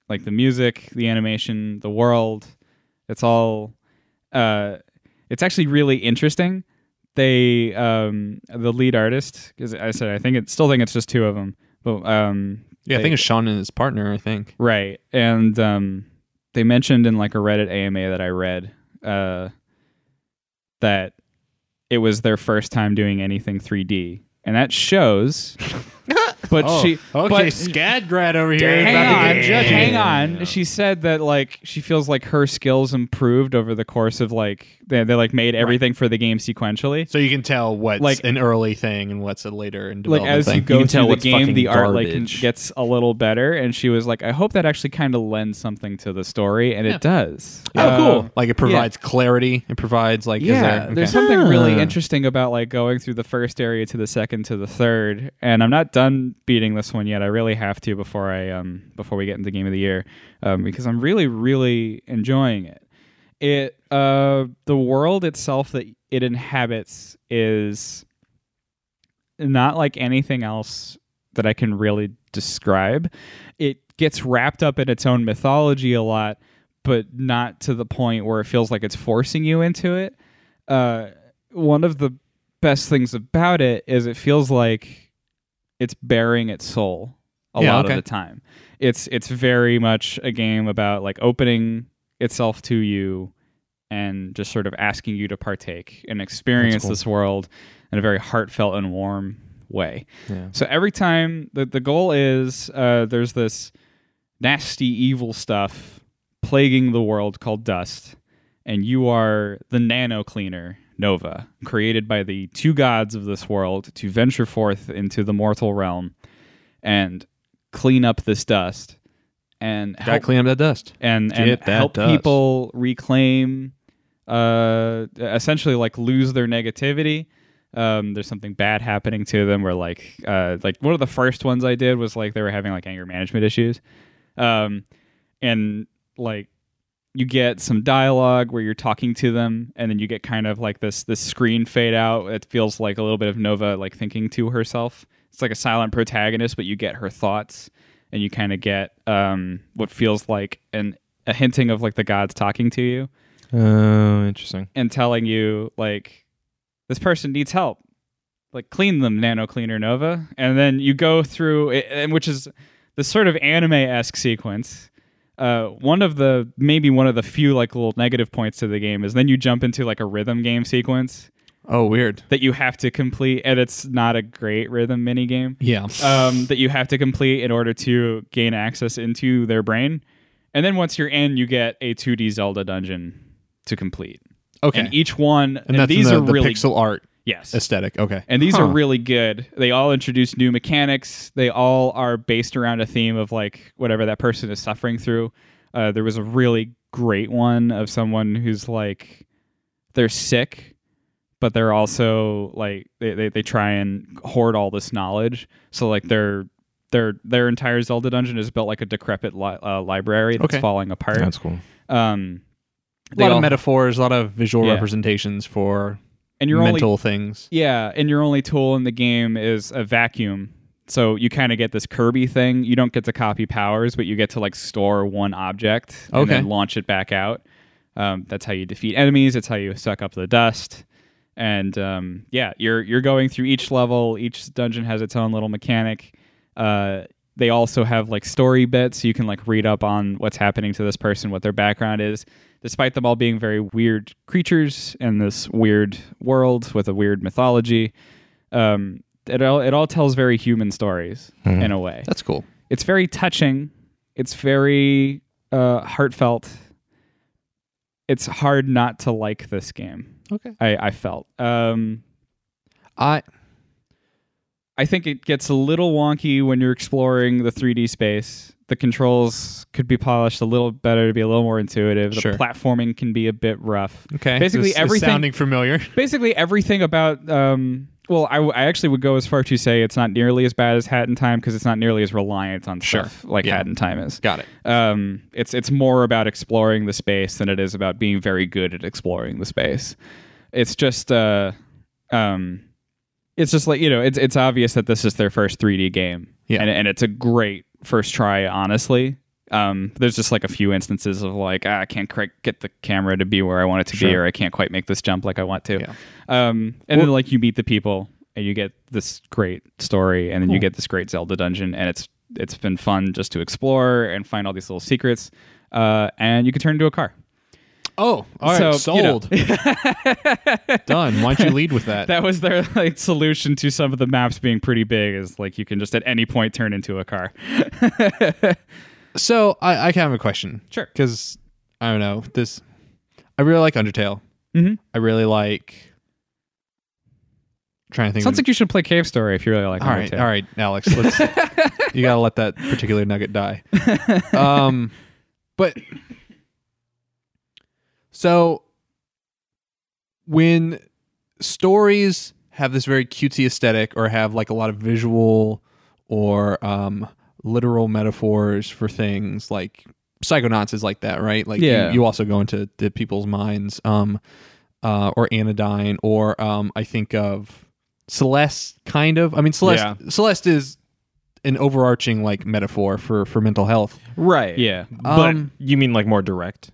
B: like the music, the animation, the world. It's all. Uh, it's actually really interesting. They um the lead artist because I said I think it still think it's just two of them, but um
A: Yeah, I
B: they-
A: think it's Sean and his partner. I think.
B: Right. And um, they mentioned in like a Reddit AMA that I read uh, that it was their first time doing anything 3D. And that shows. but she.
C: Oh,
B: but,
A: Scadgrad over here.
B: Hang on,
C: judgy.
B: hang on. She said that like she feels like her skills improved over the course of like they, they like made everything for the game sequentially.
A: So you can tell what's
B: Like-
A: an early thing and what's a later in
B: like
A: development
B: as
A: thing.
B: you go
C: can tell
B: through the
C: what's
B: game,
C: fucking
B: the art like
C: garbage.
B: gets a little better. And she was like, "I hope that actually kind of lends something to the story," and
A: Yeah.
B: it does. Um,
C: Oh, cool.
A: Uh, Like it provides clarity. It provides like is
B: Yeah,
A: there-
B: there's
A: okay.
B: something really
C: Ah.
B: interesting about like going through the first area to the second to the third, and I'm not done beating this one yet. I really have to before I um before we get into game of the year, um, because I'm really really enjoying it. It uh the world itself that it inhabits is not like anything else that I can really describe. It gets wrapped up in its own mythology a lot, but not to the point where it feels like it's forcing you into it. Uh, one of the best things about it is it feels like it's bearing its soul a
A: Yeah,
B: lot
A: okay.
B: of the time. It's it's very much a game about like opening itself to you and just sort of asking you to partake and experience
C: cool.
B: this world in a very heartfelt and warm way.
C: Yeah.
B: So every time the the goal is uh, there's this nasty evil stuff plaguing the world called dust, and you are the nano cleaner Nova, created by the two gods of this world to venture forth into the mortal realm and clean up this dust and
A: Gotta
B: help
A: clean up that dust.
B: and and
C: Get that
B: help
C: dust.
B: people reclaim uh essentially like lose their negativity um there's something bad happening to them where like uh like one of the first ones i did was like they were having like anger management issues um and like you get some dialogue where you're talking to them and then you get kind of like this this screen fade out it feels like a little bit of nova like thinking to herself it's like a silent protagonist but you get her thoughts and you kind of get um what feels like an a hinting of like the gods talking to you
C: Oh, interesting.
B: and telling you like this person needs help like clean them nano cleaner nova and then you go through it, and which is the sort of anime-esque sequence uh, one of the maybe one of the few like little negative points to the game is then you jump into like a rhythm game sequence
A: Oh, weird.
B: that you have to complete and it's not a great rhythm mini game
A: Yeah.
B: um, that you have to complete in order to gain access into their brain. And then once you're in, you get a 2D Zelda dungeon to complete.
A: Okay.
B: And each one, e- and,
A: And that's
B: these
A: in the,
B: are
A: the
B: really
A: pixel art
B: yes,
A: aesthetic. Okay.
B: and these are
A: Huh.
B: really good. They all introduce new mechanics. They all are based around a theme of like whatever that person is suffering through. Uh, there was a really great one of someone who's like they're sick, but they're also like they, they, they try and hoard all this knowledge. So like their their their entire Zelda dungeon is built like a decrepit li- uh, library that's
A: Okay.
B: falling apart.
C: That's cool.
B: um,
A: a
B: they
A: lot
B: all-
A: of metaphors, a lot of visual
B: Yeah.
A: representations for
B: and you're only
A: mental things.
B: Yeah, and your only tool in the game is a vacuum. So you kind of get this Kirby thing. You don't get to copy powers, but you get to like store one object and
A: Okay.
B: then launch it back out. Um, that's how you defeat enemies. It's how you suck up the dust. And um, yeah, you're you're going through each level. Each dungeon has its own little mechanic. Uh, they also have like story bits. You can like read up on what's happening to this person, what their background is, despite them all being very weird creatures in this weird world with a weird mythology. Um, it all it all tells very human stories in a way.
A: That's cool.
B: It's very touching. It's very uh, heartfelt. It's hard not to like this game.
A: Okay.
B: I, I felt. Um,
A: I
B: I think it gets a little wonky when you're exploring the 3D space. The controls could be polished a little better to be a little more intuitive. The
A: Sure.
B: platforming can be a bit rough.
A: okay.
B: Basically
A: This is
B: everything.
A: sounding familiar.
B: basically everything about. Um, well, I, w- I actually would go as far to say it's not nearly as bad as Hat in Time because it's not nearly as reliant on
A: Sure.
B: stuff like
A: Yeah.
B: Hat in Time is.
A: Got it.
B: Um, it's it's more about exploring the space than it is about being very good at exploring the space. It's just uh, um, it's just like you know, it's it's obvious that this is their first 3D game,
A: Yeah.
B: and and it's a great first try. Honestly, um, there's just like a few instances of like ah, I can't quite get the camera to be where I want it to be,
A: Sure.
B: or I can't quite make this jump like I want to.
A: Yeah.
B: Um, and then like you meet the people and you get this great story, and then you get this great Zelda dungeon, and it's it's been fun just to explore and find all these little secrets. Uh, and you can turn into a car.
A: Oh, all right,
B: So, you know.
A: sold. Done. Why don't you lead with that?
B: That was their like solution to some of the maps being pretty big. Is like you can just at any point turn into a car.
A: so I, I have a question.
B: Sure.
A: Because I don't know this. I really like Undertale.
B: Mhm.
A: I really like. Trying to think.
B: Sounds
A: of,
B: like you should play Cave Story if you really like.
A: all right,
B: Undertale.
A: all right, Alex. Let's, you gotta let that particular nugget die. Um, but so when stories have this very cutesy aesthetic or have like a lot of visual or um, literal metaphors for things like psychonauts is like that right like you-
B: Yeah.
A: you, also go into the people's minds um, uh, or anodyne or um, i think of celeste kind of i mean celeste
C: Yeah.
A: celeste is an overarching like metaphor for for mental health
C: Right.
B: Yeah.
C: But
A: Um,
C: you mean like more direct?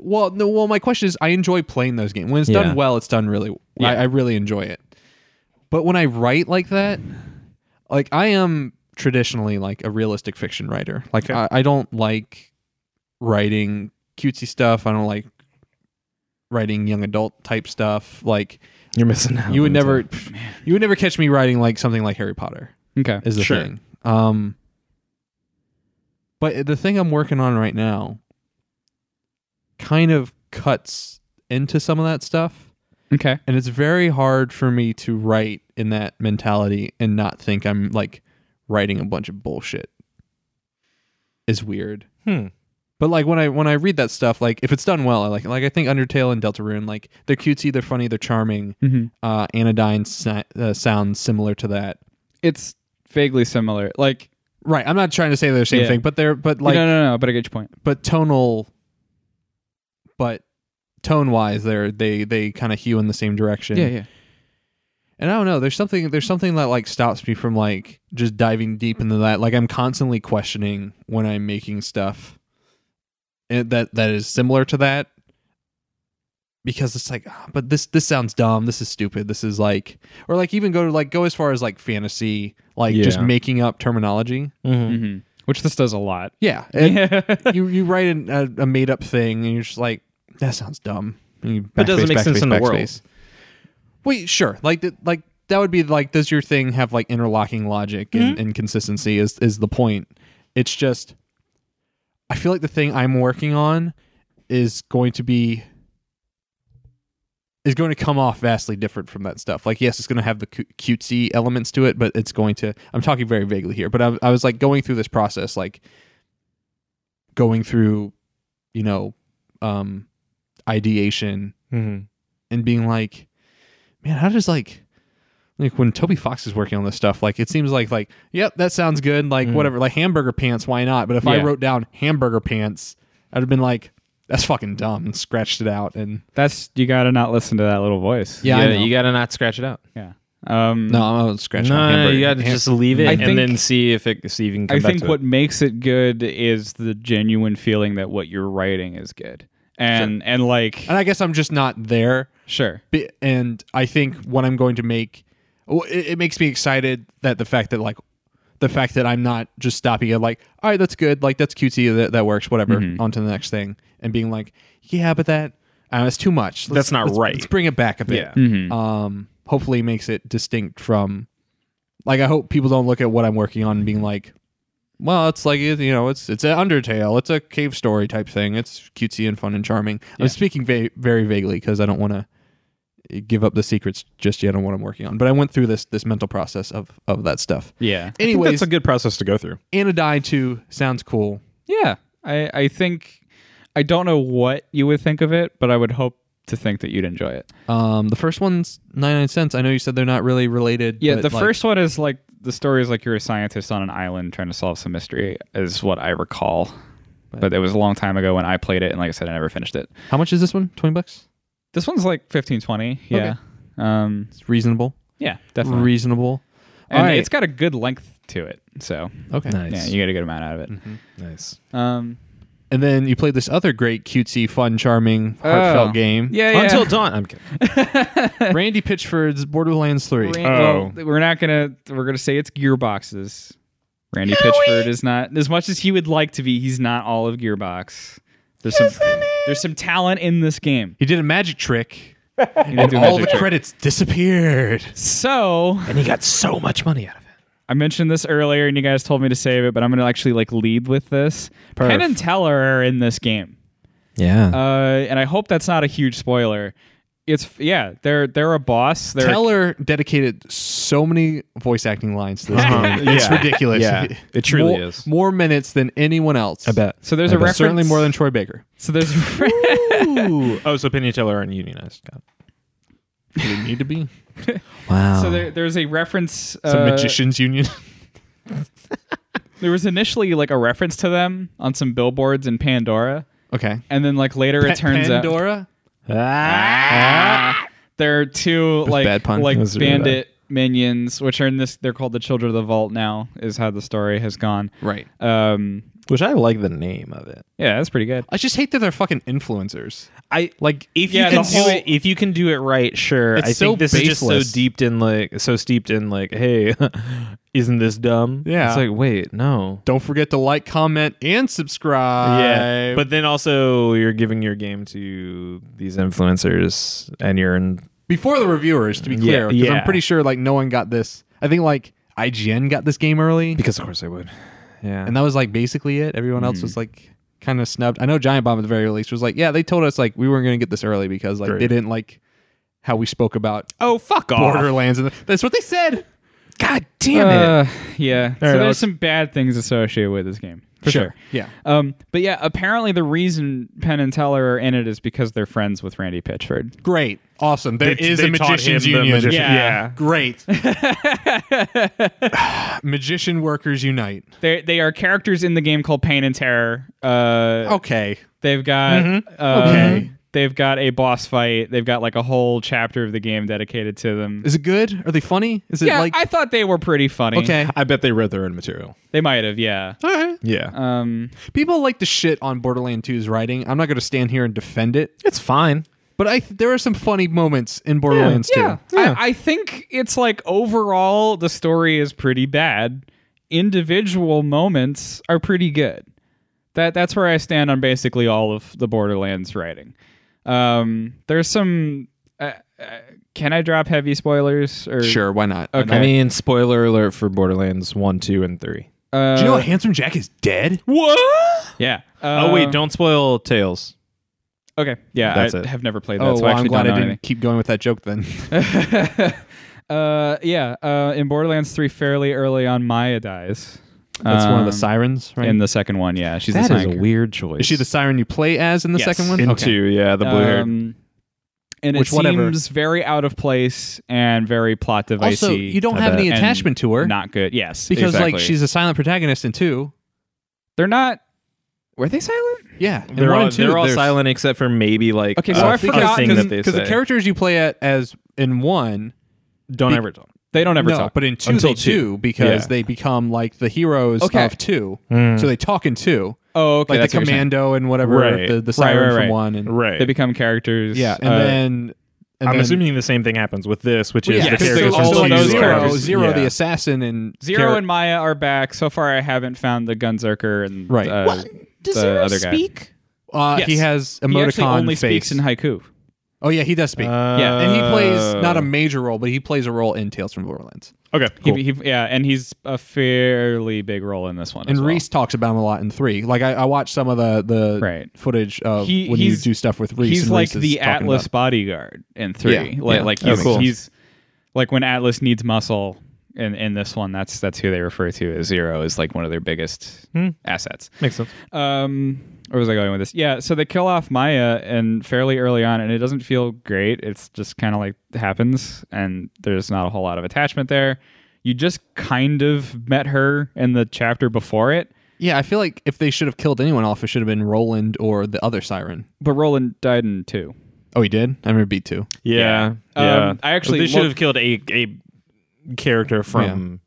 A: well no well my question is i enjoy playing those games when it's
C: Yeah.
A: done well it's done really I, I really enjoy it but when i write like that like i am traditionally like a realistic fiction writer like
C: Okay.
A: I, I don't like writing cutesy stuff i don't like writing young adult type stuff like
C: You're missing out.
A: you would never you would never catch me writing like something like harry potter
B: Okay.
A: is the
C: Sure.
A: thing. Um, but the thing I'm working on right now kind of cuts into some of that stuff,
B: Okay.
A: and it's very hard for me to write in that mentality and not think I'm like writing a bunch of bullshit. Is weird.
C: Hmm.
A: But like when I when I read that stuff, like if it's done well, I like like I think Undertale and Deltarune, like they're cutesy, they're funny, they're charming.
B: Mm-hmm.
A: Uh, Anodyne si- uh, sounds similar to that.
B: It's vaguely similar. Like
A: Right. I'm not trying to say they're the same
B: Yeah.
A: thing, but they're but like
B: no, no, no. But I get your point.
A: but tonal but tone wise they're they they kind of hew in the same direction
B: Yeah, yeah.
A: and i don't know there's something there's something that like stops me from like just diving deep into that like i'm constantly questioning when i'm making stuff and that that is similar to that because it's like "Ah, but this this sounds dumb this is stupid this is like or like even go to like go as far as like fantasy like just
C: Yeah.
A: making up terminology
C: Mhm.
B: Mm-hmm. Which this does a lot.
A: yeah and-
B: Yeah.
A: you you write an, a, a made up thing and you're just like that sounds dumb. And you
C: But doesn't
A: backspace,
C: make sense
A: backspace,
C: in the world.
A: backspace. Wait, sure. Like th- like that would be like does your thing have like interlocking logic and, and consistency is is the point. It's just I feel like the thing I'm working on is going to be is going to come off vastly different from that stuff. Like, yes, it's going to have the cu- cutesy elements to it, but it's going to. I'm talking very vaguely here, but I, I was like going through this process, like going through, you know, um, ideation
C: Mhm.
A: and being like, man, how does like like when Toby Fox is working on this stuff, like it seems like like, yep, that sounds good, like
C: Mhm.
A: whatever, like hamburger pants, why not? But if I
B: Yeah.
A: wrote down hamburger pants, I'd have been like, that's fucking dumb, and scratched it out. And
B: That's you gotta not listen to that little voice.
A: yeah,
C: you,
A: I
C: gotta,
A: know.
C: you gotta not scratch it out.
B: Yeah. Um,
A: no, I'm not scratching.
C: No,
A: out
C: no,
A: hamburger.
C: you gotta
A: Ham-
C: just leave it
B: I
C: and
B: think-
C: then see if it see if you can come
B: I
C: back
B: think
C: to
B: what
C: it.
B: makes it good is the genuine feeling that what you're writing is good, and and like
A: and I guess I'm just not there.
B: sure,
A: Be- And I think what I'm going to make, oh, it, it makes me excited that the fact that like, the fact that I'm not just stopping at like, all right, that's good, like that's cutesy, that, that works, whatever.
C: Mm-hmm.
A: On to the next thing, and being like, yeah, but that uh, it's too much. Let's-
C: That's not
A: let's-
C: right.
A: Let's bring it back a bit.
C: Yeah. Mm-hmm.
A: Um, hopefully, makes it distinct from. Like, I hope people don't look at what I'm working on and being like, well, it's like you know, it's it's an Undertale, it's a cave story type thing. It's cutesy and fun and charming. I'm speaking va- very vaguely because I don't want to give up the secrets just yet on what I'm working on. But I went through this this mental process of of that stuff.
B: Yeah.
C: I think
A: Anyways,
C: that's a good process to go through.
A: Anodyne 2 sounds cool.
B: Yeah. I, I think I don't know what you would think of it, but I would hope to think that you'd enjoy it.
A: Um, the first one's 99 cents. I know you said they're not really related.
B: Yeah,
A: but,
B: the
A: like,
B: first one is like the story is like you're a scientist on an island trying to solve some mystery, is what I recall. But it was a long time ago when I played it, and like I said, I never finished it.
A: How much is this one? 20 bucks?
B: This one's like fifteen twenty. Yeah. Um,
A: It's reasonable.
B: yeah, definitely.
A: Reasonable.
B: and
A: All right.
B: it's got a good length to it. So,
A: Okay.
B: yeah,
C: Nice,
B: you get a good amount out of
C: nice.
B: it. Um,
A: And then you played this other great, cutesy, fun, charming, heartfelt
B: Oh.
A: game.
B: yeah, yeah.
C: Until dawn. I'm kidding.
A: Randy Pitchford's Borderlands 3.
B: Ran-
C: Oh.
B: well, we're not gonna we're gonna say it's gearboxes. Randy Pitchford is not as much as he would like to be. He's not all of Gearbox. There's some there's some talent in this game.
A: He did a magic trick,
B: You know,
A: and
B: do
A: all the
B: magic tricks.
A: credits disappeared.
B: So
C: And he got so much money out of it.
B: I mentioned this earlier, and you guys told me to save it, but I'm gonna actually like lead with this. Penn and Teller are in this game,
C: Yeah.
B: uh, and I hope that's not a huge spoiler. It's yeah, they're they're a boss. They're
A: Teller dedicated so many voice acting lines to this game. It's
C: Uh-huh. Yeah.
A: ridiculous.
C: Yeah. It truly
A: more,
C: is.
A: More minutes than anyone else.
C: I bet.
B: so there's a
C: I bet.
B: reference.
A: Certainly more than Troy Baker.
B: so there's a re-
C: Ooh. Oh, so Penny Teller aren't unionized. Got it.
A: Did it need to be?
C: Wow.
B: so there, there's a reference.
A: It's a
B: uh,
A: magician's union.
B: There was initially like a reference to them on some billboards in Pandora,
A: okay.
B: and then like later it turns out
A: Pandora?
B: Ah! there are two like
A: bad pun.
B: like
A: It
C: was really bad.
B: bandit minions, which are in this. They're called the Children of the Vault now, is how the story has gone.
A: Right.
B: Um,
C: Which I like the name of it.
B: yeah, that's pretty good.
A: I just hate that they're fucking influencers.
C: I like if
B: Yeah,
C: you can
B: the whole-
C: do it. If you can do it right, sure.
A: It's
C: I
A: so
C: think this is
A: baseless.
C: just so deeped in like so steeped in like, hey, isn't this dumb?
A: Yeah.
C: It's like wait, no.
A: Don't forget to like, comment, and subscribe.
C: yeah, Uh, but then also you're giving your game to these influencers, and you're in.
A: before the reviewers, to be clear, because
C: yeah.
A: I'm pretty sure like no one got this. I think like IGN got this game early,
C: Because of course I would. Yeah.
A: and that was like basically it. Everyone
C: Mm-hmm.
A: else was like kind of snubbed. I know Giant Bomb at the very least was like, yeah, they told us like we weren't going to get this early because like
C: Great.
A: they didn't like how we spoke about
C: oh fuck
A: Borderlands, and that's what they said.
C: God damn it.
B: Uh, yeah, so
C: right,
B: there's
C: Alex.
B: some bad things associated with this game for sure.
A: yeah.
B: Um, but yeah, apparently the reason Penn and Teller are in it is because they're friends with Randy Pitchford.
A: Great, awesome. There is
C: They-
A: a
C: they taught
A: magician's
C: him the
A: union.
C: magician-
B: Yeah.
A: Great. Magician workers unite.
B: They they are characters in the game called Pain and Terror. Uh,
A: Okay.
B: They've got uh,
A: Oh. Mm-hmm. Okay.
B: They've got a boss fight. They've got like a whole chapter of the game dedicated to them.
A: Is it good? Are they funny? Is it
B: yeah,
A: like
B: I thought they were pretty funny.
A: okay?
C: I bet they read their own material.
B: they might have. Yeah.
A: All right.
C: Yeah.
B: Um.
A: People like to shit on Borderland 2's writing. I'm not going to stand here and defend it,
C: it's fine.
A: but I there are some funny moments in Borderlands 2.
B: I, I think it's like overall the story is pretty bad. Individual moments are pretty good. That that's where I stand on basically all of the Borderlands writing. Um. There's some. Uh, uh, can I drop heavy spoilers? Or
A: Sure, why not?
B: Okay.
C: I mean, spoiler alert for Borderlands 1, 2, and 3.
B: Uh,
A: Do you know Handsome Jack is dead?
C: What?
B: yeah.
C: oh,
B: Uh,
A: Um,
C: wait, don't spoil Tails.
B: Okay. Yeah,
C: That's
B: I
C: it.
B: have never played that,
A: Oh,
B: so
A: well,
B: I
A: I'm
B: actually
A: glad I
B: don't
A: didn't
B: know
A: keep going with that joke then.
B: anything. uh, yeah, uh, in Borderlands 3, fairly early on, Maya dies.
A: That's one of the
B: Um,
A: sirens, right?
B: In the second one, yeah. She's the siren.
C: weird choice.
A: is she the siren you play as in the
B: Yes.
A: second one?
C: In
A: Okay.
C: 2, yeah, the blue hair.
B: Um, and
A: Which,
B: it
A: whatever.
B: seems very out of place and very plot devicey.
A: Also, you don't
C: I
A: have
C: bet.
A: any
B: and
A: attachment to her
B: Not good. Yes.
A: because
B: exactly.
A: like she's a silent protagonist in 2.
B: They're not. Were they silent?
A: Yeah, in
C: They're
A: one
C: all,
A: and two,
C: they're all
A: there's-
C: silent except for maybe like
B: Okay, so
C: a,
B: I
C: a
B: forgot
C: thing that they
A: because the
C: say.
A: characters you play at as in 1
C: don't ever talk.
B: They don't ever
A: no,
B: talk.
A: but in two they
C: Until
A: do because
C: Yeah.
A: they become like the heroes
B: Okay.
A: of two.
C: Mm.
A: So they talk in two,
B: oh, okay.
A: like
B: that's
A: the
B: what you're saying.
A: commando and whatever
C: Right.
A: the, the
C: Right,
A: siren
B: right,
A: from
B: right.
A: one, and
C: Right.
B: They become characters.
A: yeah, and
B: uh,
A: then and
C: I'm
A: then,
C: assuming the same thing happens with this, which is
A: yeah,
C: the
A: 'cause
C: characters
A: so
B: all
C: from
A: also
B: of
C: two
B: those
A: zero,
B: characters.
A: zero
C: yeah.
A: the assassin, and
B: Zero
A: Kara-
B: and Maya are back. So far, I haven't found the Gunzerker and
A: Right.
B: uh,
A: What?
B: the other guy.
A: uh,
B: Yes.
A: he has
B: He
A: emoticon
B: actually only
A: face.
B: speaks in haiku.
A: Oh yeah, he does speak.
C: Uh,
B: Yeah,
A: and he plays not a major role, but he plays a role in Tales from Borderlands.
B: Okay, he, he, yeah, and he's a fairly big role in this one.
A: And
B: as well.
A: Reese talks about him a lot in three. Like I, I watched some of the the
B: Right.
A: footage of
B: He-
A: when you
B: he's-
A: do stuff with Reese.
B: he's
A: and
B: like
A: Reese is
B: the
A: talking
B: Atlas
A: about-
B: bodyguard in three.
A: Yeah,
B: like
A: yeah,
B: like
A: that
B: he's,
A: makes sense.
B: he's like when Atlas needs muscle in in this one, that's that's who they refer to as Zero is like one of their biggest assets.
C: Makes sense.
B: Um, where was I going with this? Yeah, so they kill off Maya and fairly early on, and it doesn't feel great. It's just kind of like happens, and there's not a whole lot of attachment there. You just kind of met her in the chapter before it,
A: Yeah, I feel like if they should have killed anyone off, it should have been Roland or the other Siren.
B: but Roland died in two.
A: Oh, he did. I remember beat two.
C: Yeah,
B: Yeah.
C: yeah.
B: Um, I actually
C: they should
B: looked-
C: have killed a a character from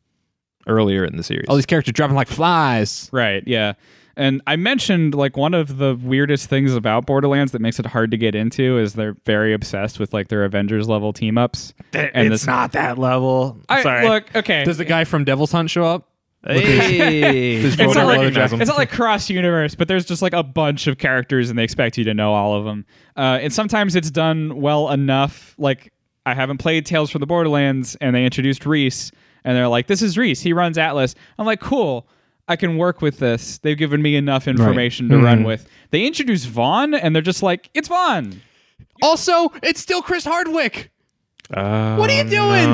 C: earlier in the series.
A: All these characters dropping like flies.
B: Right, yeah. And I mentioned like one of the weirdest things about Borderlands that makes it hard to get into is they're very obsessed with like their Avengers level team ups. and
C: it's
B: this-
C: not that level.
B: I
C: Sorry.
B: look, okay.
A: Does the guy from Devil's Hunt show up?
C: Hey.
B: it's, not
A: Ronan
B: like,
A: Ronan
B: it's not like cross universe, but there's just like a bunch of characters and they expect you to know all of them. Uh, and sometimes it's done well enough. Like I haven't played Tales from the Borderlands, and they introduced Reese, and they're like, "This is Reese. He runs Atlas." I'm like, "Cool." I can work with this. They've given me enough information
A: Mm-hmm.
B: to run with. They introduce Vaughn, and they're just like, "It's Vaughn."
A: Also, it's still Chris Hardwick. What are you doing?
B: Oh,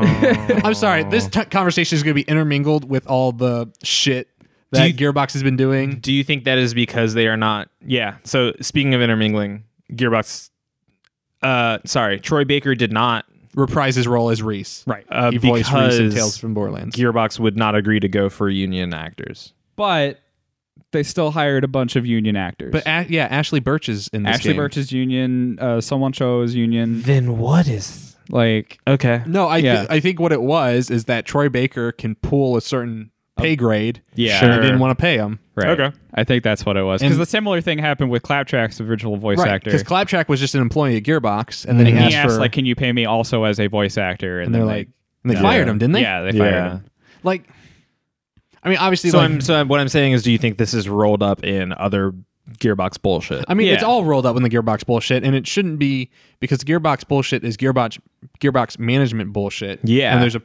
C: Oh.
A: I'm sorry. This t- conversation is going to be intermingled with all the shit that
C: you-
A: Gearbox has been doing.
C: Do you think that is because they are not? Yeah. So speaking of intermingling, Gearbox. Uh, sorry, Troy Baker did not.
A: Reprise his role as Reese.
B: Right.
C: Uh,
A: He voiced Reese in
C: because
A: Tales from Borderlands.
C: Gearbox would not agree to go for union actors.
B: But they still hired a bunch of union actors.
A: But a- yeah, Ashley Birch is in this
B: Ashley
A: game.
B: Birch is union. Uh, someone chose union.
C: Then what is?
B: Like
C: Okay.
A: No, I
B: Yeah.
A: thi- I think what it was is that Troy Baker can pull a certain pay grade.
B: yeah.
A: and they
C: Sure.
A: didn't want to pay him.
B: Right.
C: Okay.
B: I think that's what it was. Because
A: And-
B: the similar thing happened with Claptrack's original voice actor.
A: because Claptrack was just an employee at Gearbox, and then he
B: he
A: asked,
B: asked,
A: for
B: like, "Can you pay me also as a voice actor?"
A: and they're
B: then
A: like, and they fired him, didn't they?
B: yeah, they fired
C: Yeah.
B: him.
A: Like, I mean, obviously,
C: So
A: like,
C: I'm so I'm- what I'm saying is, do you think this is rolled up in other Gearbox bullshit?
A: I mean, it's
B: Yeah.
A: all rolled up in the Gearbox bullshit, and it shouldn't be because Gearbox bullshit is Gearbox Gearbox management bullshit.
C: Yeah.
A: and there's a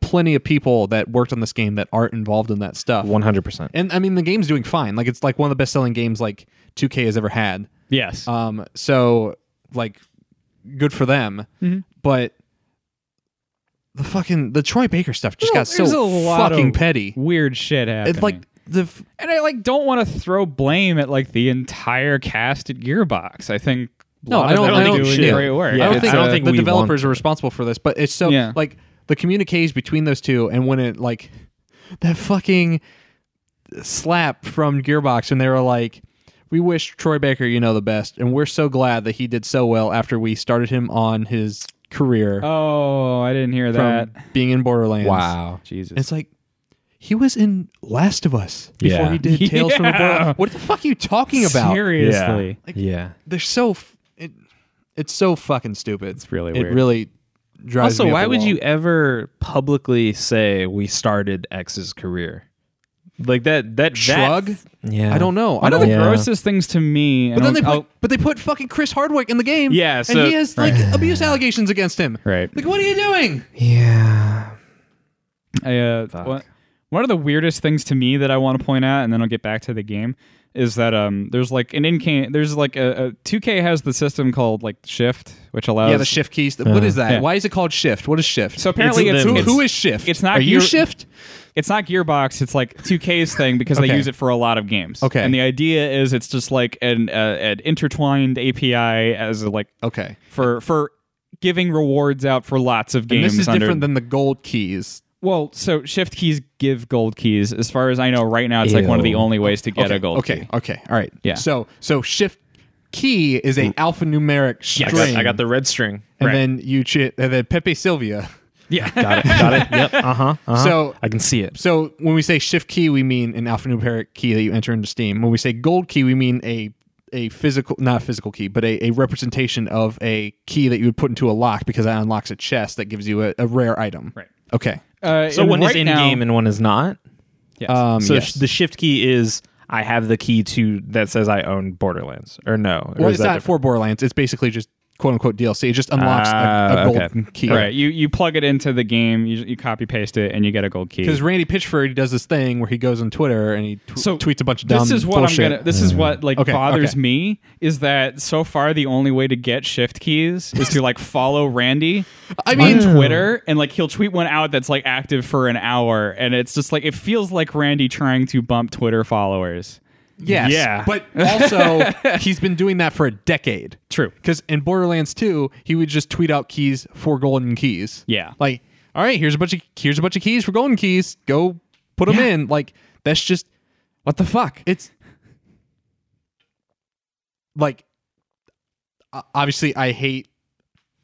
A: plenty of people that worked on this game that aren't involved in that stuff.
C: One hundred percent.
A: And I mean, the game's doing fine. Like, it's like one of the best selling games like 2K has ever had.
B: Yes.
A: Um, so like, good for them. But the fucking the Troy Baker stuff just got
B: There's a
A: so
B: lot
A: fucking
B: of
A: petty.
B: Weird shit happening.
A: It's like the f-
B: and I like don't want to throw blame at like the entire cast at Gearbox. I think a
A: No,
B: lot
A: I
B: of
A: don't-
B: them
A: I
B: are
A: don't-
B: doing
A: yeah.
B: great work.
C: Yeah,
A: I don't
C: it's
A: think,
C: a-
A: I
C: I don't think
A: the
C: we want
A: developers are responsible for this, but it's so
B: Yeah.
A: like the communiques between those two, and when it like that fucking slap from Gearbox, and they were like, "We wish Troy Baker, you know, the best, and we're so glad that he did so well after we started him on his career
B: Oh, I didn't hear that.
A: from being in Borderlands."
B: Jesus.
A: it's like he was in Last of Us before
C: Yeah.
A: he did Tales from the
B: Yeah.
A: Borderlands. What the fuck are you talking about?
B: Seriously.
C: yeah.
A: They're so f- it, it's so fucking stupid.
B: It's really
A: It
B: weird.
A: really drives
C: Also,
A: me up
C: why
A: the
C: would
A: wall.
C: you ever publicly say we started X's career? Like that that
A: shrug?
C: Yeah.
A: I don't know. I
B: One of
A: don't.
B: the
C: Yeah.
B: grossest things to me.
A: But then they put,
B: Oh.
A: but they put fucking Chris Hardwick in the game.
C: Yeah,
A: and
C: so-
A: he has like abuse allegations against him.
B: right.
A: Like, what are you doing?
C: Yeah.
B: I, uh, one- one of the weirdest things to me that I want to point out, and then I'll get back to the game, is that um, there's like an in game. There's like a, a 2K has the system called like Shift, which allows
A: yeah, the shift keys. What is that?
B: Oh, Uh, yeah.
A: Why is it called shift? What is shift?
B: So apparently
C: It's
B: it's,
C: the-
A: who,
B: it's-
A: who is shift?
B: it's not
A: Are you
B: your-
A: shift?
B: it's not Gearbox. It's like 2K's thing because they
A: Okay.
B: use it for a lot of games.
A: Okay.
B: and the idea is it's just like an uh, an intertwined API as a, like
A: Okay.
B: for for giving rewards out for lots of
A: And
B: games.
A: this is
B: under-
A: different than the gold keys.
B: Well, so shift keys give gold keys. As far as I know, right now it's like one of the
C: Ew.
B: only ways to get
A: okay.
B: a gold
A: okay.
B: key.
A: Okay. All right.
B: Yeah.
A: So so shift key is a alphanumeric string.
C: I got, I got the red string.
A: and
B: right.
A: then you ch- and then Pepe Silvia.
B: Yeah.
C: Got it. Got it. Yep. Uh huh.
A: So
C: I can see it.
A: So when we say shift key, we mean an alphanumeric key that you enter into Steam. When we say gold key, we mean a a physical, not a physical key, but a, a representation of a key that you would put into a lock because that unlocks a chest that gives you a, a rare item.
B: Right.
A: Okay.
B: Uh,
C: So
B: and
C: one
B: right
C: is in
B: now-
C: game and one is not.
B: Yes.
A: Um,
C: So
A: yes.
C: sh- the shift key is I have the key to that says I own Borderlands or no. Or
A: well,
C: is
A: it's
C: that
A: not
C: different?
A: for Borderlands. It's basically just quote unquote DLC. It just unlocks a,
B: Ah,
A: a gold
B: okay.
A: Mm, key.
B: Right. You you plug it into the game, you, you copy paste it, and you get a gold key.
A: Because Randy Pitchford does this thing where he goes on Twitter and he tw-
B: So
A: tweets a bunch of dumb
B: This is what
A: bullshit.
B: I'm gonna. This is what like
A: Okay,
B: bothers
A: okay.
B: me is that so far the only way to get shift keys is to like follow Randy
A: I
B: on
A: mean-
B: Twitter and like he'll tweet one out that's like active for an hour and it's just like it feels like Randy trying to bump Twitter followers.
A: Yes.
C: Yeah.
A: But also, he's been doing that for a decade.
B: True.
A: Because in Borderlands 2, he would just tweet out keys for golden keys.
B: Yeah.
A: Like, all right, here's a bunch of here's a bunch of keys for golden keys. Go put them
B: Yeah.
A: in. Like, that's just
B: What the fuck?
A: it's like o- obviously I hate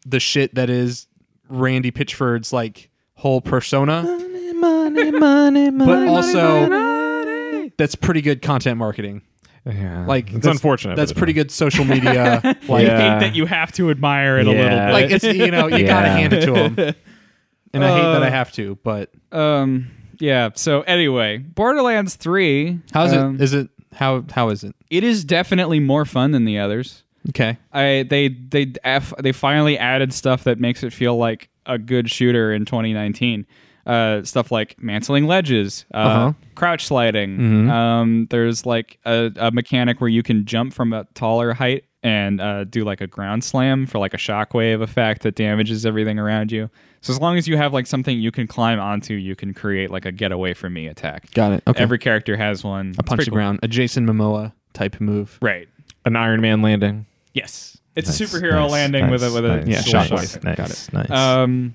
A: the shit that is Randy Pitchford's like whole persona,
C: money, money, money.
A: but also that's pretty good content marketing.
C: yeah.
A: Like
C: it's
A: that's-
C: unfortunate.
A: That's
C: but it
A: pretty good social media. like,
B: I
C: Yeah.
B: hate that you have to admire it a little
C: Yeah.
B: bit.
A: like it's you know you gotta
C: Yeah.
A: hand it to him. And I hate that I
B: Uh,
A: have to, but
B: um. Yeah. So anyway, Borderlands Three.
A: how's
B: um,
A: it? Is it how? How is it?
B: It is definitely more fun than the others.
A: Okay.
B: I they they f they finally added stuff that makes it feel like a good shooter in 2019. Uh, stuff like mantling ledges, uh,
A: Uh-huh. Mm-hmm.
B: crouch sliding. Um, there's like a, a mechanic where you can jump from a taller height and uh, do like a ground slam for like a shockwave effect that damages everything around you. So as long as you have like something you can climb onto, you can create like a get away from me attack.
A: Got it. Okay.
B: Every character has one.
A: a punch the ground, a Jason Momoa type move.
B: Right.
C: an Iron Man landing.
B: Yes. It's a superhero landing with a with a
A: nice.
B: sword.
A: shockwave. Nice, nice, Got
C: Nice.
B: Um,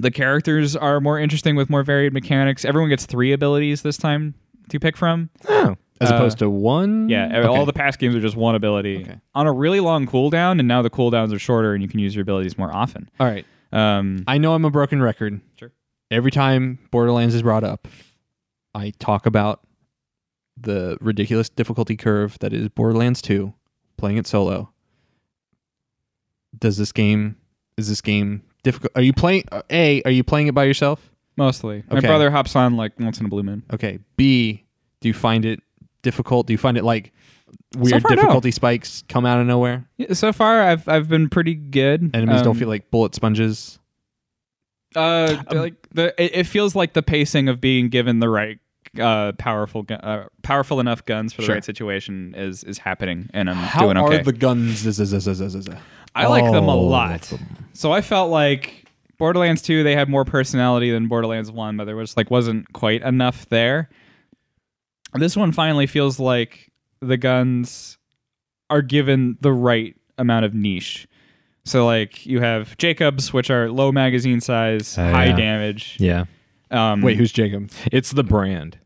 B: the characters are more interesting with more varied mechanics. Everyone gets three abilities this time to pick from.
A: As opposed to one.
B: Yeah, e-, all the past games are just one ability
A: Okay.
B: on a really long cooldown, and now the cooldowns are shorter, and you can use your abilities more often.
A: All right.
B: Um,
A: I know I'm a broken record.
B: Sure.
A: Every time Borderlands is brought up, I talk about the ridiculous difficulty curve that is Borderlands 2, playing it solo. Does this game is this game difficult? Are you playing uh, A, are you playing it by yourself?
B: mostly, my
A: Okay.
B: brother hops on like once in a blue moon.
A: Okay. B, do you find it difficult? Do you find it like weird
B: far, no.
A: difficulty spikes come out of nowhere?
B: Yeah, So far, I've I've been pretty good.
A: Enemies
B: Um,
A: don't feel like bullet sponges.
B: Uh, like the it, it feels like the pacing of being given the right uh powerful gu- uh, powerful enough guns for the
A: Sure.
B: right situation is is happening and I'm
A: How
B: doing
A: are
B: okay.
A: the guns? z- z- z- z- z- z-
B: I like
A: Oh,
B: them a
C: All of
B: lot. So I felt like Borderlands 2 they had more personality than Borderlands 1 but there was like wasn't quite enough there. This one finally feels like the guns are given the right amount of niche. So like you have Jacobs which are low magazine size,
C: Oh,
B: high
C: yeah.
B: damage.
C: yeah,
B: Um,
A: Wait, who's Jacob?
C: it's the brand.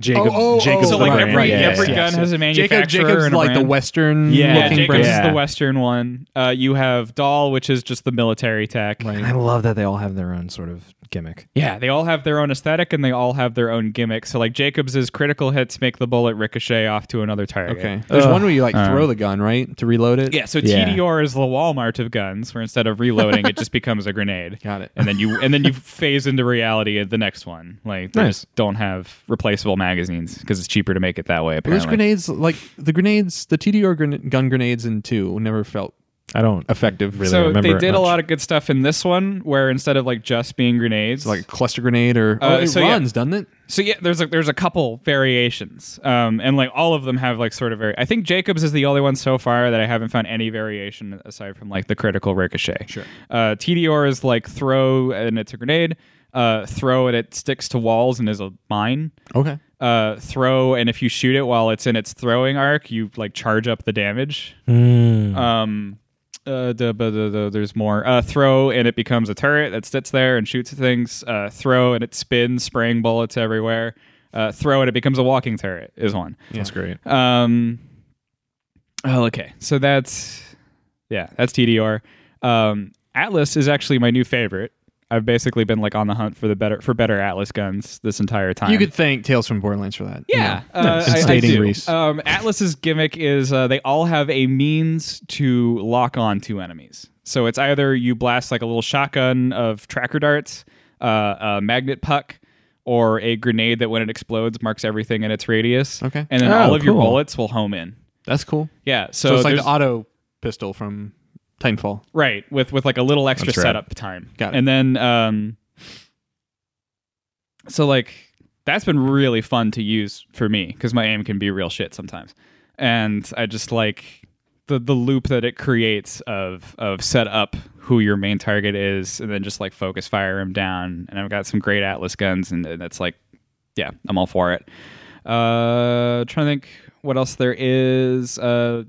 C: Jacob.
A: oh,
C: Jacob's
B: so
A: oh,
C: the
B: like
A: right,
C: brand.
B: every,
A: yeah,
B: every
A: yeah,
B: gun
A: yeah.
B: has a manufacturer
A: Jacob, Jacob's
B: and a
A: like the
B: brand.
A: Western
B: yeah,
A: looking
B: Jacobs
A: brand.
B: is
C: Yeah.
B: the Western one. Uh, you have Doll, which is just the military tech.
A: Right.
C: I love that they all have their own sort of gimmick.
B: Yeah, they all have their own aesthetic and they all have their own gimmick. So like Jacobs is critical hits make the bullet ricochet off to another target.
A: Okay. There's one where you like
B: Uh.
A: throw the gun, right? To reload it?
B: Yeah, so
C: Yeah.
B: TDR is the Walmart of guns, where instead of reloading, it just becomes a grenade.
A: Got it.
B: and then you and then you phase into reality at the next one. Like they
C: Nice.
B: just don't have replaceable magazines because it's cheaper to make it that way.
A: Those
B: Apparently,
A: grenades, like the grenades, the TDR gren- gun grenades in two never felt
C: I don't
A: effective.
C: really
B: so
C: remember.
B: they did a lot of good stuff in this one, where instead of like just being grenades,
A: Like a cluster grenade or.
B: Uh,
A: oh, it
B: so, yeah.
A: runs, doesn't it?
B: So yeah, there's a there's a couple variations, um, and like all of them have like sort of very. I think Jacobs is the only one so far that I haven't found any variation aside from like the critical ricochet. Sure. Uh, TDR is like throw and it's a grenade. Uh, throw and it sticks to walls and is a mine.
A: Okay.
B: Uh, throw and if you shoot it while it's in its throwing arc, you like charge up the damage. Um, uh, duh, buh, duh, duh, there's more. Uh, throw and it becomes a turret that sits there and shoots at things. Uh, throw and it spins, spraying bullets everywhere. Uh, throw and it becomes a walking turret is one.
C: That's great.
B: Um, oh, okay. So that's yeah, that's TDR. Um, Atlas is actually my new favorite. I've basically been like on the hunt for the better for better Atlas guns this entire time.
A: You could thank Tales from Borderlands for that.
B: Yeah, uh,
A: And
B: I- I
A: stating
B: do.
A: Reese.
B: Um, Atlas's gimmick is uh, they all have a means to lock on to enemies. So it's either you blast like a little shotgun of tracker darts, uh, a magnet puck, or a grenade that when it explodes marks everything in its radius.
A: Okay.
B: and then
C: Oh,
B: all of your
C: cool.
B: bullets will home in.
A: That's cool.
B: Yeah, so,
A: So, it's like the
B: there's-
A: auto pistol from Titanfall.
B: Right, with with like a little extra
C: That's right.
B: setup time.
A: Got it.
B: And then um so like that's been really fun to use for me cuz my aim can be real shit sometimes. And I just like the the loop that it creates of of set up who your main target is and then just like focus fire him down and I've got some great atlas guns and that's like yeah, I'm all for it. Uh, trying to think what else there is. Uh,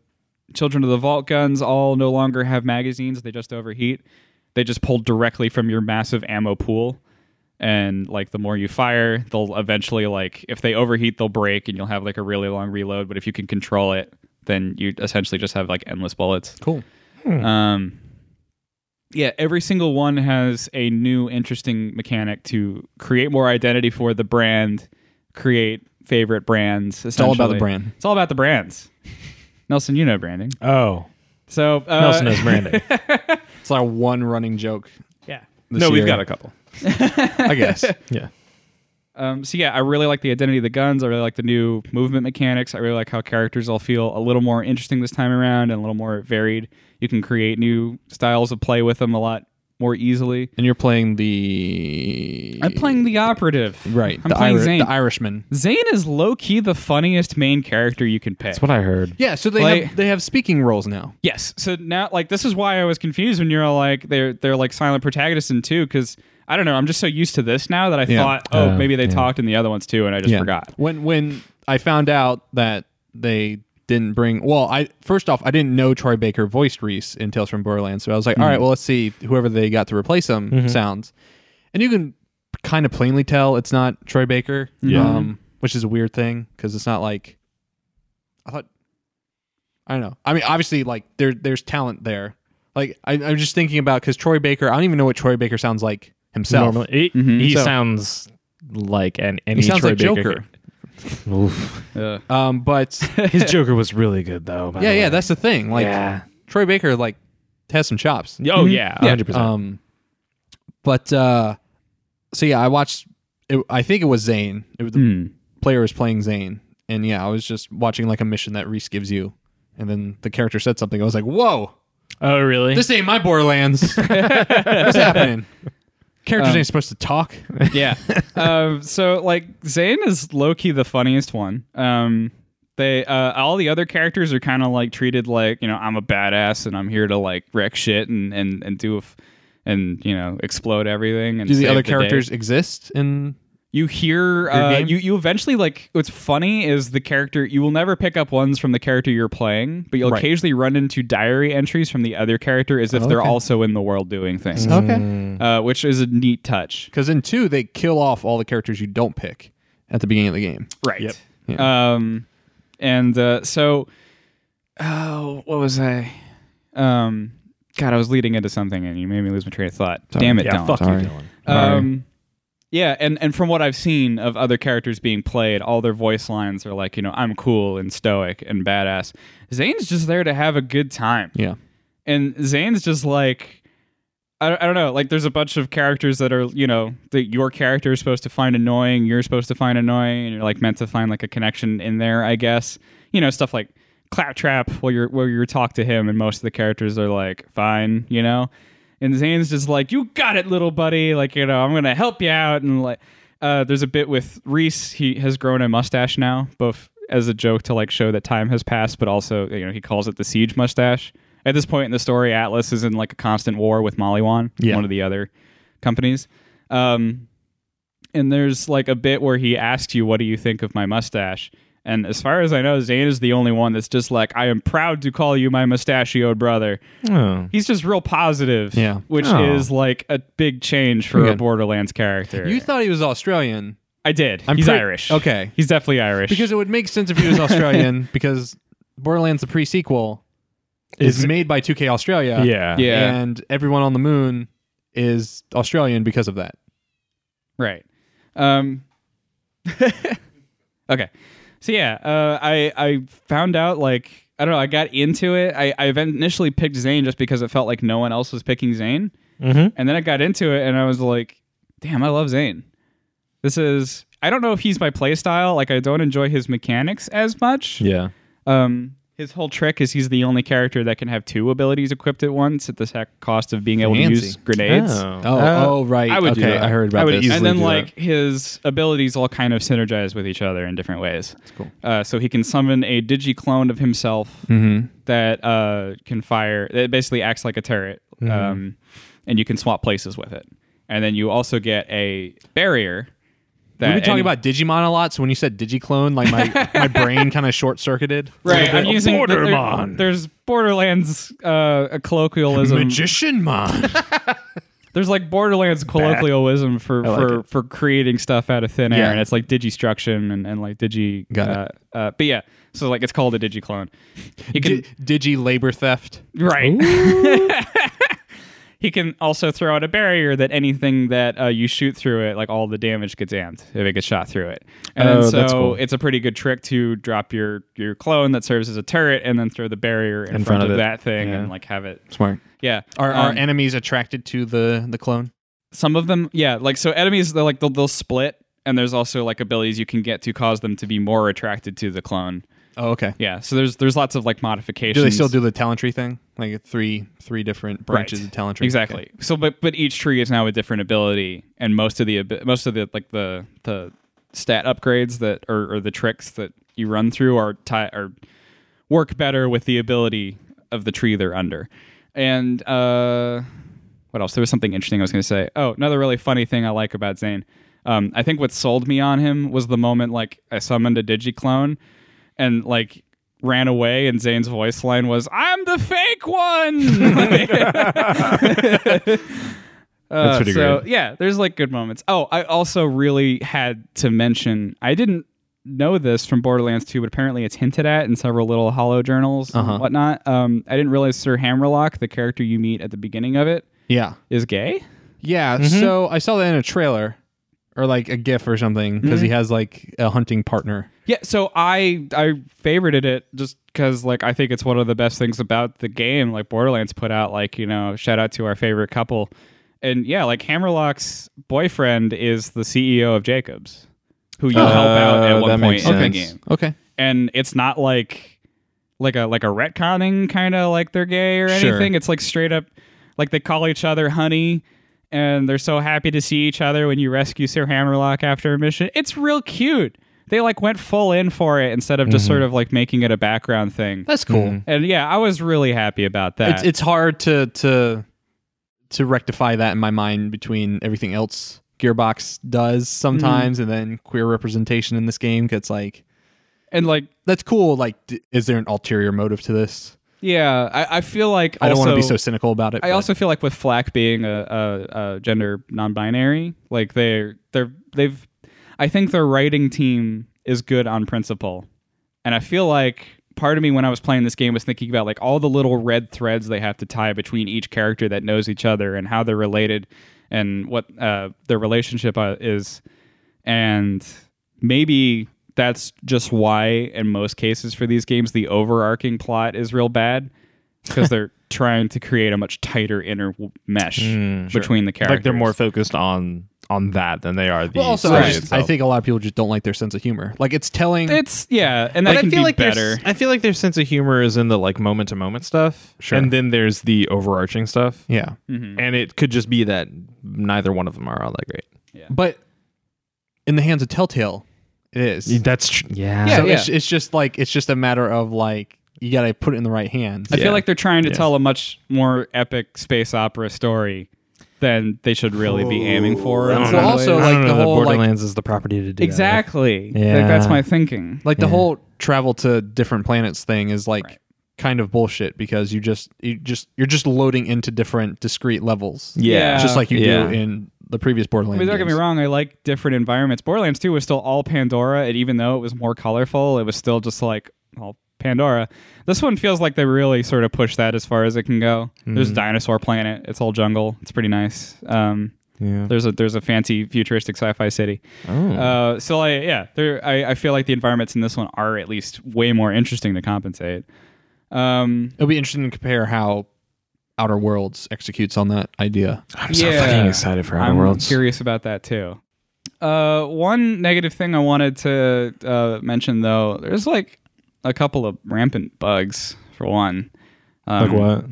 B: Children of the Vault guns all no longer have magazines; they just overheat. They just pull directly from your massive ammo pool, and like the more you fire, they'll eventually like if they overheat, they'll break, and you'll have like a really long reload. But if you can control it, then you essentially just have like endless bullets.
A: Cool. Hmm.
B: Um, yeah, every single one has a new interesting mechanic to create more identity for the brand, create favorite brands. It's
A: all about the brand.
B: It's all about the brands. Nelson, you know branding.
C: Oh,
B: So uh,
C: Nelson knows branding.
A: It's our one running joke.
B: yeah.
A: This
C: no,
A: year,
C: we've got a couple.
A: I guess.
C: Yeah.
B: Um, so yeah, I really like the identity of the guns. I really like the new movement mechanics. I really like how characters all feel a little more interesting this time around and a little more varied. You can create new styles of play with them a lot more easily.
A: And you're playing the
B: I'm playing the operative.
A: right.
B: I'm
A: the,
B: playing
A: Iri-
B: Zane.
A: the Irishman.
B: Zane is low key the funniest main character you can pick.
C: That's what I heard.
A: Yeah. So they
B: Like-
A: have, they have speaking roles now.
B: yes. So now, like, this is why I was confused when you're all like, they're they're like silent protagonists in two because I don't know. I'm just so used to this now that I
A: Yeah.
B: thought, oh,
C: Uh,
B: maybe they
C: yeah.
B: talked in the other ones too, and I just forgot.
A: When when I found out that they didn't bring well, I first off I didn't know Troy Baker voiced Reese in Tales from Borderlands, so I was like, all
C: Mm-hmm.
A: right, well let's see whoever they got to replace him sounds, and you can kind of plainly tell it's not Troy Baker,
C: Yeah. Mm-hmm.
A: um, which is a weird thing because it's not like I thought. I don't know. I mean, obviously, like there there's talent there. Like I, I'm just thinking about because Troy Baker, I don't even know what Troy Baker sounds like himself.
C: Normally, he,
B: Mhm.
C: he
A: So-
C: sounds like an
A: Mm-hmm.
C: any
A: he sounds
C: Troy
A: like
C: Baker.
A: Joker,
C: Oof.
B: Uh,
A: um, but
C: His Joker was really good though. by
A: yeah,
C: the
A: yeah,
C: way.
A: that's the thing. Like Mm-hmm.
C: yeah.
A: Troy Baker like has some chops.
C: Oh
B: Mhm.
C: yeah,
B: Yeah.
C: hundred percent.
A: Um, but uh, so yeah, I watched. It, I think it was Zane. It was the
B: hmm.
A: player was playing Zane, and yeah, I was just watching like a mission that Reese gives you, and then the character said something. I was like, "Whoa,
C: Oh really?
A: this ain't my Borderlands. What's happening? Characters ain't supposed to talk."
B: yeah. Um, so like Zane is low key the funniest one. Um, they uh, all the other characters are kind of like treated like you know I'm a badass and I'm here to like wreck shit and and and do a f- and you know explode everything. And
A: Do the
B: save
A: other
B: day.
A: characters exist? In
B: You hear uh,
A: game?
B: you you eventually like what's funny is the character you will never pick up ones from the character you're playing, but you'll
A: Right. Oh,
B: occasionally run into diary entries from the other character as if they're
A: Okay. Mm-hmm.
B: also in the world doing things,
A: okay,
B: uh, which is a neat touch.
A: because Hmm. in two they kill off all the characters you don't pick at the beginning of the game.
B: Right.
C: Yep.
B: Um, and uh, so, oh, what was I? Um, God, I was leading into something, and you made me lose my train of thought. Damn it,
C: yeah,
B: Dylan.
C: fuck
A: Sorry.
C: you, Dylan.
B: Um, yeah, and and from what I've seen of other characters being played, all their voice lines are like, you know, I'm cool and stoic and badass. Zane's just there to have a good time
A: Yeah,
B: and Zane's just like I, I don't know like there's a bunch of characters that are you know that your character is supposed to find annoying you're supposed to find annoying and you're like meant to find like a connection in there I guess you know stuff like claptrap where you're where you talk to him and most of the characters are like fine you know and Zane's just like you got it little buddy like you know I'm gonna help you out and like uh, there's a bit with Reese he has grown a mustache now both as a joke to like show that time has passed, but also you know he calls it the siege mustache. At this point in the story, Atlas is in like a constant war with Mollywan,
A: Yeah.
B: one of the other companies. Um, and there's like a bit where he asks you, "What do you think of my mustache?" And as far as I know, Zane is the only one that's just like, "I am proud to call you my mustachioed brother."
C: Oh.
B: He's just real positive,
A: Yeah.
B: which
C: Oh.
B: is like a big change for a
A: Okay.
B: Borderlands character.
A: you thought he was Australian.
B: I did.
A: I'm
B: He's
A: pretty-
B: Irish.
A: Okay.
B: he's definitely Irish
A: Because it would make sense if he was Australian, because Borderlands the pre sequel is
C: Is-
A: made by 2K Australia.
C: Yeah.
B: Yeah.
A: And everyone on the moon is Australian because of that.
B: Right. Um, okay. So yeah, uh, I I found out like I don't know. I got into it. I I initially picked Zane just because it felt like no one else was picking Zane,
C: Mm-hmm.
B: and then I got into it and I was like, damn, I love Zane. This is. I don't know if he's my playstyle. Like I don't enjoy his mechanics as much.
C: Yeah.
B: Um, His whole trick is he's the only character that can have two abilities equipped at once at the sac- cost of being able
A: Fancy.
B: to use grenades.
C: uh,
A: Oh, oh, right.
B: I would do
A: okay,
B: that.
A: I heard about
B: I would
A: this.
B: easily And then like his abilities all kind of synergize with each other in different ways.
A: cool.
B: Uh, so he can summon a digi clone of himself
A: Mm-hmm.
B: that uh, can fire. That basically acts like a turret, um, and you can swap places with it. And then you also get a barrier. That
A: We've been talking
B: any-
A: about Digimon a lot, so when you said Digiclone, like my, my brain kind of short circuited.
B: Right, I'm using there- there-
A: Bordermon.
B: there's Borderlands uh, a colloquialism.
A: Magician Mon.
B: There's like Borderlands colloquialism for
A: like
B: for, for creating stuff out of thin air,
A: Yeah.
B: and it's like digistruction and, and like digi.
A: Got
B: uh, Uh, but yeah, so like it's called a digiclone. You can
A: Di- Digi labor theft.
B: right. he can also throw out a barrier that anything that uh, you shoot through it, like all the damage gets amped if it gets shot through it. And
C: Oh,
B: then, so
C: that's cool.
B: it's a pretty good trick to drop your your clone that serves as a turret and then throw the barrier in, front,
C: front
B: of,
C: of it.
B: that thing
C: Yeah.
B: and like have it.
A: Smart.
B: Yeah,
A: Are
B: Um,
A: are enemies attracted to the the clone?
B: some of them yeah like so enemies they're like they'll, they'll split and there's also like abilities you can get to cause them to be more attracted to the clone
A: Oh, okay.
B: yeah so there's there's lots of like
A: Do
B: modifications
A: they still do the talent tree thing? Like three three different
B: Right.
A: branches of talent tree.
B: exactly
A: Okay.
B: so but but each tree is now a different ability and most of the abi- most of the like the the stat upgrades that or, or the tricks that you run through are tie are work better with the ability of the tree they're under and uh what else? There was something interesting I was going to say. Oh, another really funny thing I like about Zane. Um, I think what sold me on him was the moment like I summoned a digiclone and like ran away, and Zane's voice line was, "I'm the fake one." Uh,
C: That's pretty
B: so
C: great.
B: yeah, there's like good moments. Oh, I also really had to mention I didn't know this from Borderlands 2, but apparently it's hinted at in several little hollow journals and whatnot. Um, I didn't realize Sir Hammerlock, the character you meet at the beginning of it,
A: Yeah.
B: is gay.
A: Yeah.
B: Mm-hmm.
A: So I saw that in a trailer, or like a GIF or something, because
B: Mm-hmm.
A: he has like a hunting partner.
B: Yeah, so I I favorited it just because like I think it's one of the best things about the game. Like Borderlands put out like you know shout out to our favorite couple, and yeah, like Hammerlock's boyfriend is the CEO of Jacobs, who you
C: Oh,
B: help out at one
C: that
B: point
C: makes
B: in the
C: sense.
B: game,
A: Okay.
B: and it's not like like a like a retconning kind of like they're gay or
A: Sure.
B: anything. It's like straight up like they call each other honey. And they're so happy to see each other when you rescue Sir Hammerlock after a mission. It's real cute. They like went full in for it instead of
A: Mm-hmm.
B: just sort of like making it a background thing.
A: That's cool.
B: And yeah, I was really happy about that.
A: It's it's hard to to to rectify that in my mind between everything else Gearbox does sometimes, and
B: Mm-hmm.
A: then queer representation in this game gets like
B: and like
A: that's cool. Like, d- is there an ulterior motive to this?
B: yeah, I, I feel like
A: I don't want to be
B: also-
A: so cynical about it.
B: I
A: but-
B: also feel like with Flack being a, a, a gender non-binary, like they're they're they've, I think their writing team is good on principle, and I feel like part of me when I was playing this game was thinking about like all the little red threads they have to tie between each character that knows each other and how they're related, and what uh, their relationship uh, is, and maybe. That's just why, in most cases for these games, the overarching plot is real bad because they're trying to create a much tighter inner w- mesh between the characters.
C: Mm, like they're more focused on on that than they are the
A: Well, also,
C: story
A: I, just, I
C: itself.
A: think a lot of people just don't like their sense of humor. Like, it's telling.
B: It's yeah, and that
C: But
B: can
C: I feel
B: be
C: like their-
B: better.
C: I feel like their sense of humor is in the like moment to moment stuff,
A: Sure.
C: and then there's the overarching stuff,
A: yeah,
B: Mm-hmm.
C: and it could just be that neither one of them are all that great.
A: but in the hands of Telltale, it is.
C: That's tr- yeah.
A: so
B: yeah.
A: It's, it's just like it's just a matter of like you got to put it in the right hands.
B: I feel like they're trying to
C: Yeah.
B: tell a much more epic space opera story than they should really be aiming for. in
A: I don't
B: some
A: know.
B: ways.
A: also,
C: I don't
A: like,
C: know
A: the
C: that
A: whole, like-
C: Borderlands is the property to do that with.
B: exactly. Like,
C: Yeah.
B: that's my thinking.
A: Like the whole travel to different planets thing is like kind of bullshit because you just you just you're just loading into different discrete levels.
B: Yeah.
A: just like you
C: Yeah.
A: do in the previous Borderlands.
B: I mean, don't get me
A: games.
B: wrong. I like different environments. Borderlands 2 was still all Pandora, and even though it was more colorful, it was still just like all Pandora. This one feels like they really sort of pushed that as far as it can go. There's Dinosaur Planet. It's all jungle. It's pretty nice. Um,
C: Yeah.
B: there's a there's a fancy futuristic sci-fi city. Uh, so I yeah, there I, I feel like the environments in this one are at least way more interesting to compensate. Um,
A: It'll be interesting to compare how Outer Worlds executes on that idea.
C: I'm
B: so
C: so
B: Yeah.
C: fucking excited for Outer
B: I'm
C: Worlds.
B: curious about that too. Uh, one negative thing I wanted to uh, mention though, there's like a couple of rampant bugs for one. Um,
C: Like what?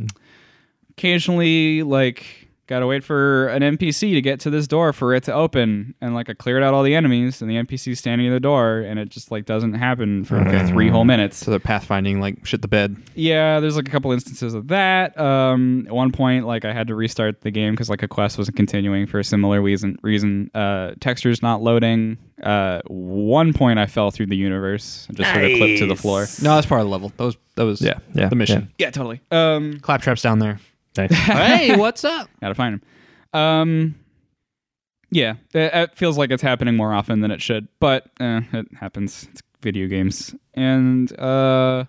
B: occasionally like gotta wait for an npc to get to this door for it to open and like i cleared out all the enemies and the npc's standing at the door and it just like doesn't happen for like, three whole minutes
A: So they're pathfinding like shit the bed.
B: yeah there's like a couple instances of that um at one point like i had to restart the game because like a quest wasn't continuing for a similar reason reason uh textures not loading uh one point i fell through the universe and just sort of clipped to the floor
A: No, that's part of the level. That was that was
C: Yeah, yeah,
A: the mission.
B: yeah totally um
A: Claptrap's down there.
C: Nice.
A: hey, what's up?
B: gotta find him. Um, yeah, it, it feels like it's happening more often than it should, but eh, it happens. It's video games, and uh,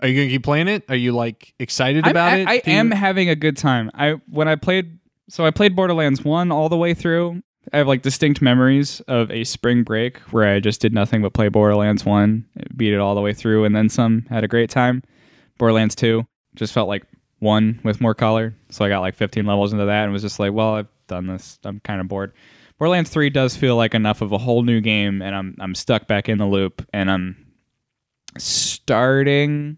A: Are you gonna keep playing it? Are you like excited
B: I'm-
A: about
B: I,
A: it?
B: I
A: Do you-
B: am having a good time. I when I played, so I played Borderlands one all the way through. I have like distinct memories of a spring break where I just did nothing but play Borderlands one, beat it all the way through, and then some. Had a great time. Borderlands two just felt like one with more color, so I got like 15 levels into that and was just like, well, I've done this. I'm kind of bored. Borderlands three does feel like enough of a whole new game, and I'm I'm stuck back in the loop, and I'm starting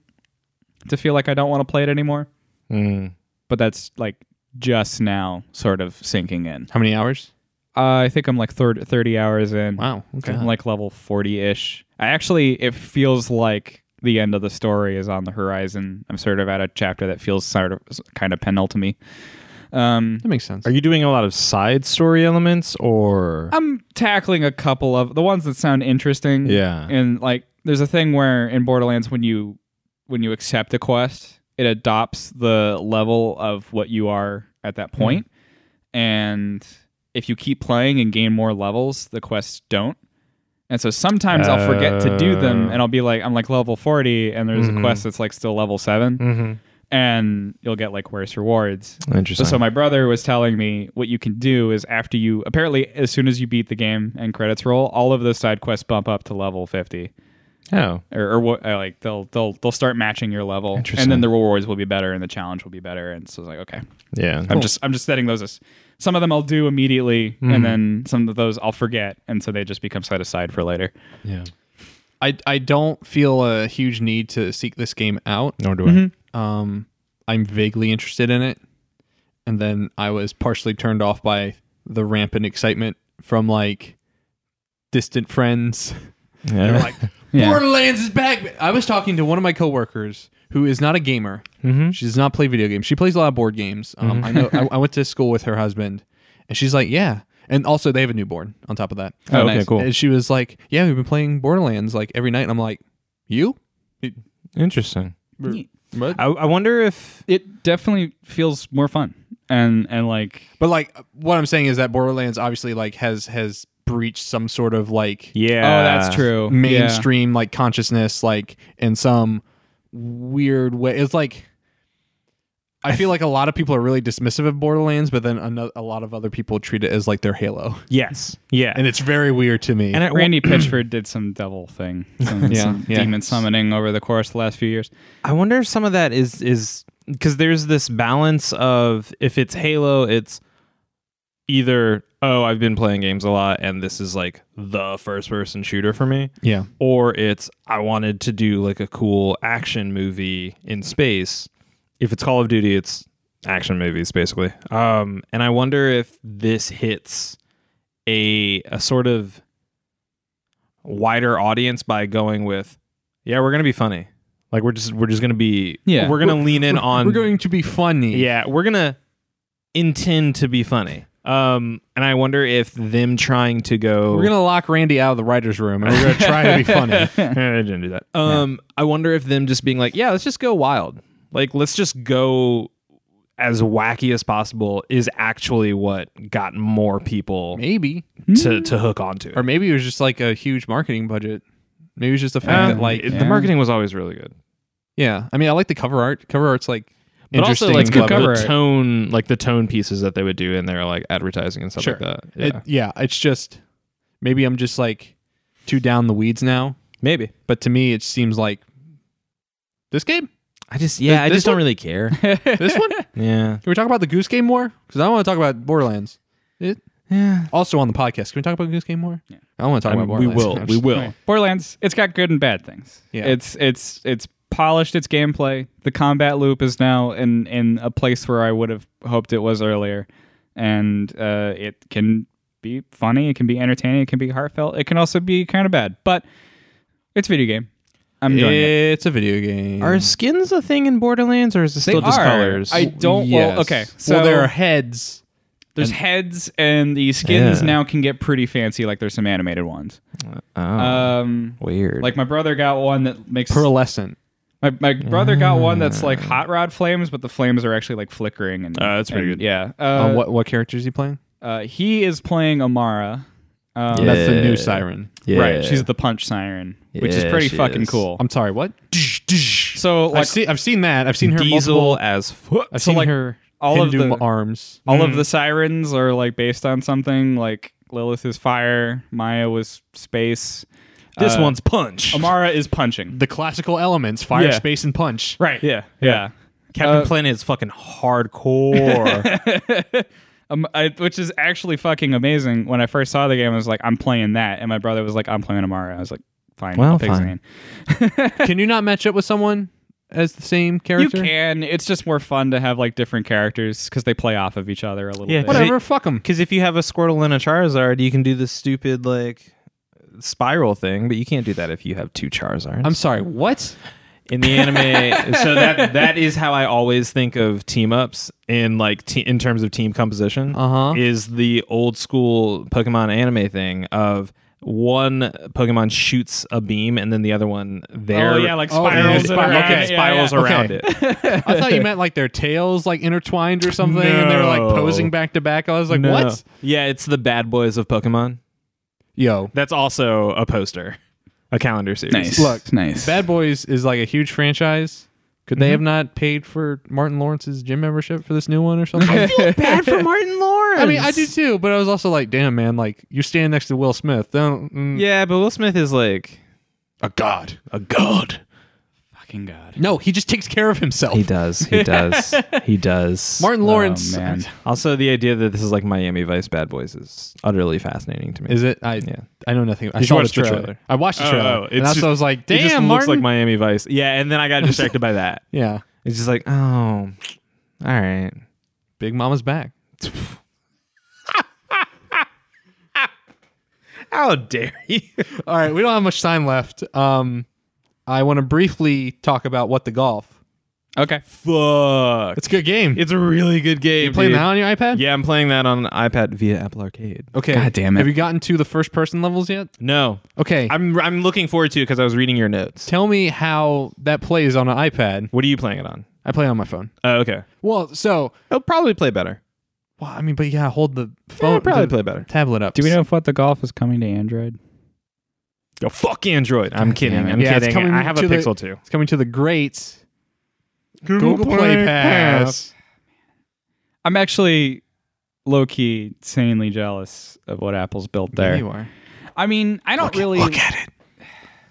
B: to feel like I don't want to play it anymore
C: Mm.
B: but that's like just now sort of sinking in.
A: How many hours?
B: Uh, I think I'm like third, 30 hours in.
A: Wow. Okay.
B: I'm like level 40 ish. I actually, it feels like the end of the story is on the horizon. I'm sort of at a chapter that feels sort of kind of penultimate. Um,
A: that makes sense.
C: Are you doing a lot of side story elements or?
B: I'm tackling a couple of the ones that sound interesting.
C: Yeah.
B: And like there's a thing where in Borderlands when you when you accept a quest, it adopts the level of what you are at
C: Hmm.
B: that point. And if you keep playing and gain more levels, the quests don't. And so sometimes I'll forget to do them
C: Oh.
B: and I'll be like I'm like level 40 and there's a
C: Mhm.
B: quest that's like still level 7
C: Mm-hmm.
B: and you'll get like worse rewards. So,
C: Interesting.
B: so my brother was telling me what you can do is after you apparently as soon as you beat the game and credits roll, all of those side quests bump up to level fifty,
C: oh,
B: or, or what? uh, Like they'll they'll they'll start matching your level, and then
C: Interesting.
B: the rewards will be better and the challenge will be better. And so I was like, okay,
C: yeah.
B: I'm just I'm just setting those as some of them I'll do immediately, and then some of those I'll forget, and so they just become set aside for later.
C: yeah.
A: I I don't feel a huge need to seek this game out.
C: Nor do
B: Mm-hmm.
A: Um, I'm vaguely interested in it, and then I was partially turned off by the rampant excitement from like distant friends.
C: I. Yeah.
A: They're like,
B: Yeah.
A: Borderlands is back. I was talking to one of my coworkers who is not a gamer.
C: Mhm.
A: She does not play video games. She plays a lot of board games.
C: Mm-hmm.
A: Um, I know. I, I went to school with her husband, and she's like, "Yeah." And also, they have a newborn. On top of that,
C: Oh, okay,
B: nice.
C: cool.
A: and she was like, "Yeah, we've been playing Borderlands like every night." And I'm like, "You?
C: Interesting.
A: What?"
C: I, I wonder if
B: It definitely feels more fun, and and like
A: But like, what I'm saying is that Borderlands obviously like has has breached some sort of like
C: yeah.
B: oh that's true Yeah.
A: mainstream like consciousness like in some weird way. It's like I feel like a lot of people are really dismissive of Borderlands, but then ano- a lot of other people treat it as like their Halo,
C: Yes. Yeah.
A: and it's very weird to me.
C: And I,
B: Randy Pitchford did some devil thing, some,
A: Yeah,
B: some
A: yeah.
B: demon summoning over the course of the last few years.
C: I wonder if some of that is is because there's this balance of if it's Halo, it's either oh I've been playing games a lot and this is like the first person shooter for me,
A: yeah,
C: or it's I wanted to do like a cool action movie in space. If it's Call of Duty, it's action movies basically. Um, and I wonder if this hits a a sort of wider audience by going with, yeah, we're gonna be funny. Like we're just we're just gonna be
B: Yeah.
C: we're gonna lean in on
A: we're going to be funny.
C: yeah, we're gonna intend to be funny. Um, and I wonder if them trying to go
A: We're gonna lock Randy out of the writers' room, and we're gonna try to be funny.
C: Eh, I didn't do that. Um, I wonder if them just being like, yeah, let's just go wild. Like, let's just go as wacky as possible is actually what got more people
A: Maybe,
C: to, to hook onto.
A: Hmm.
C: Uh,
A: or maybe it was just like a huge marketing budget. Maybe Um, it was just the fact
C: Uh,
A: that like
C: the marketing was always really good,
A: Yeah, I mean, I like the cover art. Cover art's like
C: but also
A: interesting.
C: like
A: and
C: the,
A: clever.
B: cover
C: the
B: art.
C: tone, like the tone pieces that they would do in their like advertising and stuff
A: Sure.
C: like that. Yeah,
A: It- yeah, it's just maybe I'm just like too down the weeds now,
C: maybe.
A: but to me, it seems like this game,
C: I just yeah, I
A: this
C: just don't
A: one?
C: really care.
A: this one. Can
C: yeah,
A: we talk about the Goose Game more? Because I want to talk about Borderlands. It,
B: Yeah.
A: Also on the podcast, can we talk about Goose Game more? Yeah. I don't want to talk
C: I mean,
A: about
C: we
A: Borderlands.
C: will.
A: I'm
C: We
A: just-
C: will.
B: Borderlands, it's got good and bad things.
A: Yeah.
B: It's it's it's polished its gameplay. The combat loop is now in in a place where I would have hoped it was earlier. And uh, it can be funny, it can be entertaining, it can be heartfelt, it can also be kind of bad. But it's a video game. I'm enjoying it.
A: It's a video game.
C: Are skins a thing in Borderlands, or is it still just
B: are.
C: colors?
B: I don't well
A: Yes.
B: okay. So
A: well, there are heads.
B: there's heads and the skins
C: Yeah.
B: now can get pretty fancy, like there's some animated ones.
C: oh,
B: Um
C: weird.
B: like my brother got one that makes
A: Pearlescent.
B: My, my brother got one that's like hot rod flames, but the flames are actually like flickering and
C: Uh, that's pretty
B: and-
C: good.
B: Yeah. Uh,
A: Uh, what what character is he playing?
B: uh, he is playing Amara. Um,
A: That's the
C: Yeah.
A: new siren.
C: yeah.
B: Right. She's the punch siren, which is
C: Yeah,
B: pretty
C: she
B: fucking
C: is.
B: cool.
A: I'm sorry. What?
B: So like
A: I've seen I've seen that. I've seen her
C: diesel
A: multiple.
C: as fuck.
A: I've
B: so,
A: seen
B: like,
A: her
B: all of
A: Hindu
B: the-
A: arms.
B: all of the sirens are like based on something. Like Lilith is fire, Maya was space.
C: This
B: Uh,
C: one's punch.
B: Amara is punching.
A: The classical elements: fire,
B: Yeah.
A: space, and punch.
B: Right. Yeah. Yeah.
C: Captain
B: uh,
C: Planet is fucking hardcore.
B: Um, I, which is actually fucking amazing. When I first saw the game, I was like, I'm playing that. And my brother was like, I'm playing Amara. I was like, fine.
C: Well,
B: I'll pick
C: fine.
B: Zane.
A: Can you not match up with someone as the same
B: You
A: character?
B: can. It's just more fun to have like different characters because they play off of each other a little
C: Yeah,
B: bit.
C: What
A: Whatever. Fuck them.
C: Because if you have a Squirtle and a Charizard, you can do this stupid like spiral thing, but you can't do that if you have two Charizards.
A: I'm sorry. What?
C: in the anime so that that is how i always think of team ups in like te- in terms of team composition
A: Uh-huh.
C: is the old school pokemon anime thing of one pokemon shoots a beam and then the other one there
B: Oh, yeah, like
A: Oh, yeah,
B: spirals.
A: yeah,
B: around.
A: okay,
B: Yeah, yeah,
C: spirals
B: yeah.
C: around
A: Okay.
C: it
A: I thought you meant like their tails like intertwined or something, and they were like
C: No.
A: posing back to back. I was like, what?
C: yeah it's the bad boys of pokemon
A: Yo,
C: that's also a poster a calendar series
B: Nice.
A: Look,
B: nice.
A: Bad Boys is like a huge franchise. Could they have not paid for Martin Lawrence's gym membership for this new one or something?
C: bad for martin lawrence
A: I mean, I do too, but I was also like, damn, man, like you stand next to Will Smith. Don't, mm,
C: yeah but will smith is like
A: A god.
C: a god
B: fucking god.
A: No, he just takes care of himself.
C: he does he does he does
A: Martin Lawrence.
B: Oh, man.
C: Also, the idea that this is like Miami Vice Bad Boys is utterly fascinating to me.
A: Is it? I
C: Yeah.
A: I know nothing. I
C: You should
A: saw
C: watch
A: the
C: the
A: trailer.
C: trailer.
A: I watched the
C: Oh,
A: trailer.
C: oh, it's
A: and that's
C: just-
A: what I was like,
C: it just
A: damn,
C: looks
A: Martin.
C: like Miami Vice. Yeah, and then I got distracted by that.
A: yeah,
C: It's just like, oh, all right.
A: Big Mama's back.
C: How dare you?
A: All right, we don't have much time left. Um, I want to briefly talk about what the golf.
B: Okay.
C: Fuck.
A: It's a good game.
C: It's a really good game.
A: you playing
C: dude.
A: that on your iPad?
C: Yeah, I'm playing that on iPad via Apple Arcade.
A: Okay.
B: God damn it.
A: Have you gotten to the first person levels yet?
C: No,
A: Okay.
C: I'm I'm looking forward to it because I was reading your notes.
A: Tell me how that plays on an iPad.
C: What are you playing it on?
A: I play it on my phone.
C: Oh, okay.
A: Well, so
C: It'll probably play better.
A: well, I mean, but yeah, hold the
C: Yeah,
A: phone,
C: it'll probably
A: the
C: play better.
A: tablet up.
B: Do we know if what the golf is coming to Android?
C: Yo, fuck Android. I'm kidding.
B: it.
C: I'm
A: Yeah, it's
C: kidding.
A: coming
C: I have a
A: to the-
C: Pixel too.
A: It's coming to the great Google, Play, Pass.
B: I'm actually low key sanely jealous of what Apple's built there.
A: you are.
B: I mean, I don't really look at it.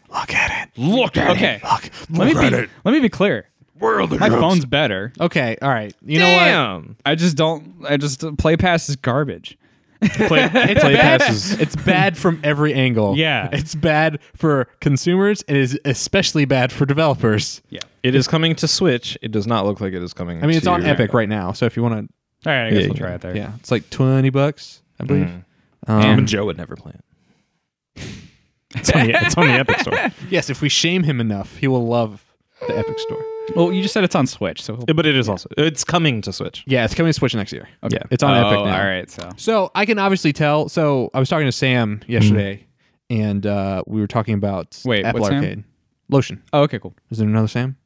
B: Look at it. Look at okay. it. Okay. Let me be let me be clear. My phone's better.
A: Okay, all right. You know what?
C: Damn.
B: I just don't. I just play pass is garbage.
C: Play, play
A: bad.
C: Pass is
A: It's bad from every angle.
B: Yeah.
A: It's bad for consumers. It is especially bad for developers.
B: Yeah.
C: It is coming to Switch. It does not look like it is coming.
A: I mean, it's on Epic right now, so if you want
B: All right. I guess
C: Yeah,
B: we'll
C: yeah.
B: try it there.
A: to, yeah, it's like 20 bucks, I believe. Um,
C: Joe would never play it. it's, on the, it's on the Epic Store.
A: Yes, if we shame him enough, he will love the Epic Store.
B: Well, you just said it's on Switch, so
C: But it is also. It's coming to Switch.
A: Yeah, it's coming to Switch next year.
C: Okay.
A: It's on Epic
B: Oh,
A: now.
B: All right. So
A: So I can obviously tell. So I was talking to Sam yesterday, and uh, we were talking about
B: Wait,
A: Apple
B: what Sam?
A: Arcade. Lotion.
B: oh, okay, cool.
A: Is there another Sam?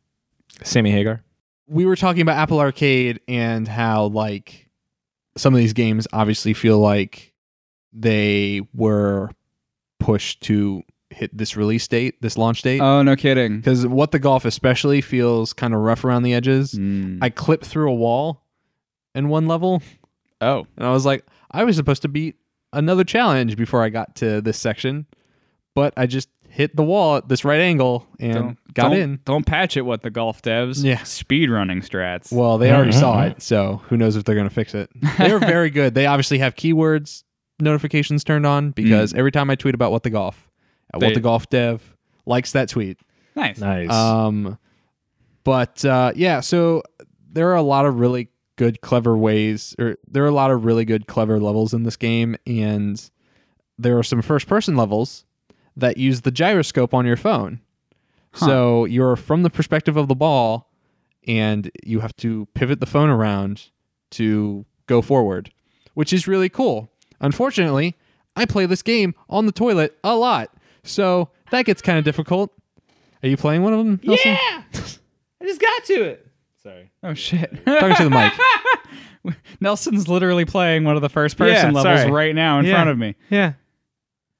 C: Sammy Hagar.
A: We were talking about Apple Arcade and how like some of these games obviously feel like they were pushed to hit this release date, this launch date.
B: Oh no, kidding.
A: because what the golf especially feels kind of rough around the edges.
B: Mm. Hmm.
A: I clipped through a wall in one level,
B: oh,
A: and I was like, I was supposed to beat another challenge before I got to this section, but I just hit the wall at this right angle and
B: don't,
A: got
B: don't-
A: in.
B: Don't patch it. What the golf devs?
A: Yeah.
B: Speed running strats.
A: Well, they already saw it, so who knows if they're going to fix it. They're very good. They obviously have keywords notifications turned on because every time I tweet about what the golf, uh,
B: Mm. They-
A: what the golf dev likes that tweet.
B: Nice.
C: Nice.
A: Um, but uh, yeah, so there are a lot of really good, clever ways, or there are a lot of really good, clever levels in this game, and there are some first-person levels that use the gyroscope on your phone. So you're from the perspective of the ball, and you have to pivot the phone around to go forward, which is really cool. Unfortunately, I play this game on the toilet a lot, so that gets kind of difficult. Are you playing one of them? Nelson?
B: I just got to it. Sorry. Oh shit.
A: Talking to the mic.
B: Nelson's literally playing one of the first person
C: Yeah,
B: levels
C: sorry.
B: right now in
C: Yeah.
B: front of me.
C: yeah.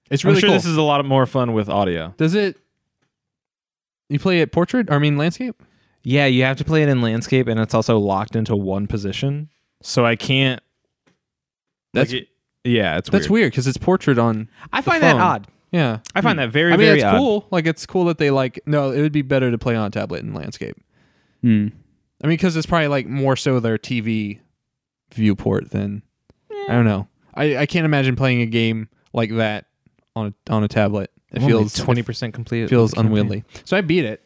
A: It's really
C: I'm sure
A: cool.
C: this is a lot more fun with audio.
A: Does it? You play it portrait? Or I mean landscape.
C: Yeah, you have to play it in landscape, and it's also locked into one position. So I can't.
A: That's
C: like, it- yeah, it's
A: that's
C: weird.
A: weird because it's portrait on.
C: I
A: the
C: find that
A: phone.
C: odd.
A: Yeah,
C: I find that very,
A: I mean
C: very
A: it's
C: odd.
A: cool. Like it's cool that they like. No, it would be better to play on a tablet in landscape.
B: Hmm.
A: I mean, because it's probably like more so their TV viewport than I don't know. I, I can't imagine playing a game like that on a, on a tablet. It feels
C: twenty percent complete.
A: it feels unwieldy. So I beat it.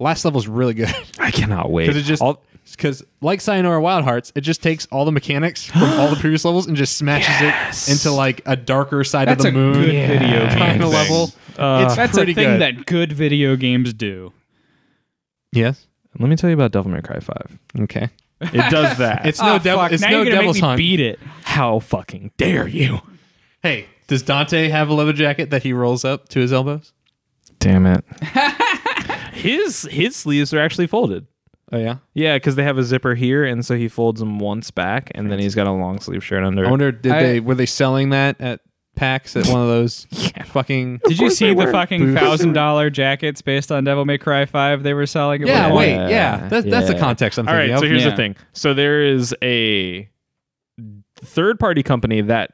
A: Last level's really good.
C: I cannot wait.
A: Because it just
C: All-
A: because like Sayonara Wild Hearts, it just takes all the mechanics from all the previous levels and just smashes
C: Yes.
A: it into like a darker side
B: That's
A: of
B: a
A: the moon
B: good video game.
A: kind
B: thing.
A: of level.
C: uh,
A: it's
B: That's a
A: pretty
B: thing
A: good.
B: that good video games do.
A: yes.
C: let me tell you about Devil May Cry Five.
A: Okay.
C: It does that.
A: It's no devil.
B: Ah, fuck.
A: It's
B: now
A: no
B: you're gonna
A: devil's
B: make me
A: hunt.
B: beat it.
C: how fucking dare you?
A: Hey, does Dante have a leather jacket that he rolls up to his elbows?
C: Damn it. his his sleeves are actually folded.
A: Oh yeah.
C: Yeah, because they have a zipper here, and so he folds them once back, and then he's got a long sleeve shirt under.
A: I wonder did
B: I-
A: they were they selling that at PAX at one of those fucking
B: Did you
C: course
B: see
C: they
B: the
C: were.
B: fucking
A: Booth.
B: thousand dollar jackets based on Devil May Cry Five they were selling? at
A: yeah,
B: one point?
A: wait, yeah. That, That's the
C: yeah.
A: context I'm
C: All
A: thinking
C: right, so
A: of.
C: here's
B: Yeah.
C: the thing. So there is a third party company that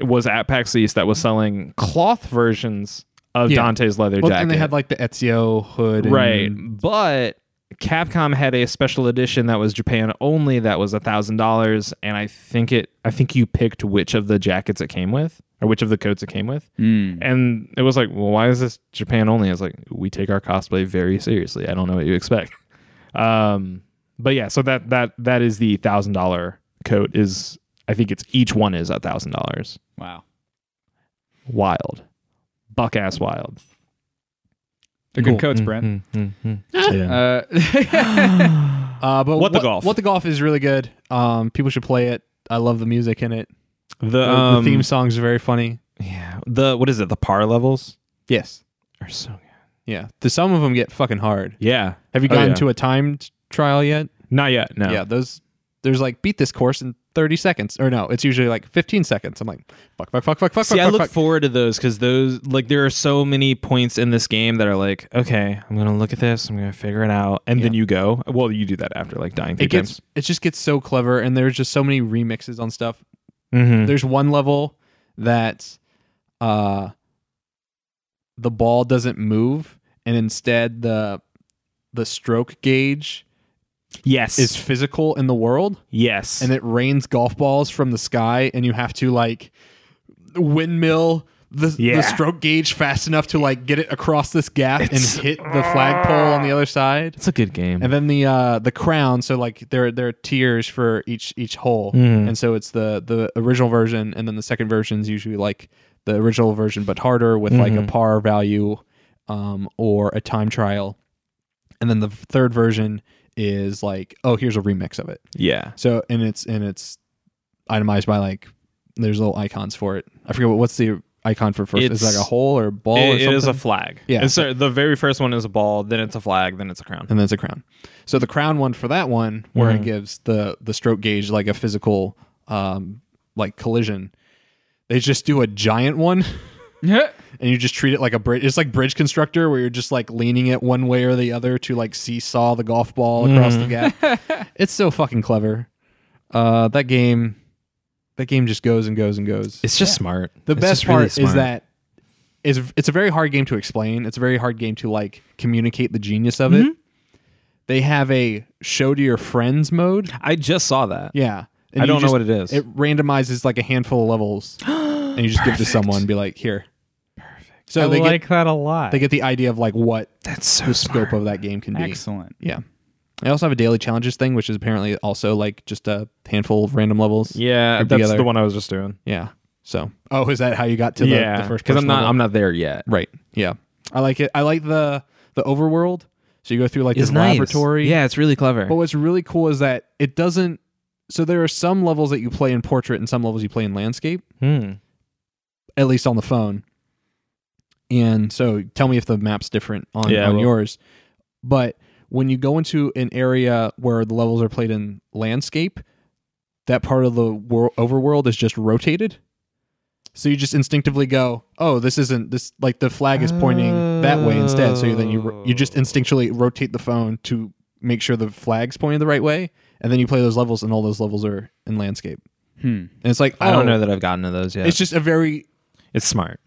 C: was at PAX East that was selling cloth versions of
A: Yeah.
C: Dante's leather
A: Well,
C: jacket.
A: and they had like the Ezio hood. and-
C: right, but Capcom had a special edition that was Japan only. That was a thousand dollars, and I think it. I think you picked which of the jackets it came with, or which of the coats it came with.
A: Hmm.
B: Mm.
C: And it was like, well, why is this Japan only? I was like, we take our cosplay very seriously. I don't know what you expect. Um, but yeah, so that that that is the thousand dollar coat. Is I think it's each one is a thousand dollars.
B: Wow.
C: Wild, buck ass wild.
B: They're good
A: Mm-hmm.
B: coats, Brent. Uh,
A: Uh, but
C: What the Golf.
A: What the golf is really good. Um, people should play it. I love the music in it.
C: The,
A: The,
C: um,
A: the theme songs are very funny.
C: yeah. The what is it? The par levels
A: Yes.
C: are so good.
A: Yeah. The, some of them get fucking hard.
C: Yeah.
A: Have you
C: Oh,
A: gotten
C: yeah.
A: to a timed trial yet?
C: Not yet. No.
A: Yeah. Those there's like beat this course in 30 seconds or no, it's usually like 15 seconds. I'm like fuck fuck fuck fuck fuck.
C: See,
A: fuck,
C: I
A: fuck,
C: look
A: fuck.
C: forward to those because those like there are so many points in this game that are like, okay, I'm gonna look at this, I'm gonna figure it out, and then you go. Well, you do that after like dying three
A: it gets
C: times.
A: it just gets so clever and there's just so many remixes on stuff.
C: Mm-hmm.
A: There's one level that uh the ball doesn't move and instead the the stroke gauge
C: Yes,
A: is physical in the world
C: yes,
A: and it rains golf balls from the sky and you have to like windmill the,
C: Yeah.
A: the stroke gauge fast enough to like get it across this gap
C: It's-
A: and hit the flagpole on the other side
C: it's a good game.
A: and then the uh the crown so like there there are tiers for each each hole
C: Mhm.
A: and so it's the the original version and then the second version is usually like the original version but harder with
C: Mm-hmm.
A: like a par value um or a time trial and then the third version is like oh here's a remix of it
C: yeah,
A: so and it's and it's itemized by like there's little icons for it. I forget what, what's the icon for first. Is it
C: It's-
A: like a hole or a ball or
C: It-
A: something?
C: it is a flag.
A: Yeah.
C: and so the very first one is a ball, then it's a flag, then it's a crown.
A: and then it's a crown. So the crown one for that one, where it gives the the stroke gauge like a physical um like collision, they just do a giant one.
B: yeah.
A: And you just treat it like a bridge. It's like bridge constructor, where you're just like leaning it one way or the other to like seesaw the golf ball across the gap. it's so fucking clever. Uh, that game, that game just goes and goes and goes.
C: It's just smart.
A: The
C: It's
A: best
C: just really
A: part is
C: smart.
A: that it's, it's a very hard game to explain. It's a very hard game to like communicate the genius of
C: Mm-hmm.
A: it. They have a show to your friends mode.
C: I just saw that.
A: Yeah. And
C: I
A: you
C: don't know what it is.
A: It randomizes like a handful of levels. and you just give it to someone and be like, here. Perfect. So
B: I
A: they
B: like
A: get
B: that a lot.
A: they get the idea of like what
C: That's so
A: the scope of that game can be.
B: Excellent.
A: Yeah. I also have a daily challenges thing, which is apparently also like just a handful of random levels.
C: Yeah,
A: Grouped
C: that's
A: together.
C: the one I was just doing.
A: Yeah. So, oh, is that how you got to the, the first?
C: because I'm
A: person
C: not
A: level?
C: I'm not there yet.
A: Right. Yeah. I like it. I like the the overworld. So you go through like this laboratory.
C: Yeah, it's really clever.
A: But what's really cool is that it doesn't. So there are some levels that you play in portrait and some levels you play in landscape,
C: Hmm.
A: at least on the phone. And so tell me if the map's different on,
C: Yeah, I
A: on
C: will.
A: yours. But when you go into an area where the levels are played in landscape, that part of the wor- overworld is just rotated. So you just instinctively go, "Oh, this isn't this like the flag is pointing that way instead." So then you ro- you just
C: Oh.
A: instinctually rotate the phone to make sure the flag's pointing the right way, and then you play those levels, and all those levels are in landscape.
B: Hmm.
A: And it's like,
C: I
A: oh,
C: don't know that I've gotten to those yet.
A: It's just a very
C: it's smart.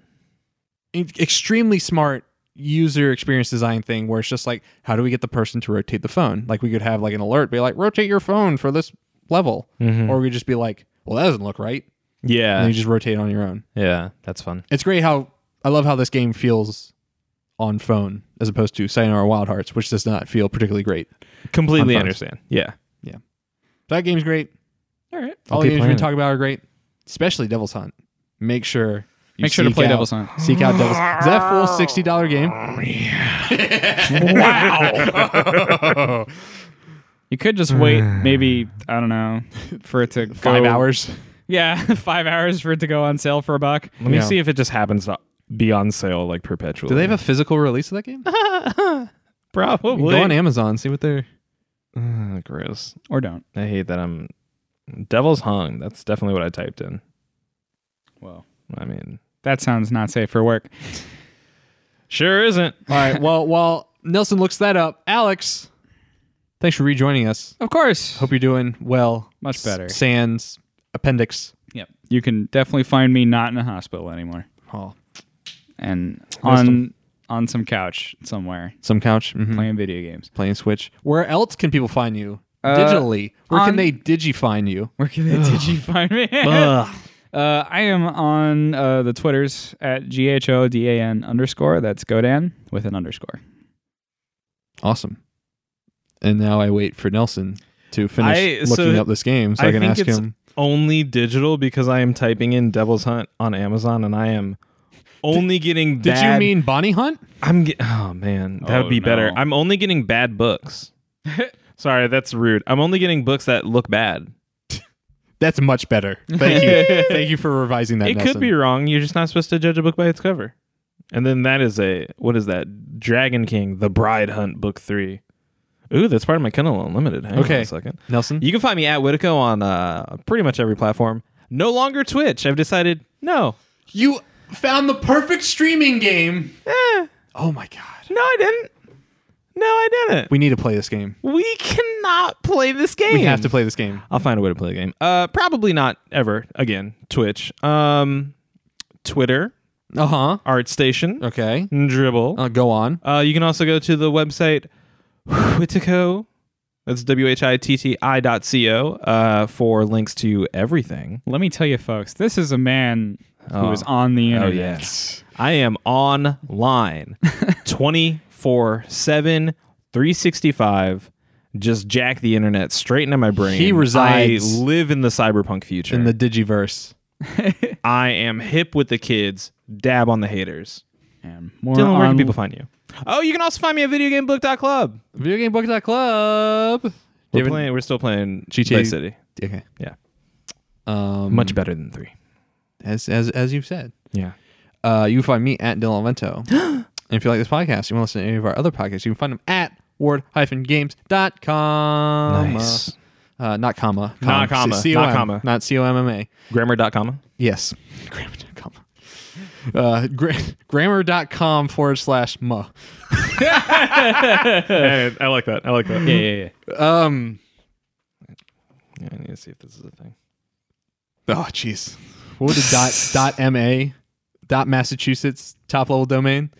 A: e- extremely smart user experience design thing where it's just like, how do we get the person to rotate the phone? Like we could have like an alert, be like, rotate your phone for this level, or we could just be like, well, that doesn't look right, and
C: Yeah,
A: you just rotate on your own.
C: yeah, that's fun.
A: It's great how I love how this game feels on phone as opposed to Sayonara Wild Hearts, which does not feel particularly great.
C: Completely
A: Fun phones.
C: understand. Yeah.
A: So that game's great.
B: All right.
A: All
C: I'll
A: the games
C: keep
A: we've
C: playing
A: been
C: it.
A: talking about are great, especially Devil's Hunt. Make sure. You
B: Make sure to
A: seek
B: play
A: out-
B: Devil's Hunt.
A: Seek out Devil's. Is that a full sixty dollar game? wow!
B: You could just wait, maybe I don't know, for it to
A: Five
B: go-
A: hours.
B: Yeah, five hours for it to go on sale for a buck.
C: Let me
A: Yeah.
C: see if it just happens to be on sale like perpetually.
A: Do they have a physical release of that game?
C: probably?
A: Go on Amazon, see what they're.
C: Ugh, gross.
B: Or don't.
C: I hate that I'm Devil's Hung. That's definitely what I typed in.
B: Well,
C: I mean,
B: that sounds not safe for work.
C: sure isn't.
A: All right. Well, while Nelson looks that up, Alex, thanks for rejoining us.
B: Of course.
A: Hope you're doing well.
B: Much better.
A: S- sans appendix.
B: Yep. You can definitely find me not in a hospital anymore
A: Oh,
B: and
A: Missed
B: on on some couch somewhere
A: some couch. Mhm.
B: playing video games.
A: playing Switch. Where else can people find you
B: Uh,
A: digitally? Where
B: on-
A: can they digi find you?
B: Where can they did you find me? Uh, I am on uh, the Twitters at G H O D A N underscore. That's Godan with an underscore.
A: Awesome. And now I wait for Nelson to finish
C: I- so
A: looking up this game so I,
C: I
A: can
C: think
A: ask
C: it's-
A: him.
C: Only digital because I am typing in Devil's Hunt on Amazon and I am only getting
A: Did
C: bad-
A: you mean Bonnie Hunt?
C: I'm get, oh man, that
B: Oh,
C: would be better.
B: no.
C: I'm only getting bad books. Sorry, that's rude. I'm only getting books that look bad.
A: That's much better. Thank you. Thank you for revising that.
C: it could be wrong. You're just not supposed to judge a book by its cover. And then that is a what is that? Dragon King, The Bride Hunt, Book Three. Ooh, that's part of my Kindle Unlimited. Hang on
A: Okay.
C: a second.
A: Nelson.
C: You can find me at Whitico on uh, pretty much every platform. No longer Twitch. I've decided no.
A: You found the perfect streaming game. Oh my god.
C: No, I didn't. No, I didn't.
A: We need to play this game.
C: We cannot play this game.
A: We have to play this game.
C: I'll find a way to play the game. Uh, probably not ever again. Twitch, um, Twitter,
A: Uh huh.
C: ArtStation,
A: Okay.
C: Dribble.
A: Uh, go on.
C: Uh, you can also go to the website Whitico. That's w h i t t i dot c o uh, for links to everything.
B: Let me tell you, folks, this is a man who
C: Oh.
B: is on the internet.
C: I am online, twenty four seven, three sixty five. Just jack the internet straight into my brain.
A: He resides-
C: I live in the cyberpunk future.
A: In the digiverse.
C: I am hip with the kids. Dab on the haters.
B: And more
C: Dylan, where
B: on-
C: can people find you? Oh, you can also find me at videogamebook.club.
A: Videogamebook.club.
C: We're
A: David-
C: playing. We're still playing
A: GTA.
C: Vice City.
A: Okay.
C: Yeah,
A: Um,
C: much better than three.
A: as as as you've said.
C: Yeah.
A: Uh, you can find me at Dylan Vento. and if you like this podcast, you want to listen to any of our other podcasts, you can find them at ward-games.com.
C: Nice.
A: Uh, uh, not comma.
C: Not
A: Com.
C: comma.
A: C-
C: Not
A: C-O-M,
C: comma.
A: Not C-O-M-M-A.
C: Grammar.com.
A: Yes. Grammar. dot comma. Uh, gra- grammar.com forward slash ma.
C: I, I like that. I like that.
B: Yeah, yeah, yeah.
A: Um,
C: Yeah, I need to see if this is a thing.
A: oh, jeez. What would a dot, dot M-A, dot Massachusetts top level domain?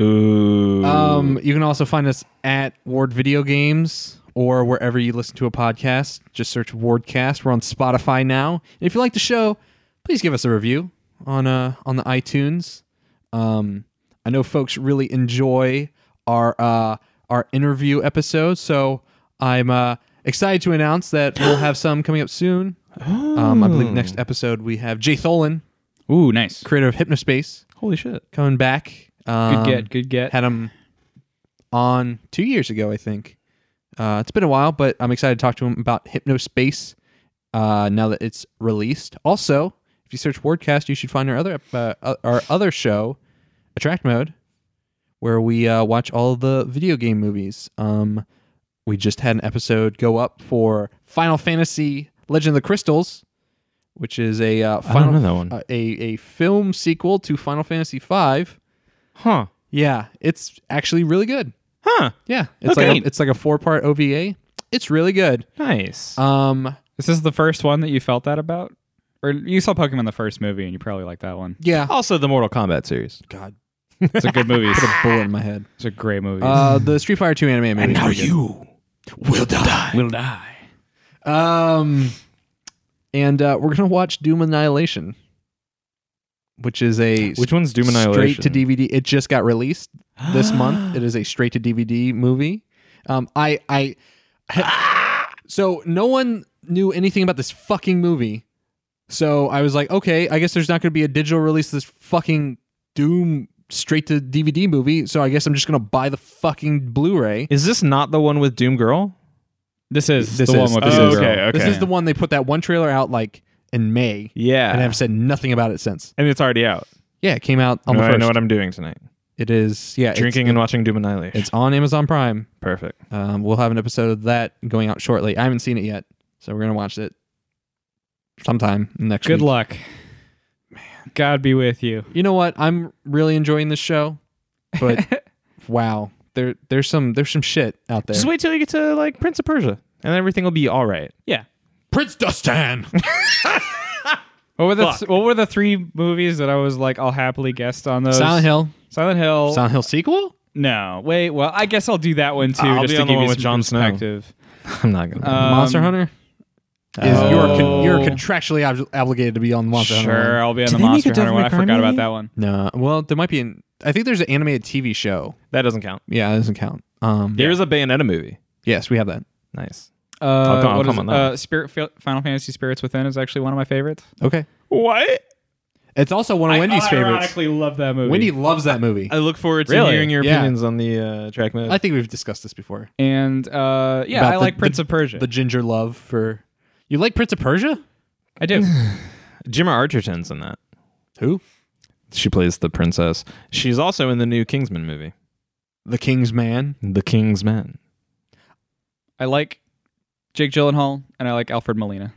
C: Ooh.
A: Um, you can also find us at Ward Video Games or wherever you listen to a podcast. Just search Wardcast. We're on Spotify now. And if you like the show, please give us a review. on uh on the iTunes. Um, I know folks really enjoy our uh our interview episodes, so I'm uh excited to announce that we'll have some coming up soon. Um, I believe next episode we have Jay Tholen,
B: Ooh, nice.
A: creator of Hypnospace,
C: Holy shit.
A: coming back. Um,
B: Good get, good get.
A: Had him on two years ago, I think. Uh, it's been a while, but I'm excited to talk to him about Hypnospace uh, now that it's released. Also, if you search Wordcast, you should find our other uh, our other show, Attract Mode, where we uh, watch all the video game movies. Um, we just had an episode go up for Final Fantasy Legend of the Crystals, which is a uh,
C: I
A: Final
C: don't know that one.
A: uh, a a film sequel to Final Fantasy V.
C: Huh.
A: Yeah, it's actually really good.
C: Huh.
A: Yeah, it's
C: Okay.
A: like a, it's like a four part OVA. It's really good.
C: Nice.
A: Um,
B: Is this the first one that you felt that about? Or you saw Pokemon the first movie and you probably liked that one.
A: yeah.
C: also, the Mortal Kombat series.
A: God,
B: It's a good movie.
A: put a bullet in my head.
B: It's a great movie.
A: Uh, the Street Fighter Two anime movie. is pretty good.
C: Ah. you will die. Will die.
A: Um, and uh, we're gonna watch Doom Annihilation, which is a
C: Which one's Doom Annihilation?
A: straight to DVD. It just got released this month. It is a straight to DVD movie. Um, I I so no one knew anything about this fucking movie. So I was like, okay, I guess there's not going to be a digital release of this fucking Doom straight to DVD movie. So I guess I'm just going to buy the fucking Blu-ray.
C: Is this not the one with Doom Girl?
B: this is
A: this
B: the
A: is-
B: one with
A: this
B: the
A: is-
B: girl.
C: okay, okay.
A: This is the one they put that one trailer out like in May,
C: Yeah.
A: and have said nothing about it since.
C: and it's already out.
A: Yeah, it came out on
C: No,
A: the
C: I
A: first.
C: know what I'm doing tonight.
A: it is yeah, it's-
C: Drinking and watching Doom Annihilation.
A: it's on Amazon Prime.
C: perfect.
A: Um, we'll have an episode of that going out shortly. I haven't seen it yet, so we're gonna watch it sometime next
B: Good
A: week.
B: luck. God be with you.
A: You know what? I'm really enjoying this show, but wow, there there's some there's some shit out there.
C: Just wait till you get to like Prince of Persia, and everything will be all right.
B: Yeah.
A: Prince Dustin.
B: What were the What were the three movies that I was like I'll happily guest on those?
A: Silent Hill.
B: Silent Hill.
A: Silent Hill sequel.
B: no, wait. Well, I guess I'll do that one too.
C: I'll
B: just
C: be
B: to
C: on the
B: give
C: one
B: you
C: with
B: some
C: Jon Snow.
B: perspective.
C: I'm not gonna.
B: Um,
A: Monster Hunter. Is
B: Oh.
A: you're con- you're contractually ob- obligated to be on Monster Hunter.
B: Sure, I'll be on
C: Did
B: the
C: they make
B: Monster
C: a
B: Hunter
C: Devil
B: one.
C: May
B: I
C: Cry
B: forgot about
C: movie?
B: that one.
A: No. Well, there might be an. I think there's an animated TV show.
C: that doesn't count.
A: Yeah, that doesn't count. Um.
C: There is a Bayonetta movie.
A: Yes, we have that.
C: Nice.
B: Uh,
C: come- I'll
B: what is
C: come
B: it?
C: on that.
B: Uh, Spirit Fi- Final Fantasy Spirits Within is actually one of my favorites.
A: Okay.
C: What?
A: It's also one of Wendy's favorites.
B: Ironically, love that movie.
A: Wendy loves that movie.
C: I look forward to
B: Really?
C: hearing your
A: Yeah.
C: opinions on the uh, track mode.
A: I think we've discussed this before.
B: and uh, yeah,
A: About
B: I
A: the-
B: like
A: the-
B: Prince of Persia.
A: The ginger love for you like Prince of Persia?
B: I do.
C: Jimmer Archerton's in that.
A: Who?
C: She plays the princess. She's also in the new Kingsman movie,
A: The King's Man.
C: The King's Men.
B: I like Jake Gyllenhaal and I like Alfred Molina.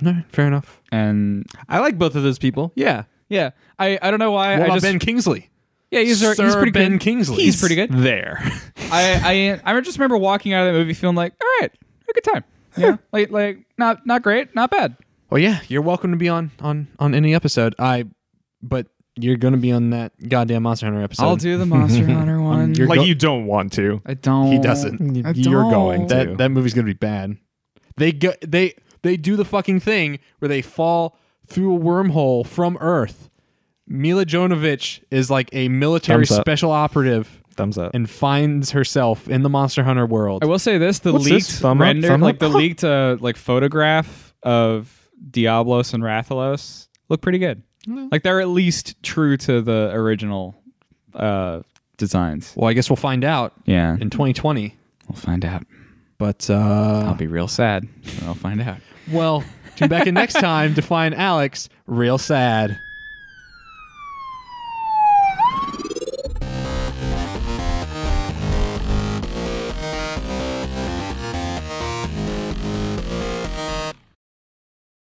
A: No, fair enough.
B: And
C: I like both of those people. Yeah,
B: yeah, I, I don't know why
A: What
B: I
A: about
B: just
A: Ben Kingsley?
B: yeah he's, he's
A: Sir
B: pretty
A: Ben
B: good.
A: Kingsley.
B: He's pretty good.
C: there.
B: I, I I just remember walking out of that movie feeling like all right, had a good time. Yeah, like like not not great, not bad.
A: Well, Oh, yeah, you're welcome to be on on on any episode. I, but you're gonna be on that goddamn Monster Hunter episode.
B: I'll do the Monster Hunter one.
A: you're-
C: like
A: Go-
C: you don't want to.
B: I don't.
A: He doesn't.
B: I
C: You're
B: don't.
C: going to.
A: That that movie's gonna be bad. They go they they do the fucking thing where they fall through a wormhole from Earth. Mila Jovovich is like a military
C: Thumbs up.
A: special operative
C: Thumbs up.
A: and finds herself in the Monster Hunter world.
B: I will say this: the
C: What's
B: leaked
C: this? Thumb up,
B: render,
C: thumb
B: like
C: up?
B: the leaked uh, like photograph of Diablos and Rathalos, look pretty good. Like they're at least true to the original uh, designs.
A: Well, I guess we'll find out
B: Yeah,
A: in 2020.
B: we'll find out.
A: But uh,
B: I'll be real sad. I'll find out.
A: well, tune back in next time to find Alex real sad.